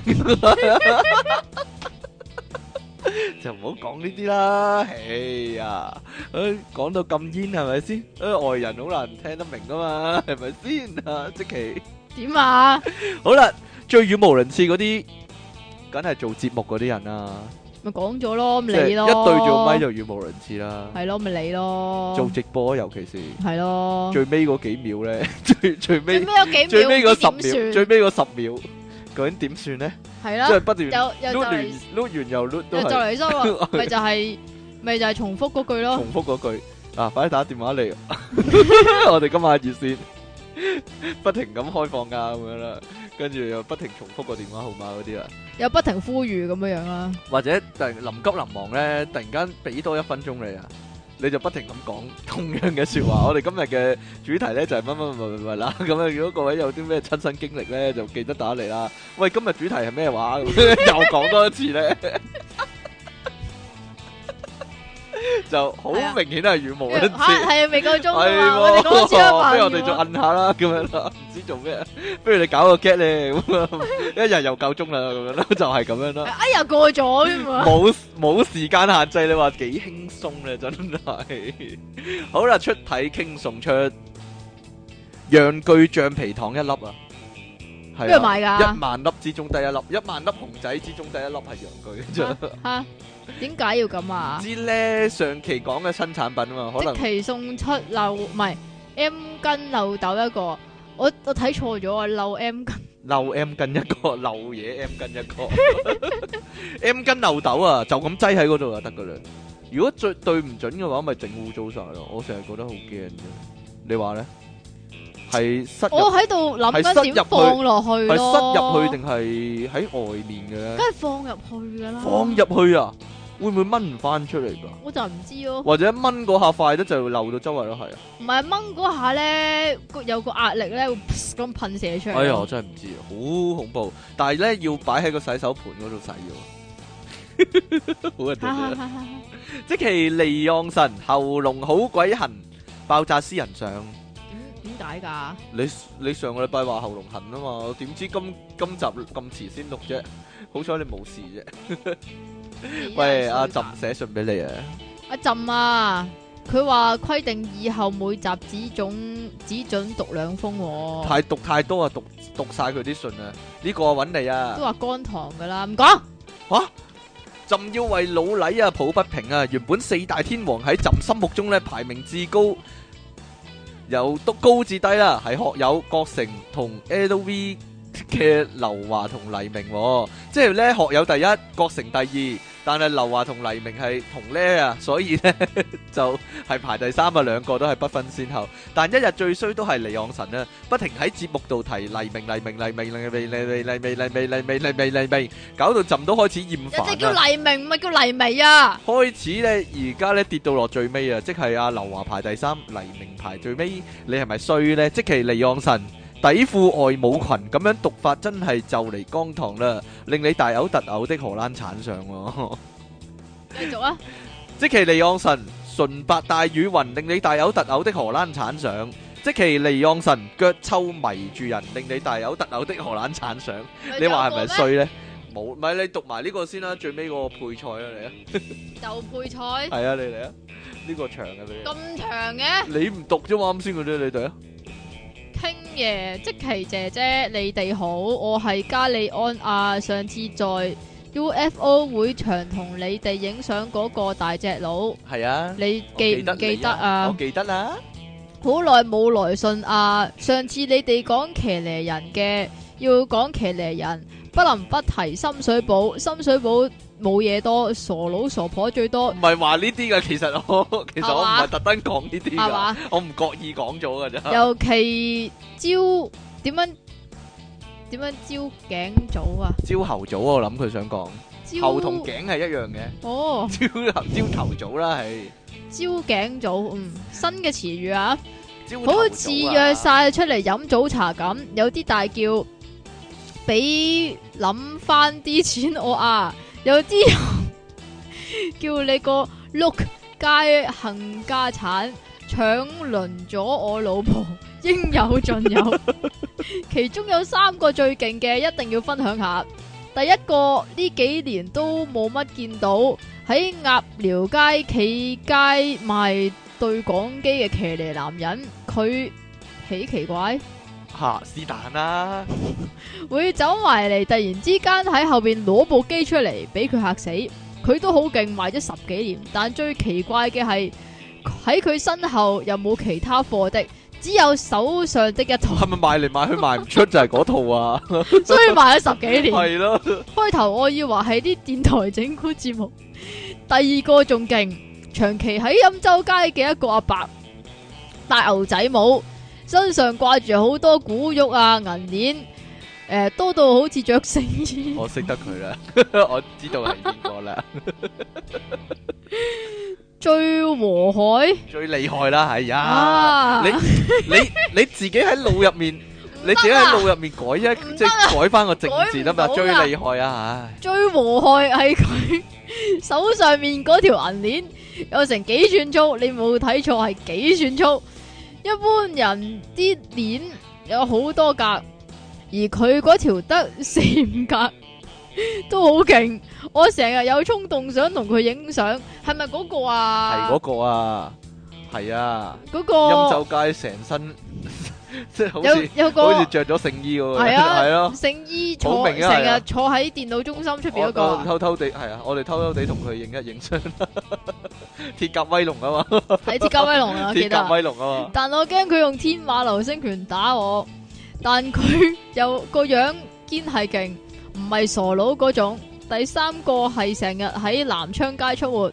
Speaker 2: 就唔好講呢啲啦，哎呀，誒講到咁煙係咪先？誒外人好難聽得明噶嘛， [LAUGHS] 係咪先啊？即其。
Speaker 1: 點啊？
Speaker 2: 好啦，最語無倫次嗰啲，梗係做節目嗰啲人啦，
Speaker 1: 咪講咗咯，
Speaker 2: 即
Speaker 1: 咪
Speaker 2: 係
Speaker 1: 你咯。
Speaker 2: 一對住咪就語無倫次啦。
Speaker 1: 係咯，咪你咯。
Speaker 2: 做直播尤其是
Speaker 1: 係咯。
Speaker 2: 最尾嗰幾秒咧， [LAUGHS] 最
Speaker 1: 最
Speaker 2: 最尾
Speaker 1: 尾有幾秒？
Speaker 2: 最尾嗰十
Speaker 1: 唔知點
Speaker 2: 秒，最尾嗰十秒，究竟點
Speaker 1: [LAUGHS]
Speaker 2: 算咧？
Speaker 1: 算係
Speaker 2: 即係
Speaker 1: 啦。
Speaker 2: 不斷
Speaker 1: 又又
Speaker 2: loop
Speaker 1: 就
Speaker 2: 完
Speaker 1: 嚟
Speaker 2: loop 完又 loop 都
Speaker 1: 又就
Speaker 2: 係
Speaker 1: 嚟收啦，咪就係咪就係重複嗰句咯。
Speaker 2: 重複嗰句。啊！快啲打電話
Speaker 1: [LAUGHS]
Speaker 2: 嚟， [LAUGHS] 我哋今晚熱線 [LAUGHS] 不停咁開放㗎咁樣啦，跟住又不停重複個電話號碼嗰啲啦。
Speaker 1: 又不停呼籲咁樣樣啦，
Speaker 2: 或者突然臨急臨忙咧，突然間俾多一分鐘你啊，你就不停咁講同樣嘅説話。我哋今日嘅主題咧就係乜乜乜乜乜啦。咁啊，如果各位有啲咩親身經歷咧，就記得打嚟啦。喂，今日主題係咩話？ [LAUGHS] 咁又講多一次咧， [LAUGHS] 就好明顯係語無倫
Speaker 1: 嚇
Speaker 2: 次。
Speaker 1: 係未夠鐘
Speaker 2: 係
Speaker 1: 啊嘛！
Speaker 2: 喎
Speaker 1: 我哋講咗
Speaker 2: [LAUGHS]
Speaker 1: 一
Speaker 2: 不
Speaker 1: 萬
Speaker 2: 如我哋再
Speaker 1: 喎
Speaker 2: 摁下啦，咁樣啦，唔知做咩，不如你搞個 get 咧，咁啊，一日又夠鐘啦，咁樣啦，就係咁樣啦。
Speaker 1: 哎呀過咗添啊！
Speaker 2: 冇冇時間限制，你話幾輕鬆咧，真係。 [LAUGHS] 好啦，出體傾送出羊具橡皮糖一粒啊，係
Speaker 1: 邊度
Speaker 2: 啊，
Speaker 1: 買
Speaker 2: 一
Speaker 1: 㗎？
Speaker 2: 萬粒之中得一粒，一萬粒熊仔之中得一粒係羊具嘅啫。
Speaker 1: 嚇點解要咁
Speaker 2: 唔
Speaker 1: 啊？
Speaker 2: 知咧，上期講嘅新產品啊嘛，可能
Speaker 1: 即期送出漏唔係 M 巾漏豆一個，我我睇錯咗啊！漏 M 巾
Speaker 2: 漏 M 巾一個，漏嘢 M 巾一 [LAUGHS] 個，M 巾漏豆啊，就咁擠喺嗰度就得噶啦。如果最對唔準嘅話，咪整污糟晒咯。我成日覺得好驚啫。你話咧？係塞入
Speaker 1: 我喺度諗
Speaker 2: 係塞
Speaker 1: 緊
Speaker 2: 入
Speaker 1: 點
Speaker 2: 去
Speaker 1: 放落去
Speaker 2: 係
Speaker 1: 咯，
Speaker 2: 塞入去定係喺外面嘅咧
Speaker 1: 梗？係放入去㗎啦，
Speaker 2: 放入去啊，會唔會掹唔翻出嚟㗎？
Speaker 1: 我就唔知咯。
Speaker 2: 或者掹嗰下快得就漏到周圍咯，係啊！
Speaker 1: 唔係掹嗰下咧，個有個壓力咧會咁噴射出嚟。
Speaker 2: 哎呀，我真係唔知，好恐怖！但係咧要擺喺個洗手盆嗰度洗 [LAUGHS] 嘅喎，好核突啊！即其利昂神喉嚨好鬼痕，爆炸私人相。
Speaker 1: 點點解㗎？
Speaker 2: 你你上個禮拜話喉嚨痕啊嘛，我點知今今集咁遲先錄啫？好彩你冇事啫。喂，阿朕寫信俾你啊，
Speaker 1: 阿朕啊，佢話規定以後每集只准只准讀兩封喎，
Speaker 2: 太讀太多啊，讀讀晒佢啲信啊。呢個我揾你啊
Speaker 1: 都，話乾糖㗎啦，唔講
Speaker 2: 朕要為老禮啊抱不平啊！原本四大天王喺朕心目中咧排名至高，由都高至低啦，係學友、郭成同 LV 嘅劉華同黎明、喎，即係咧學友第一，郭成第二，但係劉華同黎明係同咧啊，所以咧就係排第三啊，兩個都係不分先後。但一日最衰都係離岸神啊，不停喺節目度提黎明、黎明、黎明、黎明、黎明、黎明、黎明、黎明、黎明、黎明，搞到朕都開始厭
Speaker 1: 人哋
Speaker 2: 煩
Speaker 1: 叫
Speaker 2: 啊！
Speaker 1: 黎明，唔係叫黎眉啊，
Speaker 2: 開始咧，而家咧跌到落最尾啊，即係阿劉華排第三，黎明排最尾，你係咪衰咧？即其離岸神底褲外母裙咁樣讀法真係就嚟江堂啦，令你大嘔特嘔的荷蘭產
Speaker 1: [LAUGHS]
Speaker 2: 上喎。
Speaker 1: 继续啊，
Speaker 2: 即其利昂神純白大雨雲，令你大嘔特嘔的荷蘭產上。即其利昂神腳抽迷住人，令你大嘔特嘔的荷蘭產上。 [LAUGHS] 你話係咪
Speaker 1: 有冇咩？
Speaker 2: 衰呢？冇，咪你讀埋呢個先啦，最尾嗰個配菜啊，
Speaker 1: [LAUGHS]
Speaker 2: 你啊，
Speaker 1: 就配菜
Speaker 2: 係啊，你嚟啊，呢個長嘅你啊，
Speaker 1: 咁長嘅
Speaker 2: 你唔讀啫嘛，啱先嗰啲你哋啊，
Speaker 1: 傾爺，即奇姐姐，你哋好，我係加利安亞，上次在 UFO 會場同你哋影相嗰個大隻佬，
Speaker 2: 係啊，
Speaker 1: 你
Speaker 2: 我
Speaker 1: 記
Speaker 2: 得
Speaker 1: 唔
Speaker 2: 你
Speaker 1: 記得
Speaker 2: 我
Speaker 1: 啊？
Speaker 2: 記得啦，
Speaker 1: 好耐冇來信啊！上次你哋講騎呢人嘅，要講騎呢人，不能不提深水埗。深水埗冇嘢多，傻佬傻婆最多
Speaker 2: 唔，係話呢啲㗎，其實我 [LAUGHS] 其實我
Speaker 1: 係
Speaker 2: 唔
Speaker 1: 嘛
Speaker 2: 係特登講呢啲
Speaker 1: 係
Speaker 2: 㗎，
Speaker 1: 嘛？
Speaker 2: 我唔覺意講咗㗎咋，
Speaker 1: 尤其招點樣點樣招頸組啊？
Speaker 2: 朝頭早我諗佢想講，
Speaker 1: 招
Speaker 2: 頭同頸係一樣嘅， [LAUGHS]
Speaker 1: 哦，
Speaker 2: 朝頭朝頭早啦係，
Speaker 1: 招頸組，嗯，新嘅詞語啊，
Speaker 2: 朝頭早
Speaker 1: 好
Speaker 2: 啊
Speaker 1: 似約晒出嚟飲早茶咁，有啲大叫，俾諗翻啲錢我啊，有啲 [LAUGHS] 叫你個 look 街行家產搶輪咗我老婆，應有盡有。其中有三個最勁嘅，一定要分享下。第一個呢幾年都冇乜見到喺鴨寮街企街賣對講機嘅騎呢男人，佢幾奇怪，
Speaker 2: 嚇是但啦，
Speaker 1: 會走埋嚟，突然之間喺後邊攞部機出嚟，俾佢嚇死。佢都好勁，賣咗十幾年，但最奇怪嘅係喺佢身後又冇其他貨的，只有手上的一套，
Speaker 2: 係咪賣嚟賣去賣唔出就係嗰套啊？
Speaker 1: 所以賣咗十幾年。
Speaker 2: 係咯。
Speaker 1: 开头我以为系啲电台整蛊节目，第二个仲劲，长期喺钦州街嘅一个阿伯，戴牛仔帽，身上挂住好多古玉啊银链， [LAUGHS] 诶、多到好似着聖衣。
Speaker 2: 我識得佢啦， [LAUGHS] 我知道係邊個啦，
Speaker 1: 最和海
Speaker 2: 最厲害啦，哎呀！
Speaker 1: 啊！
Speaker 2: 你你你自己喺腦入面，
Speaker 1: 唔
Speaker 2: 你
Speaker 1: 得
Speaker 2: 自己喺
Speaker 1: 啊
Speaker 2: 腦入面改
Speaker 1: 唔
Speaker 2: 一，即
Speaker 1: 得啊
Speaker 2: 係改翻個正字得嘛，
Speaker 1: 改唔到㗎
Speaker 2: 最厲害啊！唉，
Speaker 1: 最和害係佢手上面嗰條銀鏈有成幾寸粗，你冇睇錯係幾寸粗。一般人啲鏈有好多格，而佢嗰條得四五格， [LAUGHS] 都好勁。我成日有衝動想同佢影相，係咪嗰個啊？
Speaker 2: 係嗰個啊，係啊，
Speaker 1: 嗰
Speaker 2: 欽
Speaker 1: 個
Speaker 2: 州街成身 [LAUGHS] 即係好
Speaker 1: 有
Speaker 2: 似
Speaker 1: 有
Speaker 2: 好似
Speaker 1: 個
Speaker 2: 着咗聖衣嗰個， [LAUGHS]
Speaker 1: 係啊
Speaker 2: 係咯。
Speaker 1: 聖衣
Speaker 2: 好
Speaker 1: 坐成
Speaker 2: 明啊係啊
Speaker 1: 日坐喺電腦中心出邊
Speaker 2: 我
Speaker 1: 嗰個
Speaker 2: 我
Speaker 1: 啊，
Speaker 2: 偷偷地係啊，我哋偷偷地同佢影一影相， [LAUGHS] 鐵甲威龍啊嘛，
Speaker 1: 喺鐵甲威龍
Speaker 2: [LAUGHS]
Speaker 1: 啊，我記
Speaker 2: 鐵
Speaker 1: 得
Speaker 2: 甲
Speaker 1: 啊。
Speaker 2: 威龍啊嘛，
Speaker 1: 但我惊佢用天马流星拳打我，但佢又个样坚系劲，唔系傻佬嗰种。第三个系成日喺南昌街出没，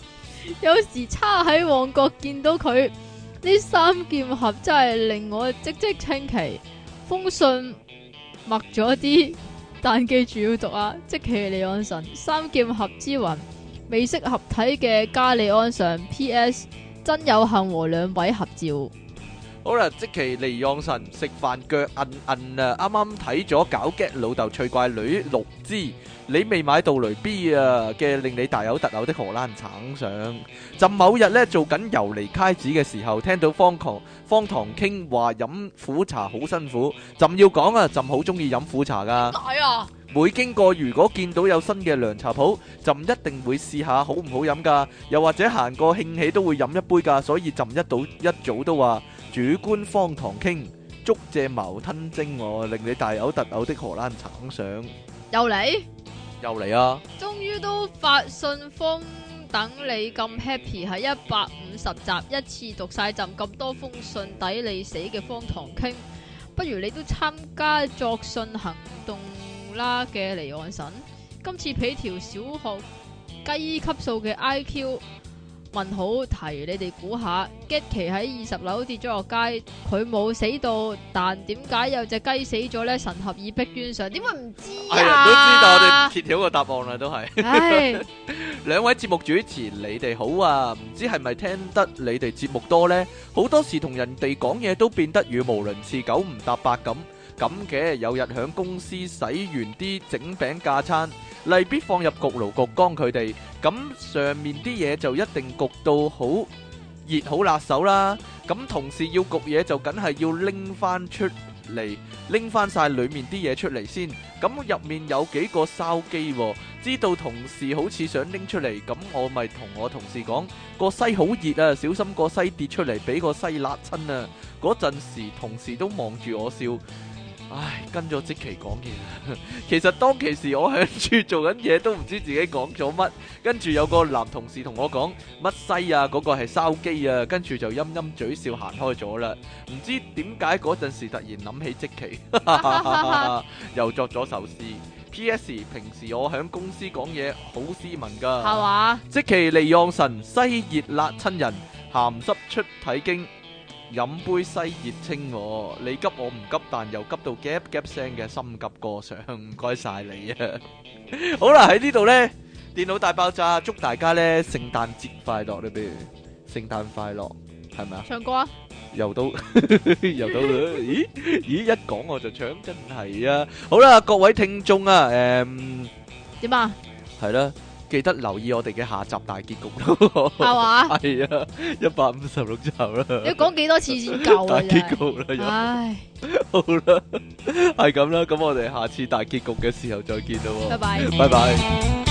Speaker 1: 有時差喺旺角見到佢，呢三劍俠真係令我嘖嘖稱奇。封信默咗啲，但記住要讀啊！即其利安神三劍俠之魂，美式合體嘅加利安上 P.S. 真有幸和兩位合照。
Speaker 2: 好啦，即其利昂神食飯腳摁摁啊！啱啱睇咗搞 get 老豆趣怪女六支，你未買到雷 B 啊嘅令你大有特有的荷蘭橙上。朕某日咧做緊游離開子嘅時候，聽到方狂方唐傾話飲苦茶好辛苦，朕要講啊，朕好中意飲苦茶噶。
Speaker 1: 解啊？
Speaker 2: 每經過，如果見到有新嘅涼茶鋪，朕一定會試下好唔好飲噶。又或者行過興起都會飲一杯噶。所以朕一早一早都話主觀方糖傾，竹蔗茅吞精我，令你大嘔特嘔的荷蘭橙上
Speaker 1: 又嚟？
Speaker 2: 又嚟啊！
Speaker 1: 終於都發信封等你咁 happy，喺一百五十集一次讀晒朕咁多封信，抵你死嘅荒唐傾。不如你都參加作信行動啦嘅離岸神。今次俾條小學雞級數嘅 IQ 問好題，你哋估下，get 奇喺二十樓跌咗落街，佢冇死到，但點解有隻雞死咗呢？神合以逼冤上，點會唔知啊？
Speaker 2: 係哎人都知道我哋揭曉個答案啦，都係。
Speaker 1: 唉，
Speaker 2: 兩位節目主持，你哋好啊！唔知係咪聽得你哋節目多呢？好多時同人哋講嘢都變得語無倫次，九唔搭八咁。咁嘅有日響公司洗完啲整餅架餐，例必放入焗爐焗乾佢哋，咁上面啲嘢就一定焗到好熱好辣手啦。咁同事要焗嘢就梗係要拎翻出嚟，拎翻晒裡面啲嘢出嚟先。咁入面有幾個筲箕喎。知道同事好似想拎出嚟，咁我咪同我同事講個西好熱啊，小心個西跌出嚟，俾個西辣親啊！嗰陣時同事都望住我笑，唉，跟咗即期講嘢 [LAUGHS] 啦。其實當其時我喺處做緊嘢，都唔知自己講咗乜，跟住有個男同事同我講乜西啊，嗰、個係筲箕啊，跟住就陰陰嘴笑行開咗啦。唔知點解嗰陣時突然諗起即期， [LAUGHS] 又作咗首詩。P.S. 平時我喺公司講嘢好斯文
Speaker 1: 係啊
Speaker 2: 噶，
Speaker 1: 嘛？
Speaker 2: 即其離岸神西熱辣親人，鹹濕出體經，飲杯西熱清喎。你急我唔急，但又急到 gap gap 聲嘅心急過上，唔該晒你啊！ [LAUGHS] 好啦，喺呢度呢，電腦大爆炸，祝大家呢聖誕節快樂啦，不如聖誕快樂，係咪啊？
Speaker 1: 唱歌啊！
Speaker 2: 又到 [LAUGHS] 又到啦！咦咦，一講我就搶，真係啊！好啦，各位聽眾啊，誒、
Speaker 1: 點啊？
Speaker 2: 係啦，記得留意我哋嘅下集大結局咯。
Speaker 1: [LAUGHS] 係嘛？
Speaker 2: 係啊，一百五十六集啦，
Speaker 1: 你講幾多次先夠
Speaker 2: 大
Speaker 1: 啊？
Speaker 2: [LAUGHS] 結
Speaker 1: 真係
Speaker 2: 局啦，
Speaker 1: 唉，
Speaker 2: 又好啦，係咁啦，咁我哋下次大結局嘅時候再見啦喎，
Speaker 1: 拜拜。
Speaker 2: 拜拜。
Speaker 3: Thank